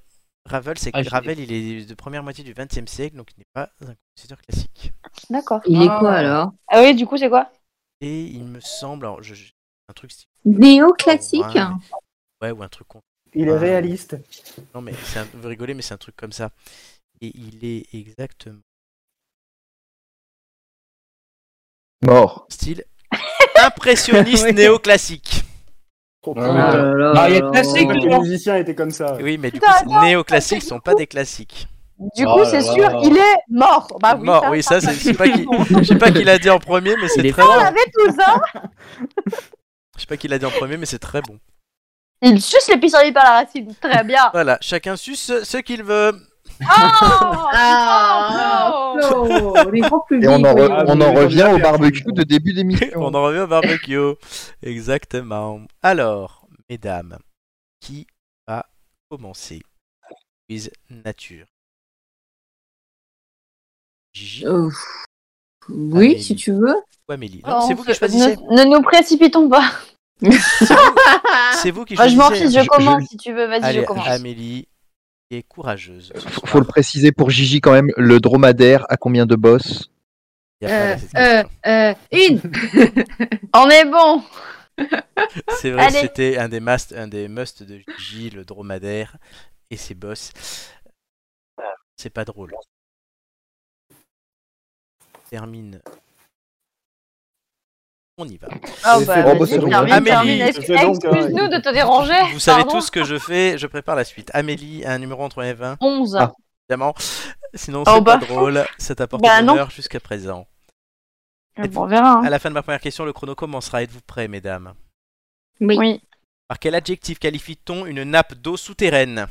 Ravel, c'est Ah, je- Ravel, il est de première moitié du XXe siècle, donc il n'est pas un compositeur classique. D'accord. Il est quoi alors Ah oui, du coup, c'est quoi Et il me semble, alors, je, je- un truc style- Néoclassique ouais, ou un truc con. Ah. Il est réaliste. Non mais c'est un- vous rigolez, mais c'est un truc comme ça. Et il est exactement Mort. style impressionniste Ouais. néoclassique. Ah, Bah, il y a classique, Les musiciens étaient comme ça. Oui, mais du coup, Putain, ces néoclassiques sont pas des classiques. Du Oh coup, là c'est là sûr, là. il est mort Bah oui, Mort, ça, oui, ça, ça, c'est- je sais pas qui, je sais pas qui l'a dit en premier, mais Il c'est est très on bon. l'avait tous, hein Je sais pas qui l'a dit en premier, mais c'est très bon. Il suce les pissenlits par la racine, très bien Voilà, chacun suce ce qu'il veut. Oh, Ah, Flo, les gros Et publics, on en, re- voyons. on en revient au barbecue de début d'émission. On en revient au barbecue. Exactement. Alors, mesdames, qui va commencer Quiz nature. Gigi Euh, Ah, Oui, Amélie. si tu veux. ou Amélie Non, Oh. c'est vous qui choisissez. ne, ne nous précipitons pas. C'est vous qui Moi, Ah, choisissez. je m'en fiche, je Je- je- commence si tu veux. Vas-y, Allez, je commence. Amélie est courageuse. ce soir. Faut le préciser pour Gigi quand même, le dromadaire à combien de boss Il y a pas la- Euh, euh, une On est bon C'est vrai, Allez. c'était un des must, un des must de Gigi, le dromadaire et ses boss. C'est pas drôle. Termine. On y va. Ah bah, Oh, bah, vas-y, c'est bon. termine, Amélie, termine. Ex- c'est donc, euh, Excuse-nous de te déranger. Vous savez pardon. tous ce que je fais, je prépare la suite. Amélie, un numéro entre 1 et 20. 11. Ah. Évidemment. Sinon, Oh c'est bah. pas drôle. Ça t'apporte Bah non. bonheur jusqu'à présent. Ah bon, on verra. hein. À la fin de ma première question, le chrono commencera. Êtes-vous prêts, mesdames Oui. Par quel adjectif qualifie-t-on une nappe d'eau souterraine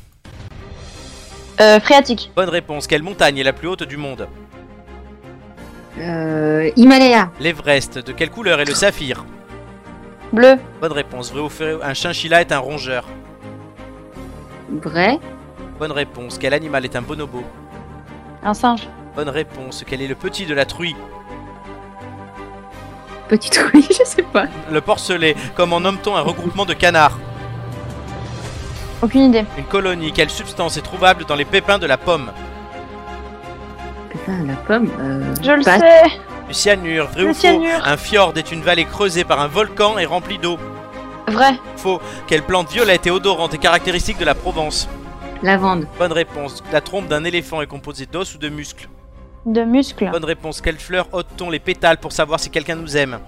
Euh, phréatique. Bonne réponse. Quelle montagne est la plus haute du monde Euh, Himalaya. L'Everest. De quelle couleur est le saphir Bleu. Bonne réponse. Vrai ou faux Un chinchilla est un rongeur. Vrai. Bonne réponse. Quel animal est un bonobo Un singe. Bonne réponse. Quel est le petit de la truie Petit truc, je sais pas. Le porcelet. Comment nomme-t-on un regroupement de canards Aucune idée. Une colonie. Quelle substance est trouvable dans les pépins de la pomme Putain, la pomme. euh, Je le passe. sais. Du cyanure. Vrai Le ou faux cyanure. Un fjord est une vallée creusée par un volcan et remplie d'eau. Vrai. Faux. Quelle plante violette et odorante est caractéristique de la Provence Lavande. Bonne réponse. La trompe d'un éléphant est composée d'os ou de muscles De muscles. Bonne réponse. Quelle fleur ôte-t-on les pétales pour savoir si quelqu'un nous aime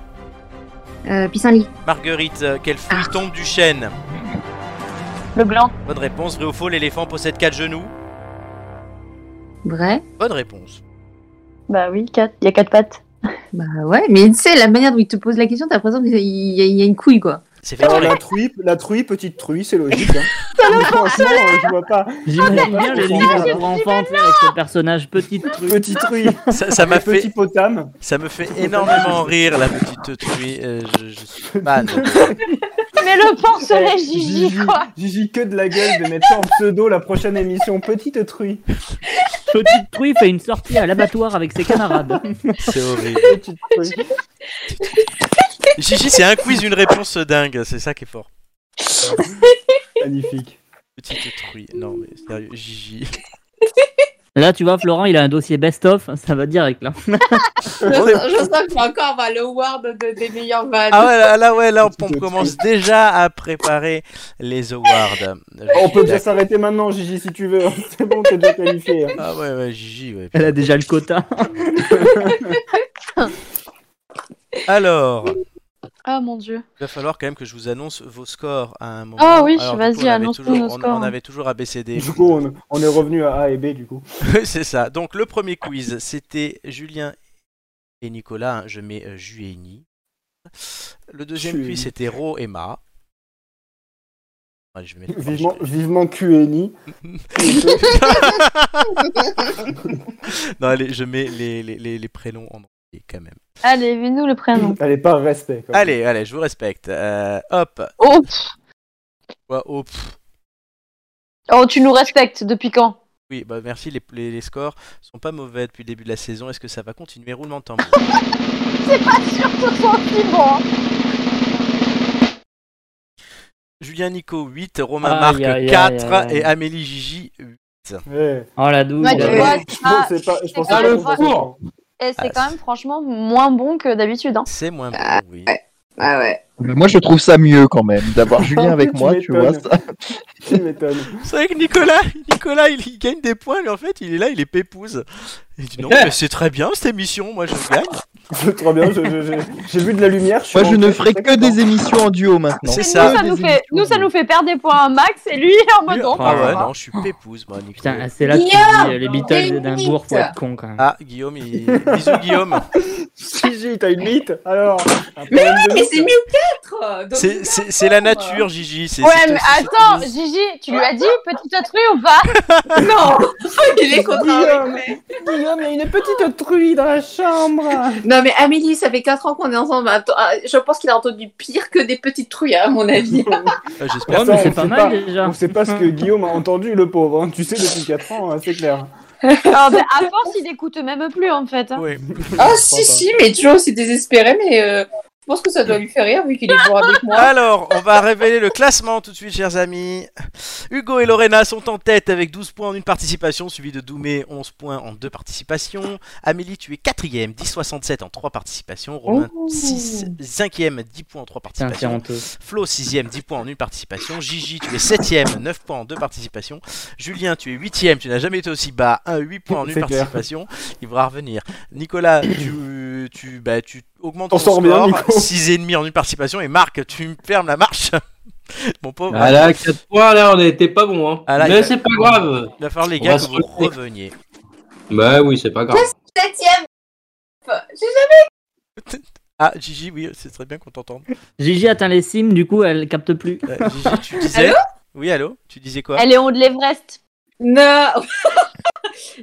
Euh, pissenlit. Marguerite, euh, quelle fruit tombe du chêne Ah. Le gland. Bonne réponse. Vrai ou faux, l'éléphant possède quatre genoux Vrai. Bonne réponse. Bah oui, 4. Il y a 4 pattes. Bah ouais, mais tu sais, la manière dont il te pose la question, t'as l'impression qu'il y a- il y, a- il y a une couille, quoi. C'est fait exprès. Oh, la, truie, la truie, petite truie, c'est logique. hein. Franchement, euh, je vois pas. Ah, J'imagine bien ah, le livre pour enfants tu sais, avec ce personnage petit truc. Petit truie. Ça ça m'a fait, Petit potame. ça me fait énormément rire la petite truie. Euh, je, je suis fan. Mais le porcelet, Gigi, Eh, Gigi, quoi Gigi, que de la gueule de mettre ça en pseudo la prochaine émission. Petite truie. Petite truie fait une sortie à l'abattoir avec ses camarades. C'est horrible. Petite truie. Gigi, c'est un quiz, une réponse dingue. C'est ça qui est fort. Magnifique. Petite truie. Non mais sérieux, Gigi. Là, tu vois, Florent, il a un dossier best-of, ça va direct là. Je, sens- je sens que c'est encore bah, le award de, des meilleurs vannes. Ah ouais, là, là, ouais, là, on, on commence déjà à préparer les awards. On peut déjà s'arrêter maintenant, Gigi, si tu veux. C'est bon, t'es déjà qualifié. hein. Ah ouais, ouais, Gigi, ouais. Elle a déjà le quota. Alors, il Oh mon dieu. va falloir quand même que je vous annonce vos scores à un moment. Ah oui, Alors, du vas-y, coup, on avait annonce-nous toujours- nos on- scores. On, avait toujours ABCD. Du coup, on, on est revenu à A et B, du coup. C'est ça. Donc, le premier quiz, c'était Julien et Nicolas. hein, Je mets euh, Ju et Ni. Le deuxième Ju et quiz, Ni. c'était Ro et Ma. Ouais, je vais mettre- Vivement, vivement QNI. Non, allez, je mets les, les, les- les prénoms en entier quand même. Allez, mets-nous le prénom. Allez, par respect. quand même. Allez, allez, je vous respecte. Euh, hop. Oh, pff. Ouais, oh, pff. oh, tu nous respectes depuis quand Oui, bah merci, les, les, les scores sont pas mauvais depuis le début de la saison. Est-ce que ça va continuer Roulement de tambour. C'est pas sûr que ce soit aussi bon. hein. Julien Nico 8, Romain Aïe, Marc aïe, aïe, 4 aïe, aïe. et Amélie Gigi 8. Eh. Oh la douce. Bah, tu Ouais. vois, Ah, Je tu pense vois, que c'est pas- je c'est pense quand pas même qu'on va vrai. s'en- Et c'est Ah, quand même franchement moins bon que d'habitude. hein. C'est moins bon, oui. Ah ouais. Mais Moi je trouve ça mieux quand même d'avoir Julien avec Tu moi, tu vois. m'étonnes. Ça... Tu m'étonnes. C'est vrai que Nicolas, Nicolas il, il gagne des points, mais en fait, il est là, il est pépouze. Il dit non, mais c'est très bien cette émission, moi je gagne. Je, très bien, je- je- je- j'ai vu de la lumière. Moi, je ne ferai que des émissions en duo maintenant. Et Nous ça, nous fait, nous, ça nous fait perdre des points à Max et lui, en mode oh, non. Ah Ah ouais. ouais, non, je suis pépouse, moi, Nico. Putain, c'est là que tu dis euh, les Beatles d'Edimbourg pour être con quand même. Ah, Guillaume, il... bisous, Guillaume. Gigi, t'as une bite Alors. Mais oui, mais c'est mieux C'est- C'est c'est la nature, Gigi. c'est- Ouais, c'est- mais attends, Gigi, tu lui as dit petite autrui ou pas Non Il est content avec Guillaume. lui. Guillaume, il y a une petite truie dans la chambre. Non, mais Amélie, ça fait 4 ans qu'on est ensemble. Attends, ah, Je pense qu'il a entendu pire que des petites truies, à mon avis. Ah, J'espère. Attends, mais c'est on pas sait mal, déjà. On sait pas ce que Guillaume a entendu, le pauvre. hein. Tu sais, depuis 4 ans, hein, c'est clair. Alors, ben, À force, il écoute même plus en fait. hein. Ah, si, si, mais Joe, c'est désespéré, mais euh, je pense que ça doit lui faire rire vu qu'il est toujours avec moi. Alors, on va révéler le classement tout de suite, chers amis. Hugo et Lorena sont en tête avec 12 points en une participation, suivi de Doumé, 11 points en deux participations. Amélie, tu es quatrième, 10,67 en trois participations. Romain, Ouh. 6, 5e, 10 points en trois Putain, c'est participations. honteux. Flo, 6ème, 10 points en une participation. Gigi, tu es 7ème, 9 points en deux participations. Julien, tu es 8ème, tu n'as jamais été aussi bas, 1, 8 points en une C'est clair. participation. Il faudra revenir. Nicolas, tu, tu, bah, tu augmentes On ton sort bien, score, Nico. 6,5 en une participation. Et Marc, tu me fermes la marche. Mon pauvre. Ah là, 4 points, là, on n'était pas bon. Hein. Ah là, il Mais va- c'est pas grave. Il va falloir les On gars va que se vous relever. reveniez. Bah oui, c'est pas grave. Septième. J'ai jamais. Ah, Gigi, oui, c'est très bien qu'on t'entende. Gigi atteint les cimes, du coup elle capte plus. Euh, Gigi, tu disais. oui, allô Tu disais quoi Elle est haut de l'Everest. Non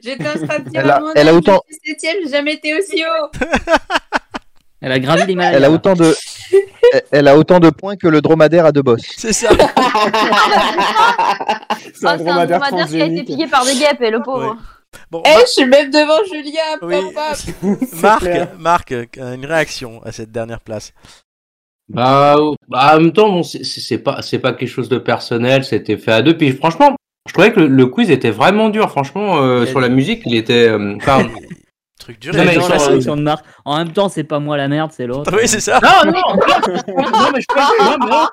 J'étais un stade Elle a- diamant, elle a je autant- suis septième, j'ai jamais été aussi haut. Elle a gravi l'Himalaya. Elle a autant de, elle- elle a autant de points que le dromadaire à deux bosses. C'est ça. Ah, C'est un dromadaire qui a été pillé par des guêpes, et le pauvre. Bon, Eh, je suis même devant Julien, papa. Marc, clair. Marc, euh, une réaction à cette dernière place. Bah, euh, bah, en même temps, bon, c'est- c'est c'est pas, c'est pas quelque chose de personnel, c'était fait à deux. Puis franchement, je trouvais que le, le quiz était vraiment dur. Franchement, euh, sur la musique, il était. euh, enfin, Truc dur, Non, mais Attends, ils sont- la réaction de Marc. En même temps, c'est pas moi la merde, c'est l'autre. Ah Oui, c'est ça. Non, non, non, mais je crois, non, mais non,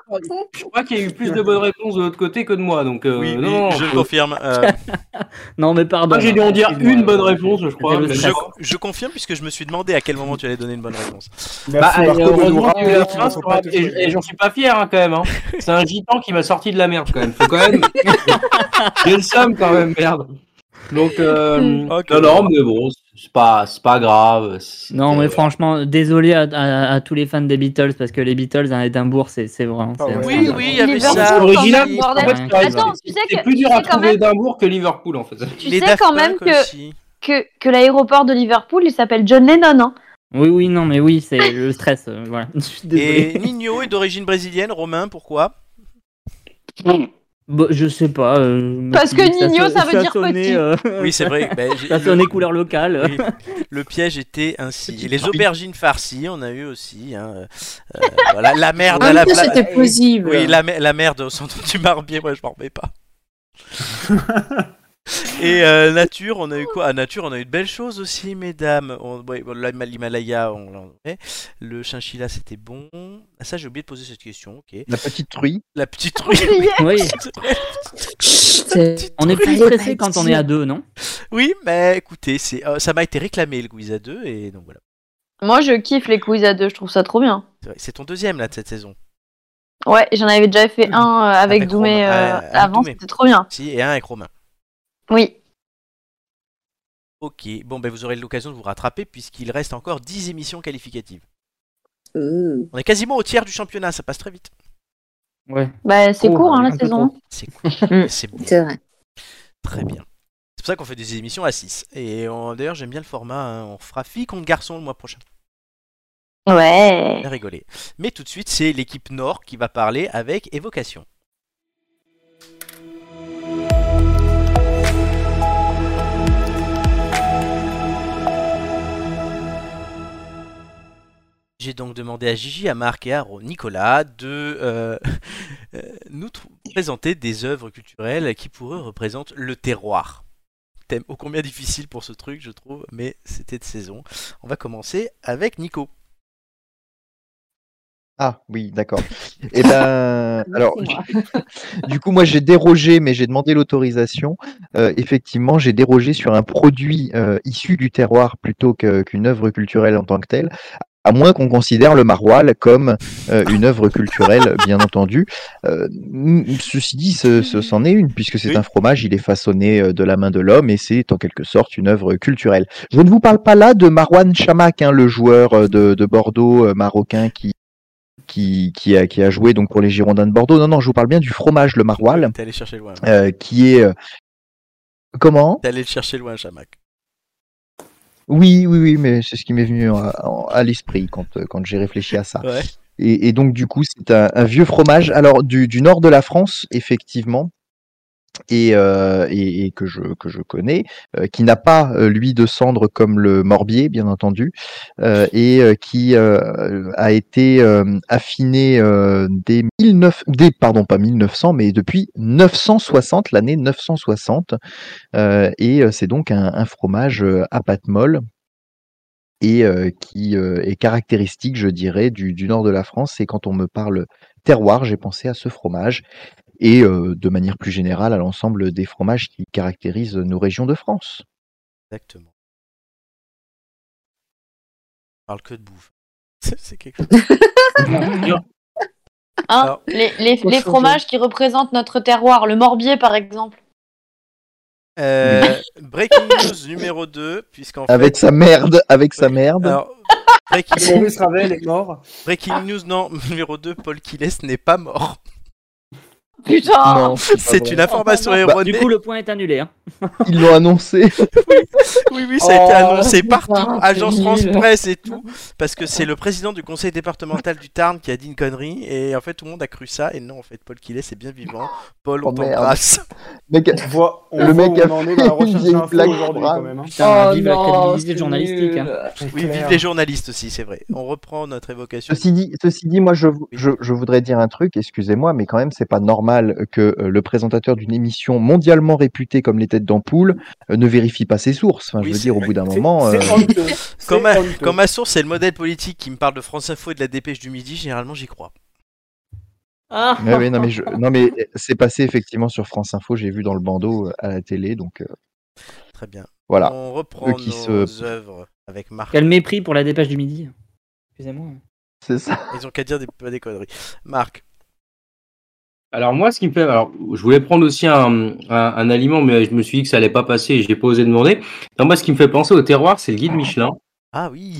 je crois qu'il y a eu plus de bonnes réponses de l'autre côté que de moi. Donc, euh, Oui, oui, non, non, je faut- confirme. euh, Non, mais pardon. Moi, Ah, j'ai dû en dire une bonne réponse, je crois. mais- je, je confirme puisque je me suis demandé à quel moment tu allais donner une bonne réponse. Bah, Merci, Marco, et de nous heureusement rappeler qu'il y a eu qu'ils la ne trace, sont pas tous et- et j'en suis pas fier hein, quand même. hein. C'est un gitan qui m'a sorti de la merde quand même. Faut quand même. J'ai le somme quand même, merde. Donc, euh, Ok. non, non, mais bon, c'est pas, c'est pas grave. c'est- Non, mais franchement, désolé à, à- à tous les fans des Beatles parce que les Beatles à Édimbourg, c'est c'est vraiment. Ah c'est un Oui, scandale. oui, il y avait Liverpool, ça. quand original, même, bordel. en fait, t'as raison. Attends, tu sais que C'est plus tu dur sais à quand trouver même, Édimbourg que Liverpool en fait. tu sais quand même que, que, que l'aéroport de Liverpool, il s'appelle John Lennon. Hein. Oui, oui, non, mais oui, c'est le stress. euh, voilà. Je suis désolé. Et Nino est d'origine brésilienne, Romain, pourquoi Bon, je sais pas. euh, Parce que so- Nino, ça veut dire sonné, petit. euh, Oui, c'est vrai. ben, j'ai- ça sonnait couleur locale. Oui. Le piège était ainsi. Et les aubergines farcies, on a eu aussi. hein, euh, euh, voilà, la merde En à la même temps, pla- c'était possible. Oui, la, me- la merde au centre du barbier, moi je m'en remets pas. Et euh, nature, on a eu quoi Ah, nature, on a eu de belles choses aussi, mesdames. On- ouais, bon, l'Hima- L'Himalaya, on l'a fait. Le chinchilla, c'était bon. Ah, ça, j'ai oublié de poser cette question. ok. La petite truie. La petite truie. Oui. C'est- On est plus truc. stressé quand on est à deux, non Oui, mais écoutez, c'est euh, ça m'a été réclamé le quiz à deux, et donc voilà. Moi, je kiffe les quiz à deux, je trouve ça trop bien. C'est vrai, C'est ton deuxième là de cette saison. Ouais, j'en avais déjà fait un euh, avec, Mmh. Avec Doumé Romain, euh, euh, avec avant, Doumé. c'était trop bien. Si, et un avec Romain. Oui. Ok, bon, ben vous aurez l'occasion de vous rattraper puisqu'il reste encore 10 émissions qualificatives. Euh. On est quasiment au tiers du championnat, ça passe très vite. Ouais. Bah, c'est Trop, court, hein, un la peu saison. trop. C'est cool. Mm. c'est beau. C'est vrai. Très bien. C'est pour ça qu'on fait des émissions à 6. Et on- d'ailleurs, j'aime bien le format. hein. On fera fille contre garçon le mois prochain. Ouais. Eh. Bien rigolé. Mais tout de suite, c'est l'équipe Nord qui va parler avec évocation. J'ai donc demandé à Gigi, à Marc et à Ro- Nicolas de euh, euh, nous trou- présenter des œuvres culturelles qui pour eux représentent le terroir. Thème ô combien difficile pour ce truc, je trouve, mais c'était de saison. On va commencer avec Nico. Ah oui, d'accord. Et ben, alors, j'ai- du coup, moi, j'ai dérogé, mais j'ai demandé l'autorisation. Euh, effectivement, j'ai dérogé sur un produit euh, issu du terroir plutôt que- qu'une œuvre culturelle en tant que telle, à moins qu'on considère le maroilles comme euh, une œuvre culturelle, bien entendu. Euh, m- ceci dit, ce, ce- c'en est une, puisque c'est un fromage, il est façonné euh, de la main de l'homme, et c'est en quelque sorte une œuvre culturelle. Je ne vous parle pas là de Marwan Chamak, hein, le joueur euh, de, de Bordeaux euh, marocain qui qui, qui, a, qui a joué donc pour les Girondins de Bordeaux. Non, non, je vous parle bien du fromage, le maroilles, T'es allé chercher loin. là. euh, qui est... euh, Comment T'es allé le chercher loin, Chamac. Oui, oui, oui, mais c'est ce qui m'est venu en- en- à l'esprit quand, euh, quand j'ai réfléchi à ça. Ouais. Et, et donc, du coup, c'est un, un vieux fromage, alors du, du nord de la France, effectivement, et, euh, et, et que, je, que je connais, euh, qui n'a pas, euh, lui, de cendre comme le Morbier, bien entendu, euh, et euh, qui euh, a été euh, affiné euh, dès, 19, dès, pardon, pas 1900, mais depuis 960, l'année 960. Euh, et euh, c'est donc un, un fromage euh, à pâte molle et euh, qui euh, est caractéristique, je dirais, du, du nord de la France. Et quand on me parle terroir, j'ai pensé à ce fromage et euh, de manière plus générale à l'ensemble des fromages qui caractérisent nos régions de France. Exactement. On parle que de bouffe. C'est c'est quelque chose. Ah, Hein Alors, les, les- faut les changer. fromages qui représentent notre terroir, le Morbier par exemple. Euh, breaking news numéro 2, puisqu'en fait- Avec sa merde, avec sa merde. Alors, breaking... Maurice Ravel est mort. Ah. Breaking news non, numéro 2, Paul Kiles n'est pas mort. Putain Non, c'est pas C'est vrai. une information Bah, erronée. du coup, le point est annulé. hein. Ils l'ont annoncé. Oui, oui, ça a été Oh, annoncé putain, partout, c'est Agence nul. France Presse et tout, parce que c'est le président du conseil départemental du Tarn qui a dit une connerie, et en fait tout le monde a cru ça, et non, en fait, Paul Killet, c'est bien vivant. Paul, on Oh, merde. t'embrasse. Mec, on le voit mec où on a en est fait dans la une recherche vieille d'infos blague aujourd'hui, brave. quand même, hein. Putain, vive la crédibilité journalistique. hein. Oui, vive les journalistes aussi, c'est vrai. On reprend notre évocation. Ceci dit, ceci dit, moi, je, je, je voudrais dire un truc, excusez-moi, mais quand même, c'est pas normal que euh, le présentateur d'une émission mondialement réputée comme Les Têtes d'Ampoule euh, ne vérifie pas ses sources. Enfin, je veux dire, au bout d'un moment. euh, Quand ma, quand ma source c'est le modèle politique qui me parle de France Info et de la dépêche du midi, généralement j'y crois. Ah. Ouais, ouais, Eh non, mais, je- non, mais euh, c'est passé effectivement sur France Info, j'ai vu dans le bandeau euh, à la télé, donc. euh, Très bien. Voilà. On reprend Eux qui nos se- œuvres avec Marc. Quel mépris pour la dépêche du midi. Excusez-moi. C'est ça. Ils ont qu'à dire des, pas des conneries. Marc, Alors moi, ce qui me fait, alors je voulais prendre aussi un, un- un aliment, mais je me suis dit que ça allait pas passer et j'ai pas osé demander. Non, moi, ce qui me fait penser au terroir, c'est le guide Michelin. Euh, Ah oui.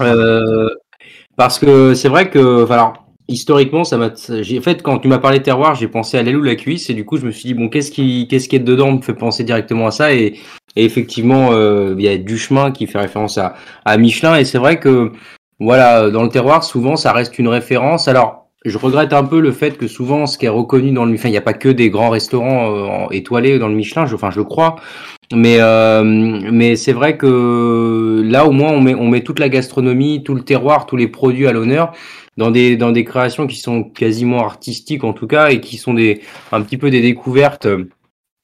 parce que c'est vrai que, enfin, alors historiquement, ça m'a, ça- j'ai en fait quand tu m'as parlé de terroir, j'ai pensé à l'ailou la cuisse et du coup, je me suis dit bon, qu'est-ce qui, qu'est-ce qui est dedans me fait penser directement à ça et, et effectivement, euh, il y a du chemin qui fait référence à, à Michelin et c'est vrai que voilà, dans le terroir, souvent, ça reste une référence. Alors, je regrette un peu le fait que souvent, ce qui est reconnu dans le Michelin, il n'y a pas que des grands restaurants euh, en- étoilés dans le Michelin, je, enfin, je le crois. Mais, euh, mais c'est vrai que là, au moins, on met, on met toute la gastronomie, tout le terroir, tous les produits à l'honneur dans des, dans des créations qui sont quasiment artistiques, en tout cas, et qui sont des, un petit peu des découvertes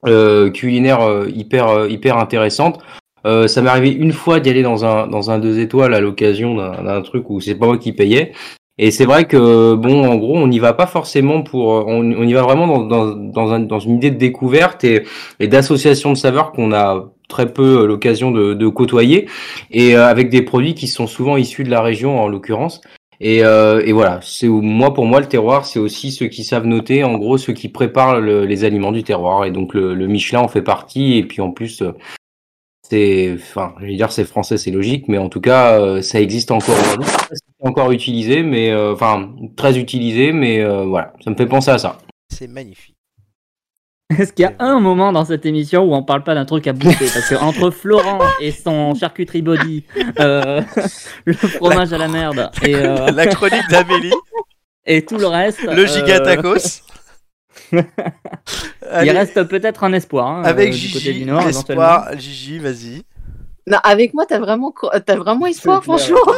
euh, culinaire euh, hyper euh, hyper intéressante. Euh, ça m'est arrivé une fois d'y aller dans un dans un deux étoiles à l'occasion d'un d'un truc où c'est pas moi qui payais. Et c'est vrai que bon, en gros, on n'y va pas forcément pour, euh, on, on y va vraiment dans dans dans, un- dans une idée de découverte et, et d'association de saveurs qu'on a très peu euh, l'occasion de, de côtoyer et euh, avec des produits qui sont souvent issus de la région en l'occurrence. Et, euh, et voilà, c'est où- moi pour moi le terroir, c'est aussi ceux qui savent noter, en gros ceux qui préparent le- les aliments du terroir. Et donc le, le Michelin en fait partie. Et puis en plus, euh, c'est, enfin, je vais dire c'est français, c'est logique, mais en tout cas, euh, ça existe encore aujourd'hui. Je sais pas si c'est encore utilisé, mais euh, enfin très utilisé, mais euh, voilà, ça me fait penser à ça. c'est magnifique. Est-ce qu'il y a un moment dans cette émission où on parle pas d'un truc à bouffer Parce que entre Florent et son charcuterie body, euh, le fromage à la merde et euh, la chronique d'Amélie et tout le reste, le giga euh, tacos. il Allez, reste peut-être un espoir hein, avec euh, du côté Gigi, du Nord, l'espoir. Gigi, vas-y. Non, avec moi, t'as vraiment, co- t'as vraiment espoir, clair. franchement.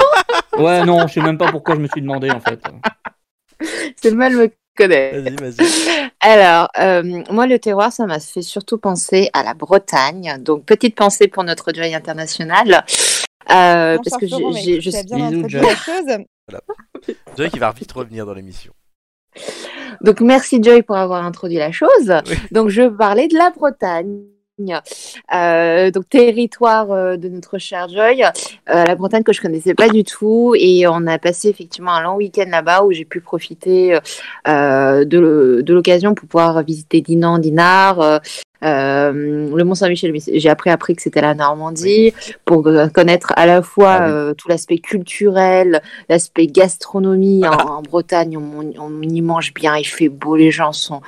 éventuellement. Ouais, non, je sais même pas pourquoi je me suis demandé en fait. Ah, C'est le mal me connaît. Vas-y, vas-y. Alors, euh, moi, le terroir, ça m'a fait surtout penser à la Bretagne. Donc, petite pensée pour notre deuil international. Euh, Mon parce cher que Florent, j'ai- mais j'ai- je tu as suis. bien introduit la chose. Voilà. Joy qui va vite revenir dans l'émission. Donc merci Joy pour avoir introduit la chose. Donc je parlais de la Bretagne. Euh, donc territoire euh, de notre cher Joy, euh, la Bretagne que je connaissais pas du tout et on a passé effectivement un long week-end là-bas où j'ai pu profiter euh, de, le- de l'occasion pour pouvoir visiter Dinan, Dinard, euh, euh, le Mont Saint-Michel. mais J'ai après appris que c'était la Normandie pour euh, connaître à la fois Ah euh, tout l'aspect culturel, l'aspect gastronomie. Ah. En, en Bretagne, on, on y mange bien, il fait beau, les gens sont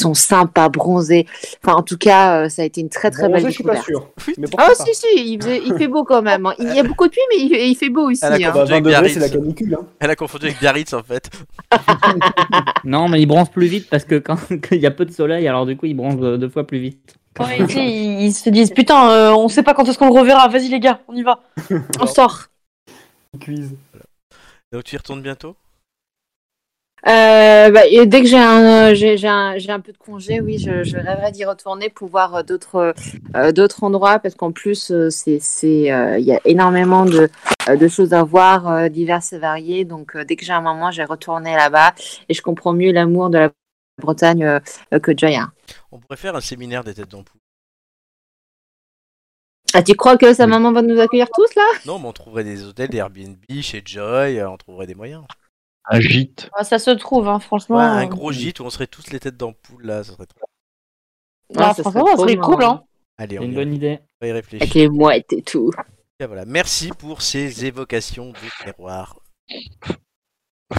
sont sympas, bronzés. Enfin, en tout cas, euh, ça a été une très très Bronzé, belle je suis pas découverte. sûr. Mais Ah pourquoi pas si si, il, faisait- il fait beau quand même. hein. Il y a beaucoup de pluie, mais il, il fait beau aussi. Ah, Elle a hein. confondu avec Biarritz. c'est la canicule. Elle a confondu avec Biarritz en fait. Non, mais ils bronzent plus vite parce que quand il y a peu de soleil, alors du coup, ils bronzent euh, deux fois plus vite. Ouais, tu sais, ils, ils se disent putain, euh, on sait pas quand est-ce qu'on le reverra. Vas-y les gars, on y va. On sort. Quiz. Donc tu y retournes bientôt Euh, bah, et dès que j'ai un, euh, j'ai, j'ai un, j'ai un peu de congé, Eh oui, je, je rêverais d'y retourner pour voir euh, d'autres, euh, d'autres endroits parce qu'en plus, euh, c'est, c'est, euh, il y a énormément de, euh, de choses à voir, euh, diverses et variées. Donc, euh, dès que j'ai un moment, j'ai retourné là-bas et je comprends mieux l'amour de la Bretagne euh, euh, que Joy a. On pourrait faire un séminaire des têtes d'ampoule. Ah, tu crois que sa maman va nous accueillir tous là Non, mais on trouverait des hôtels, des Airbnb chez Joy, euh, on trouverait des moyens. Un gîte. Ah, ça se trouve, hein, franchement. Ouais, un euh, gros gîte où on serait tous les têtes d'ampoule là, ça serait trop. Ah, Ah, ça franchement, serait ça serait trop cool, marrant. hein. Allez, C'est on une y bonne va. idée. On va y Avec réfléchir. les mouettes et tout. Et voilà. Merci pour ces évocations de terroir.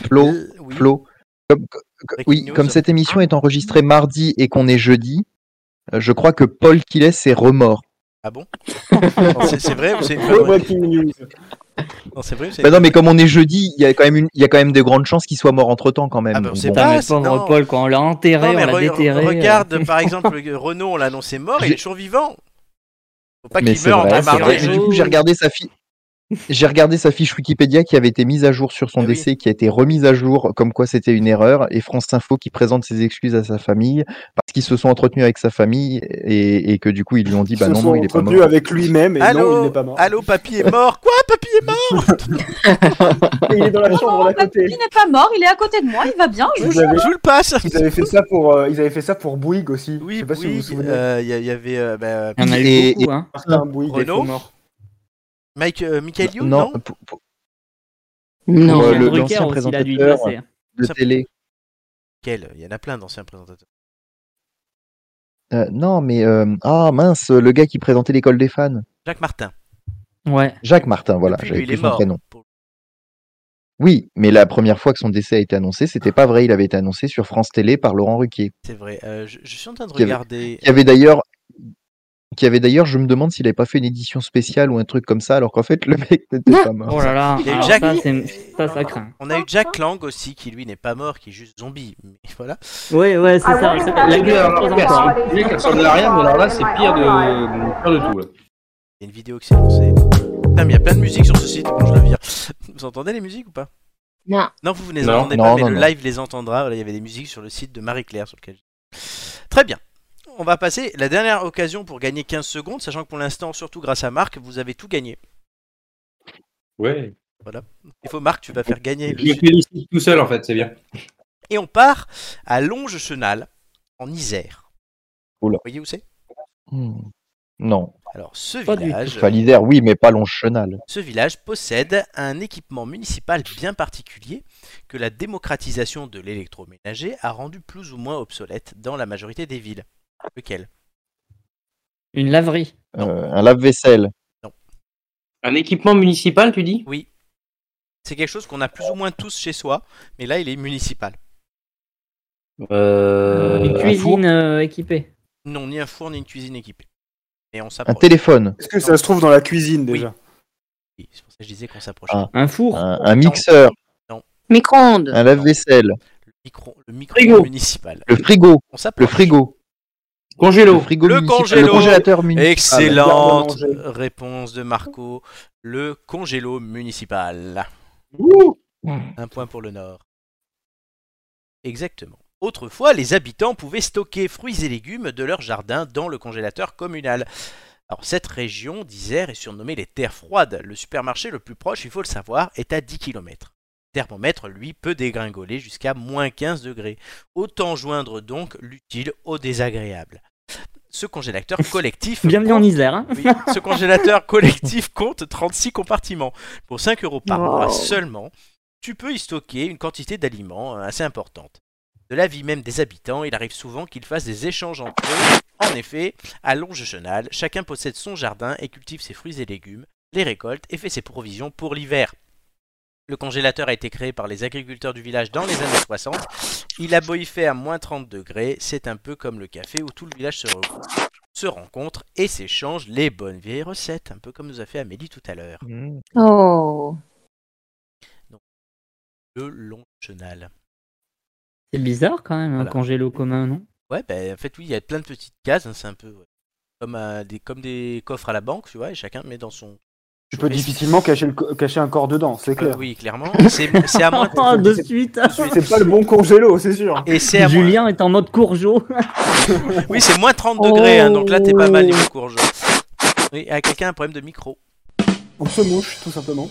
Flo, Flo. Comme, co- co- Breaking oui, news. comme cette émission est enregistrée mardi et qu'on est jeudi, euh, je crois que Paul Killet s'est remords. Ah bon Non, c'est, c'est vrai ou c'est une Le connerie breaking news. Non, c'est vrai ou c'est Bah une non, mais connerie comme on est jeudi, il y a quand même une- il y a quand même de grandes chances qu'il soit mort entre temps quand même. Ah bah, Donc c'est bon. pas- Putain, mais Ah, c'est- pauvre non. Paul, quand on l'a enterré, Non, mais on l'a re- déterré. re- regarde, euh, par exemple, le- Renault, on l'a annoncé mort, il est toujours vivant. Faut pas Mais qu'il c'est meure vrai, entre c'est vrai. mardi et Du coup, jeudi. j'ai regardé sa fiche. J'ai regardé sa fiche Wikipédia qui avait été mise à jour sur Eh son décès, qui a été remise à jour comme quoi c'était une erreur, et France Info qui présente ses excuses à sa famille parce qu'ils se sont entretenus avec sa famille et, et que du coup ils lui ont dit Ils bah se non sont non il est pas entretenus mort. avec lui-même et non, il Allô, n'est pas mort. allô, papy est mort. Quoi, papy est mort Il est dans la chambre à côté. Il n'est pas mort, il est à côté de moi, il va bien. Je, Vous avez- Je vous le passe. Ils avaient fait ça pour, euh, ils avaient fait ça pour Bouygues aussi. Oui, Je sais pas si vous vous oui, souvenez. euh, il y, a- il y avait euh, bah, Il y en a eu Et- beaucoup, hein. Martin Bouygues est Renaud mort. Mike, euh, Michael Youn, non, non, pour- pour- Non, pour, euh, Michel le- Drucker l'ancien aussi, il hein. a dû y présentateur passer. de Ça- télé. Quel Il y en a plein d'anciens présentateurs. Euh, non mais euh, ah mince le gars qui présentait l'école des fans. Jacques Martin. Ouais. Jacques Martin, voilà, Depuis, j'avais lui, il plus est son mort. prénom. Pour- Oui, mais la première fois que son décès a été annoncé, c'était pas vrai, il avait été annoncé sur France Télé par Laurent Ruquier, C'est vrai. Euh, je, je suis en train de Qui avait- regarder. euh, qui avait d'ailleurs qui avait d'ailleurs, je me demande s'il avait pas fait une édition spéciale ou un truc comme ça, alors qu'en fait le mec n'était pas mort. Oh là là, Il y a eu alors Jacques- ça, c'est- ça, ça craint. On a eu Jack Lang aussi, qui lui n'est pas mort, qui est juste zombie. Mais voilà. Ouais, ouais, Ah c'est ça. La gueule alors, personne- représentante. le mec, elle sort de l'arrière, mais alors là, c'est pire de, pire de tout. Là. Il y a une vidéo qui s'est lancée. Putain, mais il y a plein de musique sur ce site. Bon, je la vire. Vous entendez les musiques ou pas Non. Non, vous ne les Non. entendez Non, pas, mais non, le non. live les entendra. Voilà, il y avait des musiques sur le site de Marie-Claire sur lequel j'ai- Très bien. On va passer la dernière occasion pour gagner 15 secondes, sachant que pour l'instant, surtout grâce à Marc, vous avez tout gagné. Ouais. Il faut Marc, tu vas faire gagner le Je me sud. félicite tout seul, en fait, c'est bien. Et on part à Longe-Chenal, en Isère. Oula. Vous voyez où c'est Hmm. Non, Alors, ce Pas du tout. village, Enfin, l'Isère, oui, mais pas Longchenal. ce village possède un équipement municipal bien particulier que la démocratisation de l'électroménager a rendu plus ou moins obsolète dans la majorité des villes. Lequel Une laverie. Non. Euh, un lave-vaisselle. Un équipement municipal, tu dis Oui. C'est quelque chose qu'on a plus ou moins tous chez soi, mais là, il est municipal. euh, Une cuisine euh, équipée. Non, ni un four, ni une cuisine équipée. Et on Un s'approche. téléphone. Est-ce que ça se trouve dans la cuisine Oui. déjà Oui, C'est pour ça que je disais qu'on s'approche. Ah. Un four. Un, Oh, un mixeur. Micro-ondes. Un lave-vaisselle. Le micro, le micro Frigo. municipal. Le frigo. On Le s'approche. frigo. Le Congélo. frigo Le municipal. congélo. Le congélateur municipal. Excellente Le garde-manger. réponse de Marco. Le congélo municipal. Un point pour le Nord. Exactement. Autrefois, les habitants pouvaient stocker fruits et légumes de leur jardin dans le congélateur communal. Alors, Alors cette région d'Isère est surnommée les terres froides. Le supermarché le plus proche, il faut le savoir, est à 10 km. Le thermomètre, lui, peut dégringoler jusqu'à moins 15 degrés. Autant joindre donc l'utile au désagréable. Ce congélateur collectif. Bienvenue en Isère. hein. Oui, ce congélateur collectif compte 36 compartiments. Pour 5 euros par Wow. mois seulement, tu peux y stocker une quantité d'aliments euh, assez importante. De l'avis même des habitants, il arrive souvent qu'ils fassent des échanges entre eux. En effet, à Longe-Chenal, chacun possède son jardin et cultive ses fruits et légumes, les récolte et fait ses provisions pour l'hiver. Le congélateur a été créé par les agriculteurs du village dans les années 60. Il a beau faire moins 30 degrés, c'est un peu comme le café où tout le village se, re- se rencontre et s'échange les bonnes vieilles recettes, un peu comme nous a fait Amélie tout à l'heure. Mm. Oh. Le long chenal. C'est bizarre quand même, un Voilà. congélo commun, non Ouais, ben, en fait, oui, il y a plein de petites cases, hein, c'est un peu ouais, comme, euh, des, comme des coffres à la banque, tu vois, et chacun met dans son. Tu peux difficilement cacher, le co- cacher un corps dedans, c'est Euh, clair. oui, clairement. C'est c'est à moins de suite. C'est pas le bon congélo, c'est sûr. Et c'est à moins- Julien est en mode courgeot. Oui, c'est moins 30 degrés, hein, donc là, t'es pas mal niveau courgeot. Oui, à quelqu'un un problème de micro. On se mouche, tout simplement.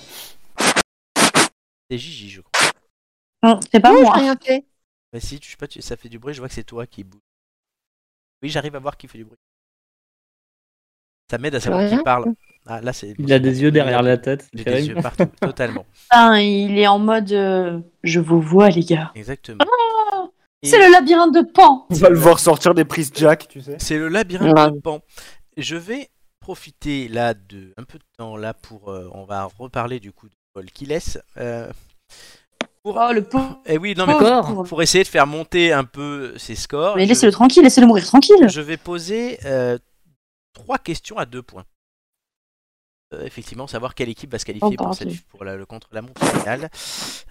C'est Gigi, je crois. C'est pas moi. Rien fait. Bah si, tu- je sais pas, tu- ça fait du bruit, je vois que c'est toi qui bouge. Oui, j'arrive à voir qui fait du bruit. Ça m'aide à savoir qui Florian parle. Ah, là, c'est... Il a des yeux derrière la tête. J'ai c'est des terrible. yeux partout, totalement. Enfin, il est en mode. euh, Je vous vois, les gars. Exactement. Ah, c'est le labyrinthe de Pan. On va le voir sortir des prises Jack, tu sais. C'est le labyrinthe de Pan. Je vais profiter là de un peu de temps là pour euh, on va reparler du coup de Paul qui laisse. euh, pour... Oh, le pauvre. Eh oui, non mais Pauvre. pour, pour essayer de faire monter un peu ses scores. Mais je- laissez-le tranquille, laissez-le mourir tranquille. Je vais poser euh, trois questions à deux points. Euh, effectivement, savoir quelle équipe va se qualifier Oh, pour, pardon. cette- pour la- le contre-la-montre finale.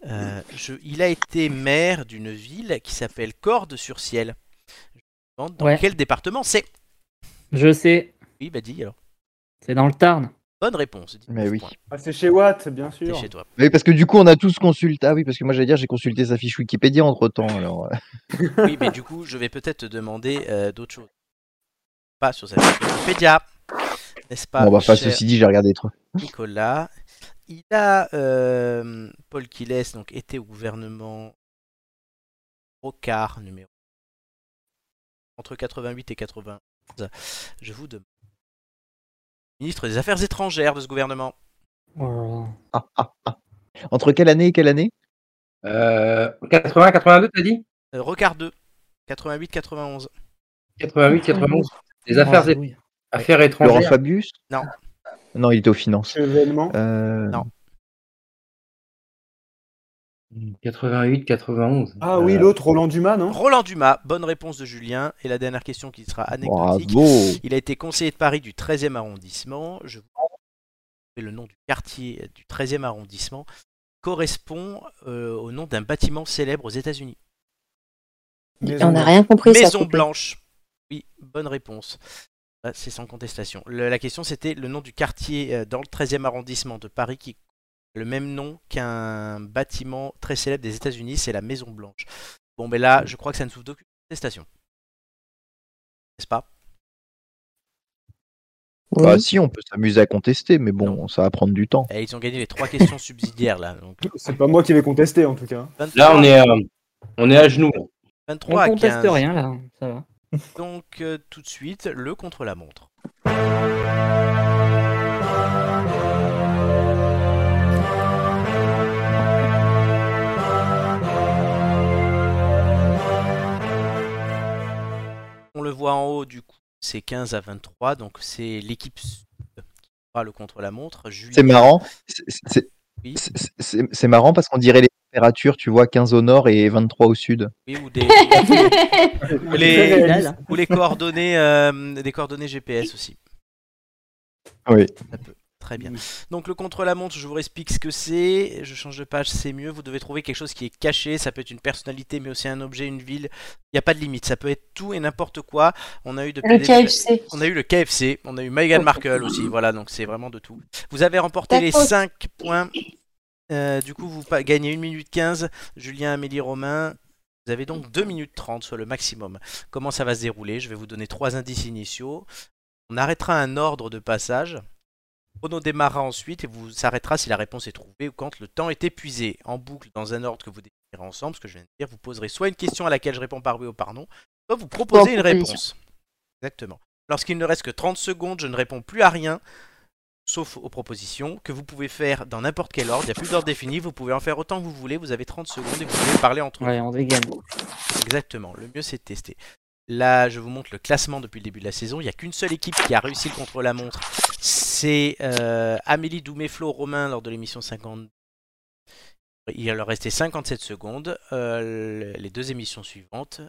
Euh, je- il a été maire d'une ville qui s'appelle Cordes-sur-Ciel. Je me demande dans Ouais. quel département c'est Je sais, Oui, bah dis alors. c'est dans le Tarn. Bonne réponse. dis- Mais oui. Ah, c'est chez Watt, bien sûr. C'est chez toi. Oui, parce que du coup, on a tous consulté. Ah oui, parce que moi, j'allais dire, j'ai consulté sa fiche Wikipédia entre temps. Alors, euh, Oui, mais du coup, je vais peut-être te demander euh, d'autres choses. Pas sur sa fiche Wikipédia. N'est-ce pas bon, bah, enfin, cher ceci dit, j'ai regardé trop. Nicolas. Il a, euh, Paul Kiles, donc était au gouvernement Rocard, numéro entre 88 et 91. Je vous demande. Ministre des Affaires étrangères de ce gouvernement. Oh. Ah, ah, ah. Entre quelle année et quelle année 80, 82, Euh, t'as dit Euh, Rocard 2, 88-91. Ah, 88, 91. Les Ah, affaires, é- affaires étrangères. Laurent Fabius Non. Non, il était aux finances. Événement. Euh, Non. 88, 91. Ah Euh, oui, l'autre, Roland Dumas, non Roland Dumas, bonne réponse de Julien. Et la dernière question qui sera anecdotique. Bravo. Il a été conseiller de Paris du 13e arrondissement. Je vous donne le nom du quartier du 13e arrondissement correspond euh, au nom d'un bâtiment célèbre aux États-Unis. Et on n'a rien compris. ça a Maison coupé. Blanche. Oui, bonne réponse. Ah, C'est sans contestation. Le- la question c'était le nom du quartier euh, dans le 13e arrondissement de Paris qui a le même nom qu'un bâtiment très célèbre des États-Unis, c'est la Maison Blanche. Bon, mais là, je crois que ça ne souffre d'aucune contestation. N'est-ce pas Bah, si, on peut s'amuser à contester, mais bon, ça va prendre du temps. Eh, Ils ont gagné les trois questions subsidiaires là. Donc, C'est pas moi qui vais contester, en tout cas. 23 Là, on est, euh, on est à genoux. 23 à on conteste 15. rien là, ça va. Donc euh, tout de suite, le contre-la-montre. On le voit en haut du coup, c'est 15 à 23, donc c'est l'équipe sud qui fera le contre-la-montre. C'est Julien- marrant. c'est- c'est- c'est- C'est c'est marrant parce qu'on dirait les températures, tu vois, 15 au nord et 23 au sud. Oui, ou des ou les, réaliste. ou les coordonnées euh, des coordonnées GPS aussi. Oui. Ça peut. Très bien. Donc le contre-la-montre, je vous explique ce que c'est. Je change de page, c'est mieux. Vous devez trouver quelque chose qui est caché. Ça peut être une personnalité, mais aussi un objet, une ville. Il n'y a pas de limite. Ça peut être tout et n'importe quoi. On a eu depuis Le le KFC. On a eu le KFC. On a eu Meghan Markle aussi. Voilà, donc c'est vraiment de tout. Vous avez remporté les Tacos. 5 points. Euh, du coup, vous pa- gagnez 1 minute 15. Julien, Amélie, Romain. Vous avez donc 2 minutes 30, soit le maximum. Comment ça va se dérouler Je vais vous donner trois indices initiaux. On arrêtera un ordre de passage. Chrono démarrera ensuite et vous s'arrêtera si la réponse est trouvée ou quand le temps est épuisé. En boucle, dans un ordre que vous définirez ensemble, ce que je viens de dire, vous poserez soit une question à laquelle je réponds par oui ou par non, soit vous proposez Sans une proposition. réponse. Exactement. Lorsqu'il ne reste que 30 secondes, je ne réponds plus à rien, sauf aux propositions, que vous pouvez faire dans n'importe quel ordre. Il n'y a plus d'ordre défini, vous pouvez en faire autant que vous voulez, vous avez 30 secondes et vous pouvez parler entre Ouais, on dégaine. Exactement, le mieux c'est de tester. Là, je vous montre le classement depuis le début de la saison. Il n'y a qu'une seule équipe qui a réussi le contre-la-montre. C'est euh, Amélie Doumé, Flo, Romain lors de l'émission 50. Il leur restait 57 secondes. Euh, le- les deux émissions suivantes,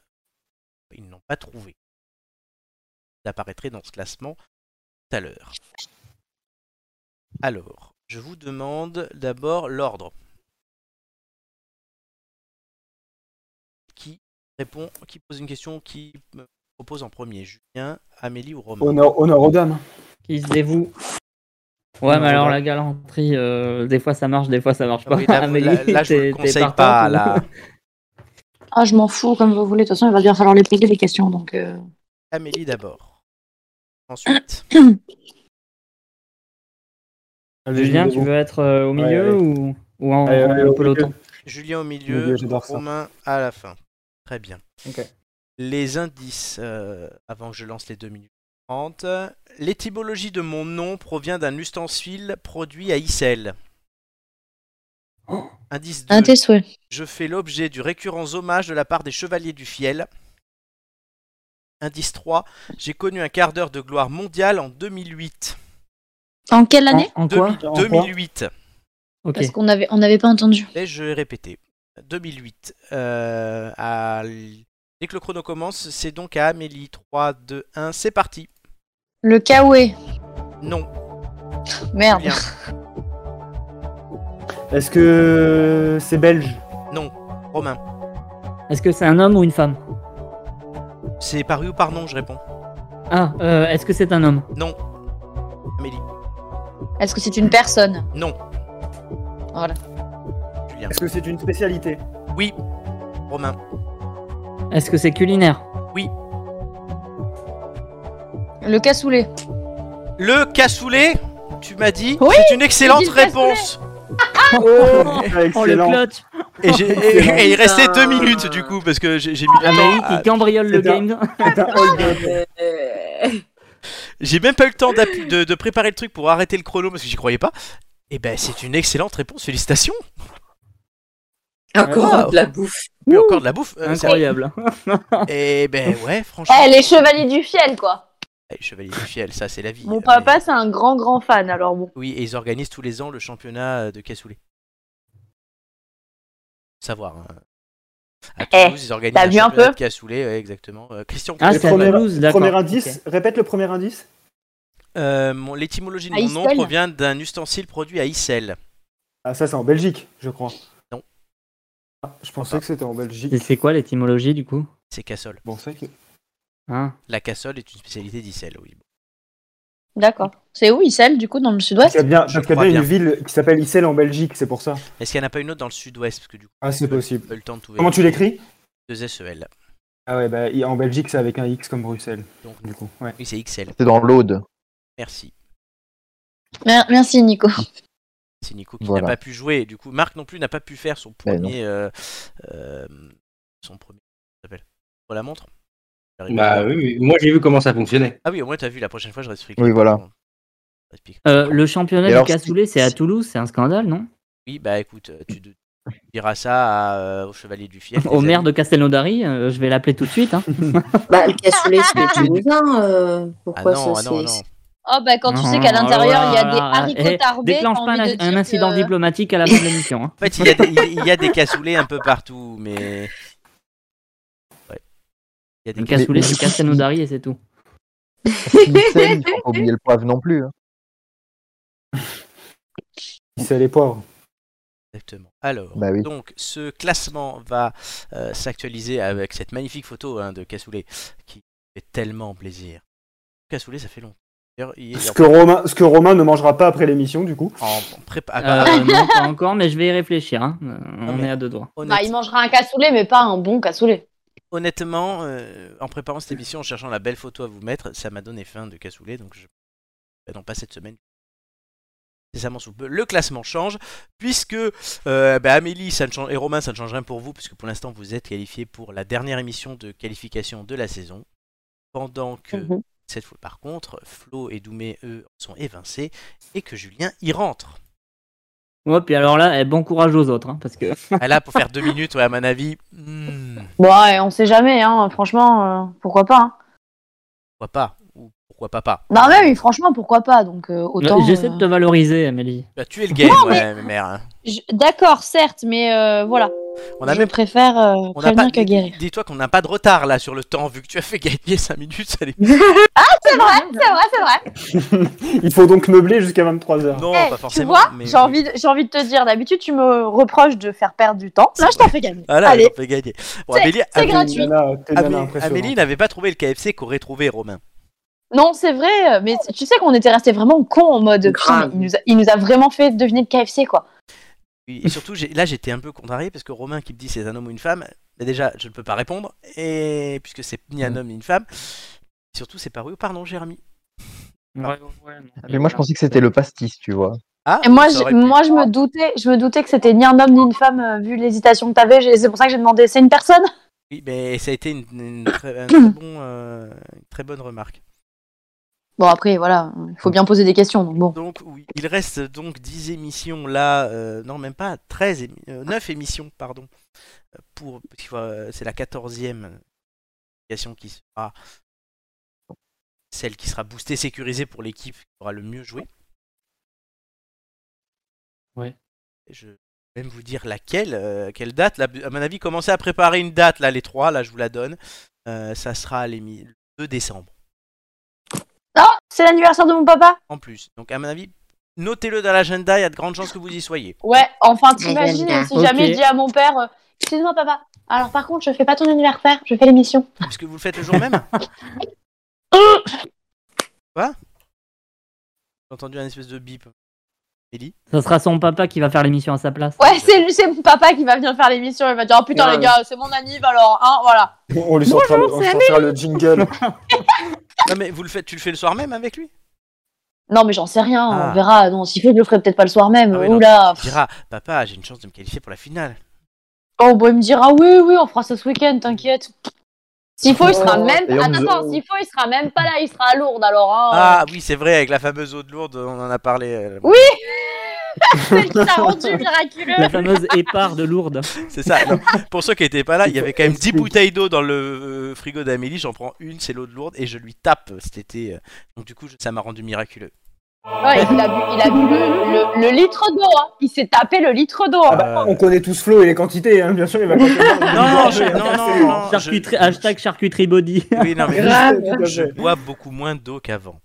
ils n'ont pas trouvé. Ils apparaîtraient dans ce classement tout à l'heure. Alors, je vous demande d'abord l'ordre. Qui répond, qui pose une question, qui me propose en premier Julien, Amélie ou Romain Honneur, honneur aux dames. Qui se dévoue. Ouais, mais alors la galanterie, euh, des fois ça marche, des fois ça marche pas. Ah Oui, là, Amélie, là- là, je vous le t'es- t'es conseille partante pas, ou- là. Ah, je m'en fous comme vous voulez. De toute façon, il va bien falloir les payer les questions. Donc, euh, Amélie d'abord. Ensuite, Julien, tu veux être euh, au Ah, Ouais, milieu allez. ou, ou en, Allez, allez, en au peloton Julien au Mon milieu, Dieu, j'adore ça. Romain à la fin. Très bien. Ok. Les indices, euh, avant que je lance les 2 minutes 30. L'étymologie de mon nom provient d'un ustensile produit à Issel. Oh. Indice 2. à tes souhaits. Je fais l'objet du récurrent hommage de la part des chevaliers du fiel. Indice 3. J'ai connu un quart d'heure de gloire mondiale en 2008. En quelle année Demi- 2008. Parce qu'on avait, on n'avait pas entendu. Et je vais répéter. 2008. Euh, à l- Dès que le chrono commence, c'est donc à Amélie. 3, 2, 1, c'est parti. Le Kawe. Non. Merde. Julien. Eh, Est-ce que c'est belge Non. Romain. Est-ce que c'est un homme ou une femme C'est par oui ou par non, je réponds. Ah, euh, est-ce que c'est un homme Non. Amélie. Est-ce que c'est une personne Non. Voilà. Julien. Est-ce que c'est une spécialité Oui. Romain. Est-ce que c'est culinaire Oui. Le cassoulet. Le cassoulet, tu m'as dit, Oui, c'est une excellente j'ai dit le réponse. Oh le clutch Et, j'ai- et- Excellent. et il restait deux minutes du coup parce que j'ai j'ai mis du temps. Amélie à- qui Ah, cambriole le C'est un- game. oh, J'ai même pas eu le temps d'appu- de, de préparer le truc pour arrêter le chrono parce que j'y croyais pas. Et ben c'est une excellente réponse, félicitations. Encore Wow. de la bouffe. Mais encore de la bouffe. euh, c'est- Incroyable. Et ben ouais, franchement. Eh, les chevaliers du fiel, quoi. Eh, Chevalier du Fiel, ça c'est la vie. Mon papa, c'est un grand, grand fan, alors bon. Oui, et ils organisent tous les ans le championnat euh, de cassoulet. Faut Savoir. hein. À Eh, Toulouse, ils organisent t'as un vu un championnat peu de cassoulet, ouais, exactement. Euh, Christian. Ah, Coutet. c'est à Premier, Toulouse, d'accord. premier indice, répète le premier indice. Euh, mon- L'étymologie de À mon nom Issel provient d'un ustensile produit à Issel. Ah, ça, c'est en Belgique, je crois. Non. Ah, je pensais que c'était en Belgique. Et c'est quoi l'étymologie du coup C'est cassol. Bon, c'est que- Hein La cassole est une spécialité d'Issel, oui. D'accord. C'est où, Issel, du coup, dans le sud-ouest Il y a bien, parce Ah, Je qu'il y a crois bien bien. une ville qui s'appelle Issel en Belgique, c'est pour ça. Est-ce qu'il n'y en a pas une autre dans le sud-ouest Parce que du coup, Ah, c'est possible. pas eu le temps de tout Comment tu vérifier. l'écris Deux E SEL. Ah ouais, bah, il- en Belgique, c'est avec un X comme Bruxelles. Donc, du coup, ouais. Oui, c'est XL. C'est dans l'Aude. Merci. Mer- Merci, Nico. C'est Nico qui Voilà. n'a pas pu jouer. Du coup, Marc non plus n'a pas pu faire son Ben non. premier. euh, euh, son premier. comment ça s'appelle Pour la montre Bah oui, oui. moi j'ai vu comment ça fonctionnait. Ah oui, au moins t'as vu, la prochaine fois je reste Oui, voilà. Euh, le championnat Et du alors, cassoulet, c'est à Toulouse, c'est un scandale, non Oui, bah écoute, tu, tu diras ça à, euh, au chevalier du fiel. Au les maire amis. de Castelnaudary, euh, je vais l'appeler tout de suite. hein. Bah, le cassoulet, c'est Ah, toulousain. pourquoi Ah non, ça, ah non, c'est- ah non. Oh, bah, quand tu Non, sais qu'à non, l'intérieur, il y voilà, a des voilà. Eh, haricots tardés. Déclenche t'as pas envie un, de dire un incident que- diplomatique à la fin de l'émission. hein. En fait, il y, a des- il- il y a des cassoulets un peu partout, mais. Ouais. Il y a des Le cassoulet, cassoulets. c'est Castelnaudary et c'est tout. Issel, il faut pas oublier le poivre non plus. hein. Issel et Poivre. Exactement. Alors, Bah oui. donc, ce classement va euh, s'actualiser avec cette magnifique photo hein, de Cassoulet qui fait tellement plaisir. Cassoulet, ça fait longtemps. D'ailleurs, il est Ce en- que, Romain, ce que Romain ne mangera pas après l'émission, du coup. en prépa- ah, bah, Euh, non, pas encore, mais je vais y réfléchir. hein. Euh, On est à deux doigts. honnête- Bah, il mangera un cassoulet, mais pas un bon cassoulet. honnêtement, euh, en préparant cette émission, en cherchant la belle photo à vous mettre, ça m'a donné faim de cassoulet, donc je bah, non pas cette semaine. Nécessairement sous peu. Le classement change, puisque euh, bah, Amélie ça ne change, et Romain, ça ne change rien pour vous, puisque pour l'instant vous êtes qualifiés pour la dernière émission de qualification de la saison. Pendant que Mhm. cette fois par contre, Flo et Doumé, eux, sont évincés, et que Julien y rentre. Ouais, puis alors là, eh, bon courage aux autres, hein, parce que. Ah, là, pour faire deux minutes, ouais, à mon avis, hmm, Bon, ouais, on sait jamais, hein, franchement, euh, pourquoi pas. hein. pourquoi pas Ou pourquoi pas pas Non, même, mais franchement, pourquoi pas. Donc, euh, Bah, autant. J'essaie euh, de te valoriser, Amélie. Bah, Tu as tué le game, Non, ouais, mère. hein. j- D'accord, certes, mais euh, voilà. On a je même- préfère euh, On n'a prévenir pas- que guérir. Dis-toi qu'on n'a pas de retard là sur le temps, vu que tu as fait gagner 5 minutes. allez. Ah, c'est vrai, c'est vrai, c'est vrai. Il faut donc meubler jusqu'à 23h. Non, Eh, tu vois, j'ai envie, de- j'ai envie de te dire, d'habitude, tu me reproches de faire perdre du temps. Là, je t'en fais gagner. Voilà, Allez. on peut gagner. Bon, C'est- Amélie, c'est Amélie- gratuit. T'es nana, t'es nana Amé- impressionnante. Amélie n'avait pas trouvé le KFC qu'aurait trouvé Romain. Non, c'est vrai, mais t- tu sais qu'on était resté vraiment con en mode. putain, il, nous a, il nous a vraiment fait deviner le KFC, quoi. Et et surtout, j'ai- là, j'étais un peu contrarié parce que Romain qui me dit c'est un homme ou une femme, bah, déjà, je ne peux pas répondre, et puisque c'est ni Mm. un homme ni une femme. Surtout, c'est paru. Pardon, Jérémy. Mais moi, je pensais que c'était le pastis, tu vois. Ah, Et moi, ça je, aurait pu. moi, je me doutais, je me doutais que c'était ni un homme ni une femme, euh, vu l'hésitation que t'avais. j'ai- C'est pour ça que j'ai demandé. C'est une personne Oui, mais ça a été une, une très, un très bon, euh, une très bonne remarque. Bon, après, voilà, il faut bien poser des questions. Donc, bon. Donc oui, il reste donc 10 émissions là, euh, non même pas 13 émi- euh, 9 émissions pardon. euh, Pour parce qu'il faut, euh, c'est la 14e émission qui sera celle qui sera boostée sécurisée pour l'équipe qui aura le mieux joué. Ouais. Et je vais même vous dire laquelle euh, quelle date là, à mon avis commencez à préparer une date là les trois là je vous la donne. Euh, ça sera l'émi- le 2 décembre. Oh, c'est l'anniversaire de mon papa en plus. Donc à mon avis, notez-le dans l'agenda, il y a de grandes chances que vous y soyez. Ouais, enfin, t'imagines, Agenda. si jamais Ok. je dis à mon père, euh, excuse-moi, papa, alors par contre, je fais pas ton anniversaire, je fais l'émission. Est-ce que vous le faites le jour même Quoi J'ai entendu un espèce de bip. Ellie Ça sera son papa qui va faire l'émission à sa place. Ouais, c'est lui- c'est mon papa qui va venir faire l'émission, il va dire, oh Ah putain, Ouais. les gars, c'est mon anniv, alors, hein, voilà. On lui sortira, le, on lui c'est sortira le jingle. Non mais vous le faites, tu le fais le soir même avec lui Non, mais j'en sais rien, Ah. on verra, non, s'il fait, je le ferai peut-être pas le soir même, Ah oui, non, oula. Il dira, papa, j'ai une chance de me qualifier pour la finale. Oh, bah, il me dira, oui, oui, on fera ça ce week-end, t'inquiète. S'il faut, il sera Oh, même. et on Attends, nous a- attends, s'il faut, il sera même pas là, il sera à Lourdes, alors, hein. Ah oui, c'est vrai, avec la fameuse eau de Lourdes, on en a parlé. euh, Oui C'est Ah, qui t'a rendu miraculeux La fameuse épare de Lourdes. C'est ça. non. Pour ceux qui n'étaient pas là, il y avait quand même 10 bouteilles d'eau dans le euh, frigo d'Amélie. J'en prends une, c'est l'eau de Lourdes, et je lui tape cet été. euh. Donc du coup, je- ça m'a rendu miraculeux. Ouais, il a bu, il a bu le, le- le litre d'eau, hein. il s'est tapé le litre d'eau. Ah hein. Ah bah, On connaît tous Flo et les quantités, hein, bien sûr, il va pas Non, je- non, non, non, je- Charcuterie- Hashtag charcuterie body. Oui, non, mais Grave. je, je bois beaucoup moins d'eau qu'avant.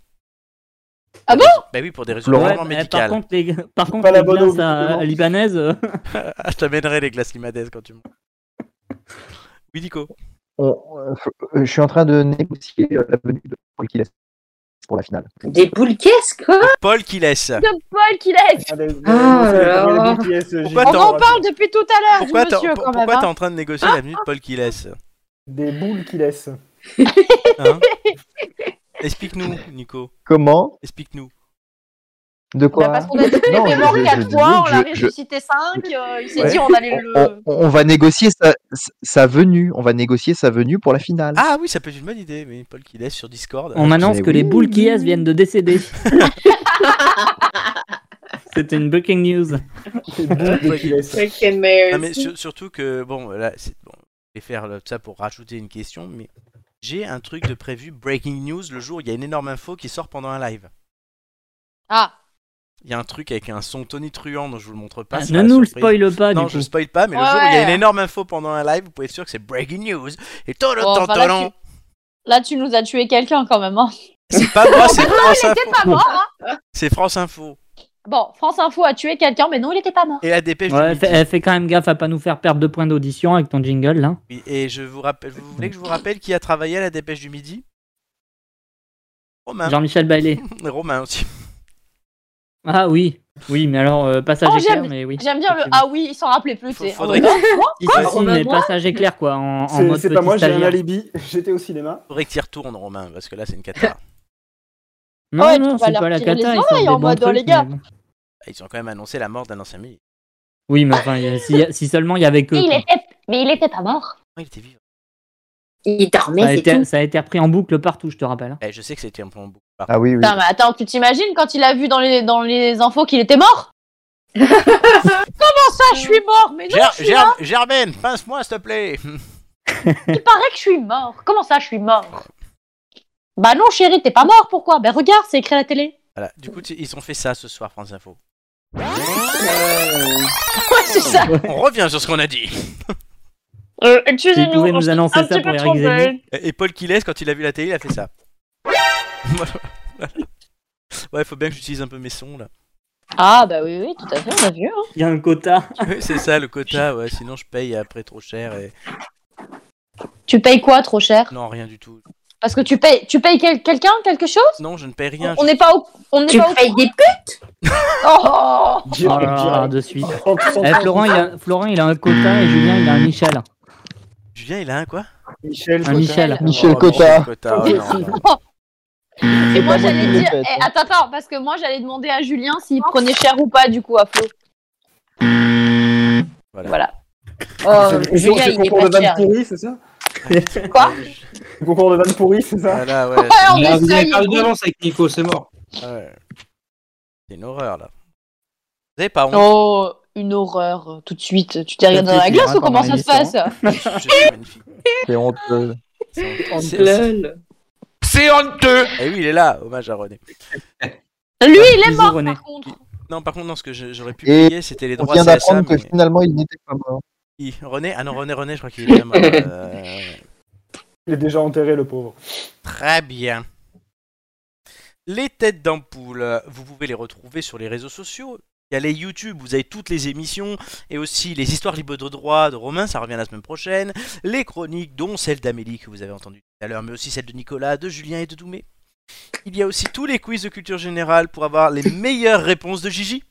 Ah bon Bah oui, pour des raisons Oh Ouais, vraiment mais euh, médicales. par contre, les, par contre, Pas la les bonne eau, glaces à- visiblement. libanaises. euh, Ah, je t'amènerai les glaces limadaises quand tu me. Oui, Nico. On- euh, je suis en train de négocier euh, la venue de Paul Kiles pour la finale. Des boules qu'est-ce quoi Paul qui laisse. bah, De Paul qu'il est Ah là là. Pourquoi On t'en- en parle depuis tout à l'heure du Pourquoi t'en- monsieur quand pourquoi même. t'es hein. en train de négocier la venue de Paul qui laisse Des boules qui laissent. Hein Explique-nous, Nico. Comment Explique-nous. De quoi Bah, parce qu'on a dit Non, qu'il est mort je- je- je quatre dis fois, on que l'a je- je- ressuscité 5, il s'est Ouais. dit on allait le. on, on va négocier sa, sa venue. On va négocier sa venue pour la finale. Ah oui, ça peut être une bonne idée, mais Paul qui laisse sur Discord. On m'annonce Mais que les oui. boules qui viennent de décéder. C'était une breaking news. Non, Mary. mais sur- surtout que bon, là, c'est bon, je vais faire le- ça pour rajouter une question, mais j'ai un truc de prévu breaking news le jour où il y a une énorme info qui sort pendant un live. Ah Il y a un truc avec un son tonitruant dont je vous le montre pas. Ah, c'est ne pas la nous le surprise. spoil pas, du Non, coup. je le spoil pas, mais le Ouais, jour où il y a ouais. une énorme info pendant un live, vous pouvez être sûr que c'est breaking news. Et toro, Bon, enfin, là, toro, tu- Là, tu nous as tué quelqu'un quand même. Hein. C'est pas moi, c'est Non, France il était pas Info. mort. hein. C'est France Info. Bon, France Info a tué quelqu'un, mais non, il était pas mort. Et la dépêche. du Ouais, midi. fais, eh, fais quand même gaffe à pas nous faire perdre de points d'audition avec ton jingle hein. là. Oui, Et je vous rappelle, vous voulez que je vous rappelle qui a travaillé à la dépêche du midi Romain. Ah. Jean-Michel Baillet. Romain aussi. Ah oui, oui, mais alors euh, passage Oh, éclair, j'aime- mais oui. J'aime bien le Ah oui, il s'en rappelait plus. tu sais. faudrait Ah, que- quoi Ici, Quoi si, mais passage éclair quoi, en, en C'est mode c'est pas moi, petit j'ai un stagiaire. alibi. J'étais au cinéma. Faudrait que tu retournes, Romain, parce que là, c'est une cata. Ah, Non, Ouais, non, tu vas c'est leur pas la tirer les cata, ils oreilles sortent des en bons mode, oh, trucs, les gars. mais bon. Ils ont quand même annoncé la mort d'un ancien militaire. Oui, mais enfin, il y a- si, si seulement il y avait que. Mais il était, mais il était pas mort. Oh, Il était vivant. Il dormait, Ça a, c'est été, tout. ça a été repris en boucle partout, je te rappelle. hein. Eh, je sais que c'était un peu en boucle. Ah oui, oui. Putain, mais attends, tu t'imagines quand il a vu dans les, dans les infos qu'il était mort Comment ça, je suis mort Mais non, Ger- je suis Ger- mort. Germaine, pince-moi, s'il te plaît. Il paraît que je suis mort. Comment ça, je suis mort Bah non, chérie, t'es pas mort, pourquoi Ben regarde, c'est écrit à la télé. Voilà. Du coup, tu- ils ont fait ça ce soir, France Info. Ouais, c'est ça. On revient sur ce qu'on a dit. Euh, Ils pouvaient nous annoncer ça pour Eric Zemmour. Et et Paul Kiles, quand il a vu la télé, il a fait ça. ouais, faut bien que j'utilise un peu mes sons là. Ah bah oui, oui, tout à fait, on a vu. hein. Il y a un quota. C'est ça le quota, ouais, sinon je paye après trop cher et. Tu payes quoi trop cher Non, rien du tout. Parce que tu payes, tu payes quel- quelqu'un, quelque chose Non, je ne paye rien. On je- n'est pas au. On n'est Tu pas au payes des putes Oh Oh là là, de suite. Eh, Florent, il a, Florent, il a un quota et Julien, il a un Michel. Julien, il a un quoi Michel. Un Michel. Michel Oh, Cotta. Cotta, oh, non, non. Et moi, moi j'allais je le dire. répète, eh, attends, attends, parce que moi j'allais demander à Julien s'il prenait cher ou pas du coup à Flo. Voilà. Voilà. C'est Oh, le Julien, c'est le il est concours de pas vannes cher. pourries, c'est ça Quoi Le concours de vannes pourries, c'est ça Voilà, ouais. Ouais, on Ah, vous essaye. avez perdu d'avance avec Nico, c'est mort. Ouais. C'est une horreur là. Vous avez pas honte Oh, une horreur. euh, Tout de suite, tu t'es regardé dans la Peut-être glace qu'il ou comment ça ira se dans passe Je suis magnifique. C'est honteux. C'est honteux. C'est- Lol. C'est honteux. Et oui, il est là, hommage à René. Lui, il est Bisous, mort René. par contre. Non, par contre, non, ce que je- j'aurais pu Et payer, c'était les On droits vient CSA. d'apprendre que mais- finalement, il n'était pas mort. Qui René Ah non, René, René, je crois qu'il est bien mort. Euh, Il est déjà enterré, le pauvre. Très bien. Les têtes d'ampoule, vous pouvez les retrouver sur les réseaux sociaux. Il y a les YouTube, vous avez toutes les émissions et aussi les histoires libres de droit de Romain, ça revient la semaine prochaine. Les chroniques, dont celle d'Amélie que vous avez entendue tout à l'heure, mais aussi celle de Nicolas, de Julien et de Doumé. Il y a aussi tous les quiz de culture générale pour avoir les meilleures réponses de Gigi.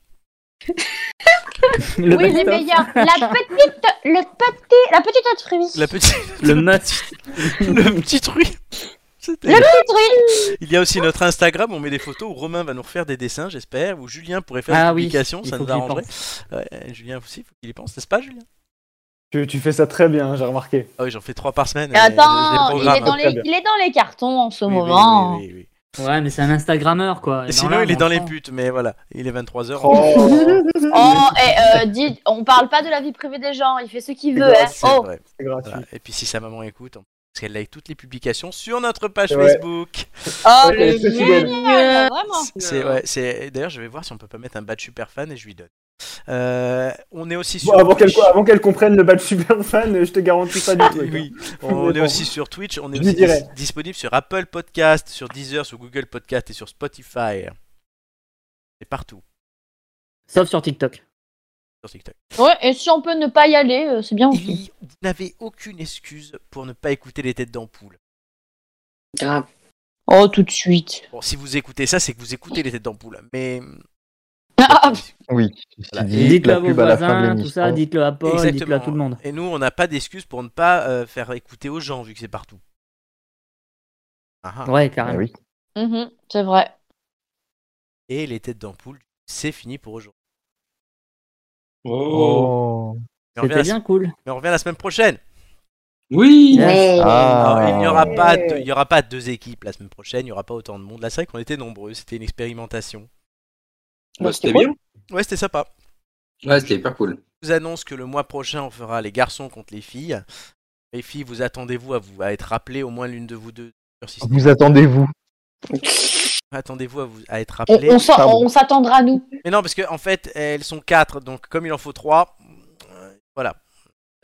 Le, oui, les best-of, meilleurs. La petite, le petit, la petite autre fruit. La petite, le must. le petit truc. C'était- Le petit fruit. Il y a aussi notre Instagram, on met des photos où Romain va nous refaire des dessins, j'espère, où Julien pourrait faire Ah des oui, publications, il ça faut nous que j'y arrangerait. Ouais, Julien aussi, faut qu'il y pense, n'est-ce pas Julien Tu, tu fais ça très bien, hein, j'ai remarqué. Ah oui, j'en fais trois par semaine. euh, Attends, je- je il est, programme. dans Très les, bien. il est dans les cartons en ce Oui, oui, moment. oui, oui, oui. Ouais, mais c'est un Instagrammeur quoi. Et Dans sinon, l'âme, il est on dans les sent. putes, mais voilà, il est 23h. Oh, Oh, et, euh, dis, on parle pas de la vie privée des gens, il fait ce qu'il veut. Hein. C'est Oh, vrai. c'est gratuit. Voilà. Et puis si sa maman écoute, on- parce qu'elle like toutes les publications sur notre page Ouais. Facebook. oh Ouais, le c'est fidèle. génial, vraiment. C'est ouais, c'est. D'ailleurs, je vais voir si on peut pas mettre un badge super fan et je lui donne. Euh, on est aussi Bon, sur. avant qu'elle Twitch. Ah avant qu'elle comprenne le badge super fan, je te garantis pas du tout. hein. Oui, on est bon. aussi sur Twitch, on est Je lui aussi dirai. dis- disponible sur Apple Podcast, sur Deezer, sur Google Podcast et sur Spotify. Et partout Sauf sur TikTok. sur TikTok. Ouais, et si on peut ne pas y aller, euh, c'est bien aussi. Et vous n'avez aucune excuse pour ne pas écouter les têtes d'ampoule. Grave. Oh, tout de suite. Bon, si vous écoutez ça, c'est que vous écoutez les têtes d'ampoule. Mais Ah, Oui. Ceci Voilà. dit, Dites-le la à vos pub à la fin de voisins, tout ça, l'émission. dites-le à Paul, dites-le à Exactement. tout le monde. Et nous, on n'a pas d'excuse pour ne pas euh, faire écouter aux gens, vu que c'est partout. Ah ah. Ouais, Ah carrément. oui. mhm, c'est vrai. Et les têtes d'ampoule, c'est fini pour aujourd'hui. Oh. Oh. Mais on revient C'était la- bien cool. mais on revient la semaine prochaine. Oui. Ouais. Ah. Alors, il n'y aura, Ouais. pas de- il n'y aura pas deux équipes la semaine prochaine, il n'y aura pas autant de monde. Là, c'est vrai qu'on était nombreux, c'était une expérimentation. Bah, c'était bien. Ouais, c'était sympa. Ouais, c'était hyper cool. Je vous annonce que le mois prochain, on fera les garçons contre les filles. Les filles, vous attendez-vous à, vous, à être rappelées, au moins l'une de vous deux. Si c'est- Vous attendez-vous Attendez-vous à, vous, à être On, rappelées. on s'en- Pardon. on s'attendra à nous. Mais non, parce qu'en en fait, elles sont quatre, donc comme il en faut trois, euh, voilà.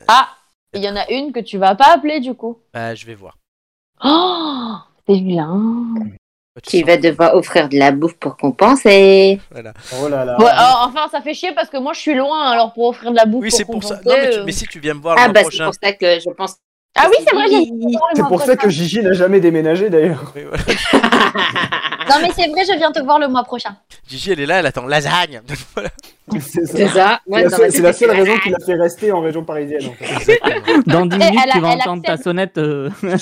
Ah, il y en a une que tu vas pas appeler du coup. Bah, je vais voir. Oh, c'est vilain. Bah, tu Tu sens- vas devoir offrir de la bouffe pour compenser. voilà. Oh là Ah, là. Ouais, alors, enfin, ça fait chier parce que moi je suis loin alors pour offrir de la bouffe. Oui, c'est pour ça. compenser, Non, mais, tu- euh, mais si tu viens me voir le Ah mois bah c'est prochain, pour ça que je pense Ah oui, c'est vrai, j'ai C'est pour ça que Gigi n'a jamais déménagé d'ailleurs. Non, mais c'est vrai, je viens te voir le mois prochain. Euh, Gigi, elle est là, elle attend lasagne. Voilà. C'est C'est ça. Ouais, C'est la non, seule- mais c'est la c'est- seule raison qui l'a fait rester en région parisienne. en Ah, fait. Dans 10 Et minutes, elle a- tu vas elle entendre ta accepte. sonnette. euh, Grave.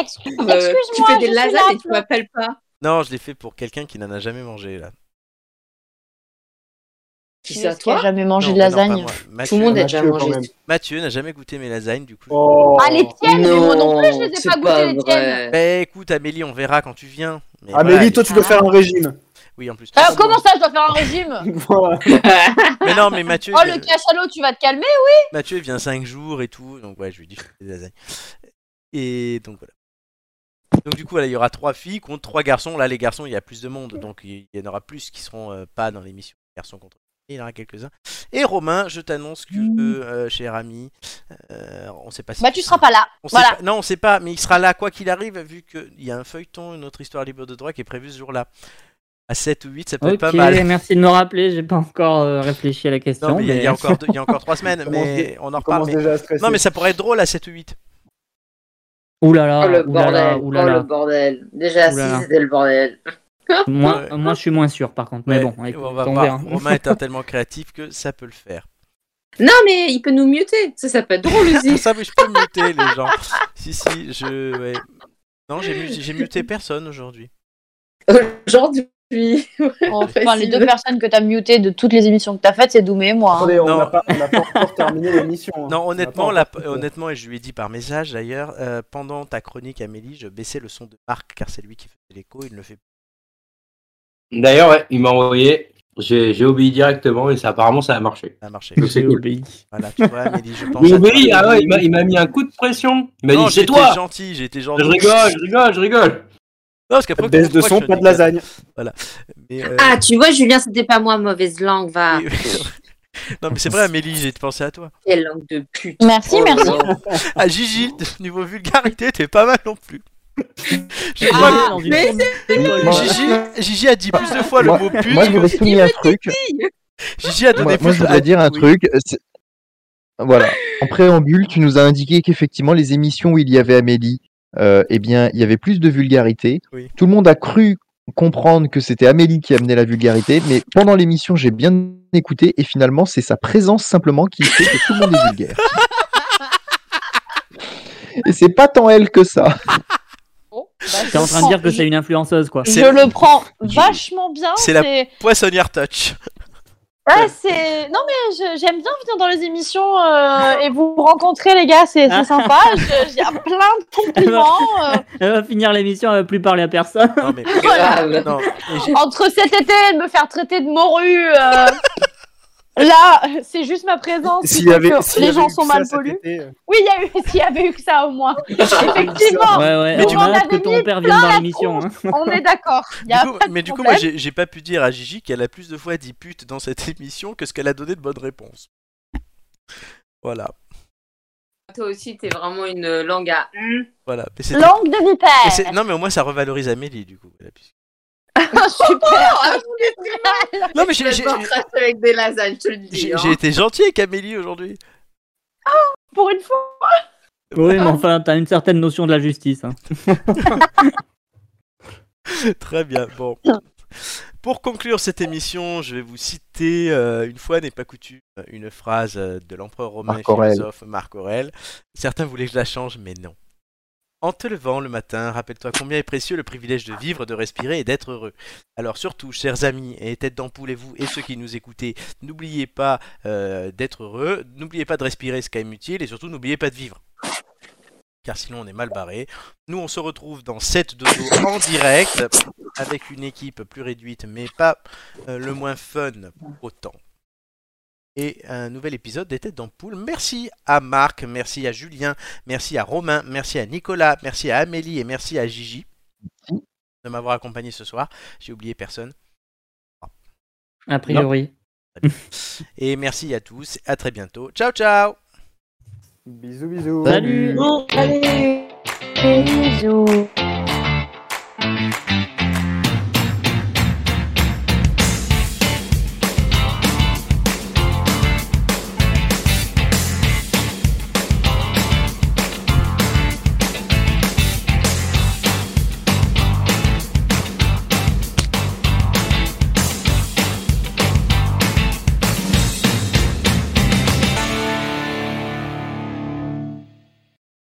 Excuse-moi. Euh, tu fais je des suis là, lasagnes et tu Flo. m'appelles pas. Non, je l'ai fait pour quelqu'un qui n'en a jamais mangé là. Qui Qui ça, est-ce qui a toi jamais mangé Non, de mais non, pas lasagne moi. Tout Mathieu. le monde a déjà Mathieu, mangé. quand même. Mathieu n'a jamais goûté mes lasagnes du coup. Ah, les tiennes, mais moi non plus, je les ai c'est pas pas goûtées, les tiennes. vrai. Bah écoute, Amélie, on verra quand tu viens. Mais Amélie, voilà, Ah, toi, tu Ah. dois faire un régime. Oui, en plus. Euh, comment ça, je dois faire un régime Voilà. Mais non, mais Mathieu, Oh, il- le cachalot, tu vas te calmer, oui Mathieu il vient 5 jours et tout, donc ouais, je lui dis je fais des lasagnes. Et donc voilà. Donc du coup, voilà, il y aura trois filles contre trois garçons. Là, les garçons, il y a plus de monde, donc il y en aura plus qui seront euh, pas dans l'émission. Garçons contre filles, il y en aura quelques-uns. Et Romain, je t'annonce que, euh, cher ami, euh, on sait pas si. Bah, tu seras pas là. On sait Voilà. pas- Non, on sait pas, mais il sera là quoi qu'il arrive, vu qu'il y a un feuilleton, une autre histoire libre de droit qui est prévue ce jour-là. À 7 ou 8, ça peut Ok, être pas mal. merci de me rappeler, j'ai pas encore euh, réfléchi à la question. Non, mais il y a- il y, a mais- encore deux- il y a encore 3 semaines, Commence mais dé- on en reparle. commence mais- déjà à stresser. Non, mais ça pourrait être drôle à 7 ou 8. Ouh là Ah, là, Oh le ouh là là, bordel, ouh oh là le là. bordel. Déjà Ouh là là. assis, c'était le bordel. Moi, moi, je suis moins sûr par contre, mais Ouais, bon, et écoute, hein. on va on voir. verra. Romain est un tellement créatif que ça peut le faire. Non, mais il peut nous muter. Ça, ça peut être drôle aussi. ça, oui, je peux muter les gens. Si, si, je. ouais. Non, j'ai mu- j'ai muté personne aujourd'hui. Aujourd'hui. Oh, Enfin, les deux personnes que t'as mutées de toutes les émissions que t'as faites, c'est Doumé et moi. hein. Attendez, on Non. n'a pas, on n'a pas encore terminé l'émission. hein. Non, honnêtement, On n'a la- pas- honnêtement, et je lui ai dit par message d'ailleurs, euh, pendant ta chronique, Amélie, je baissais le son de Marc car c'est lui qui faisait l'écho, il ne le fait plus. D'ailleurs, ouais, il m'a envoyé. J'ai j'ai obéi directement et ça, apparemment ça a marché. Ça a marché. Donc, c'est J'ai cool. obéi. Voilà, tu vois, Amélie, je pense. J'ai à toi. obéi, ah ouais, il m'a- il m'a mis un coup de pression. Il m'a Non, dit c'est j'étais toi gentil, j'ai été Je gentil. rigole, je rigole, je rigole Non, parce qu'après, Baisse de pourquoi son, je pas de dis- lasagne. Voilà. Mais, euh, Ah, tu vois, Julien, c'était pas moi, mauvaise langue, va. non, mais c'est vrai, Amélie, j'ai pensé à toi. Quelle langue de pute. Merci, Oh, merci. non. Ah, Gigi, niveau vulgarité, t'es pas mal non plus. Je Ah, crois que- Dans une mais tombe- Moi- Gigi, Gigi a dit plus de fois Moi- le mot pute. Moi, je voudrais souligner un truc. Gigi a donné Moi, plus moi, je voudrais a- dire un oui. truc. c'est- Voilà. En préambule, tu nous as indiqué qu'effectivement, les émissions où il y avait Amélie, euh, eh bien, il y avait plus de vulgarité. Oui. Tout le monde a cru comprendre que c'était Amélie qui amenait la vulgarité, mais pendant l'émission, j'ai bien écouté et finalement, c'est sa présence simplement qui fait que tout le monde est vulgaire. Et c'est pas tant elle que ça. T'es en train de dire que c'est une influenceuse quoi. Je le prends vachement bien. C'est la poissonnière touch. Ouais, c'est. Non, mais je- j'aime bien venir dans les émissions euh, et vous rencontrer, les gars, c'est c'est sympa. Il y a plein de compliments. euh. Elle va finir l'émission, elle va plus parler à personne. Non, mais. Grave. Non, et Gi- euh, Entre cet été et de me faire traiter de morue, euh, là, c'est juste ma présence. qui S'il fait y avait, que s'il y les avait gens eu sont ça mal cet polus. été, euh, Oui, il y a eu, s'il y avait eu que ça au moins. Effectivement, Ouais, ouais, Mais on du a coup- hâte que On avait ton mis père vienne dans l'émission. hein. on est d'accord. Il y du a coup- pas de mais du coup, moi, problème. j'ai j'ai pas pu dire à Gigi qu'elle a plus de fois dit pute dans cette émission que ce qu'elle a donné de bonnes réponses. Voilà, Toi aussi, t'es vraiment une langue à. voilà. Mais c'était- Langue de et c'est- vipère. non, mais au moins ça revalorise Amélie du coup. voilà, puisque- Super. Non, mais Je j'ai- vais j'ai- pas cracher avec des lasagnes, je te le dis. j'ai j'ai hein. été gentil avec Amélie aujourd'hui. Ah, Pour une fois. Oui, mais enfin, t'as une certaine notion de la justice. hein. Très bien, bon. Pour conclure cette émission, je vais vous citer, euh, une fois n'est pas coutume, une phrase euh, de l'empereur romain et Marc Aurèle. philosophe Marc Aurèle. Certains voulaient que je la change, mais non. En te levant le matin, rappelle-toi combien est précieux le privilège de vivre, de respirer et d'être heureux. Alors surtout, chers amis et têtes d'ampoule et vous et ceux qui nous écoutez, n'oubliez pas euh, d'être heureux, n'oubliez pas de respirer, c'est quand même utile, et surtout n'oubliez pas de vivre. Car sinon on est mal barré. Nous on se retrouve dans 7 dodo en direct avec une équipe plus réduite, mais pas euh, le moins fun autant. Et un nouvel épisode des Têtes d'Ampoule. Merci à Marc, merci à Julien, merci à Romain, merci à Nicolas, merci à Amélie et merci à Gigi de m'avoir accompagné ce soir. J'ai oublié personne. A priori. Et merci à tous. À très bientôt. Ciao, ciao Bisous, bisous. Salut. Allez. Bisous.